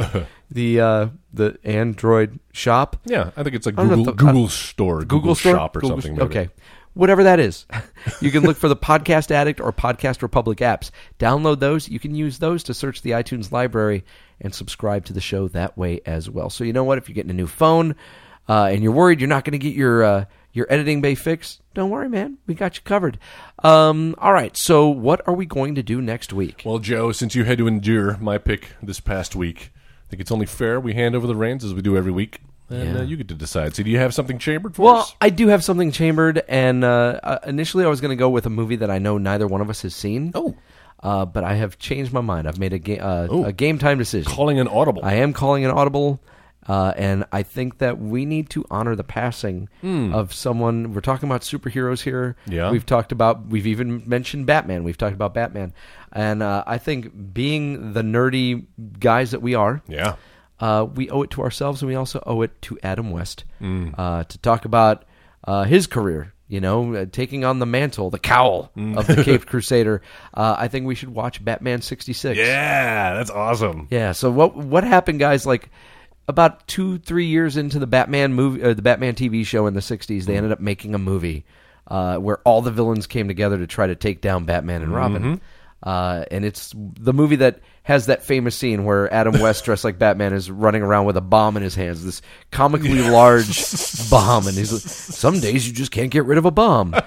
Speaker 5: the uh, the Android shop.
Speaker 3: Yeah, I think it's like
Speaker 5: don't know
Speaker 3: Google,
Speaker 5: if the-
Speaker 3: Google Store, Google,
Speaker 5: Store?
Speaker 3: Shop, or
Speaker 5: Google-
Speaker 3: something. maybe.
Speaker 5: Okay. Whatever that is, you can look for the Podcast Addict or Podcast Republic apps. Download those. You can use those to search the iTunes library and subscribe to the show that way as well. So you know what? If you're getting a new phone uh, and you're worried you're not going to get your uh, your editing bay fixed, don't worry, man. We got you covered. Um, all right. So what are we going to do next week?
Speaker 3: Well, Joe, since you had to endure my pick this past week, I think it's only fair we hand over the reins as we do every week, and
Speaker 5: Yeah.
Speaker 3: uh, you get to decide. So, do you have something chambered for
Speaker 5: Well,
Speaker 3: us?
Speaker 5: I do have something chambered, and uh, uh, initially I was going to go with a movie that I know neither one of us has seen.
Speaker 3: Oh.
Speaker 5: uh, but I have changed my mind. I've made a, ga- uh,
Speaker 3: Oh.
Speaker 5: a game time decision.
Speaker 3: Calling an audible.
Speaker 5: I am calling an audible, Uh, and I think that we need to honor the passing of someone. We're talking about superheroes here.
Speaker 3: Hmm. Yeah.
Speaker 5: We've talked about, we've even mentioned Batman. We've talked about Batman. And uh, I think being the nerdy guys that we are,
Speaker 3: Yeah.
Speaker 5: uh, we owe it to ourselves and we also owe it to Adam West uh, to talk about uh, his career. You know, uh, taking on the mantle, the cowl of the Caped Crusader. Uh, I think we should watch Batman '66.
Speaker 3: Yeah, that's awesome.
Speaker 5: Yeah. So what what happened, guys? Like about two, three years into the Batman movie, or the Batman TV show in the '60s, they ended up making a movie uh, where all the villains came together to try to take down Batman and Robin. Uh, and it's the movie that has that famous scene where Adam West, dressed like Batman, is running around with a bomb in his hands, this comically large bomb, and he's like, "Some days you just can't get rid of a bomb."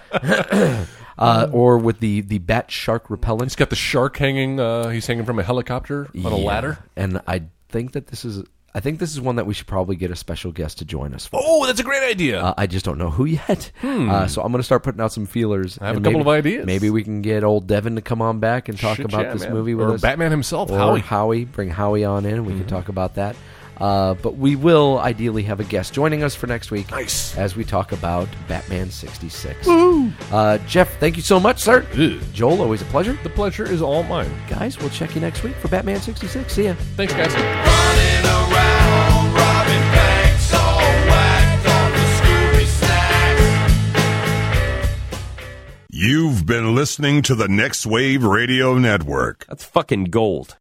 Speaker 5: Uh, or with the the bat shark repellent
Speaker 3: He's got the shark hanging. Uh, he's hanging from a helicopter on a
Speaker 5: yeah.
Speaker 3: ladder.
Speaker 5: And I think that this is I think this is one that we should probably get a special guest to join us for.
Speaker 3: Oh, that's a great idea.
Speaker 5: Uh, I just don't know who yet. Uh, so I'm going to start putting out some feelers. I
Speaker 3: Hmm. have a couple of ideas.
Speaker 5: Maybe we can get old Devin to come on back and talk
Speaker 3: Shit,
Speaker 5: about
Speaker 3: yeah,
Speaker 5: this
Speaker 3: man.
Speaker 5: movie with
Speaker 3: or
Speaker 5: us.
Speaker 3: Batman himself.
Speaker 5: or
Speaker 3: Howie. Hmm.
Speaker 5: Howie. Bring Howie on in. We can talk about that. Uh, but we will ideally have a guest joining us for next week
Speaker 3: Nice.
Speaker 5: as we talk about Batman 66. Uh, Jeff, thank you so much, sir.
Speaker 3: Ew.
Speaker 5: Joel, always a pleasure.
Speaker 3: The pleasure is all mine.
Speaker 5: Guys, we'll check you next week for Batman 66. See ya.
Speaker 3: Thanks, guys.
Speaker 1: You've been listening to the Next Wave Radio Network.
Speaker 7: That's fucking gold.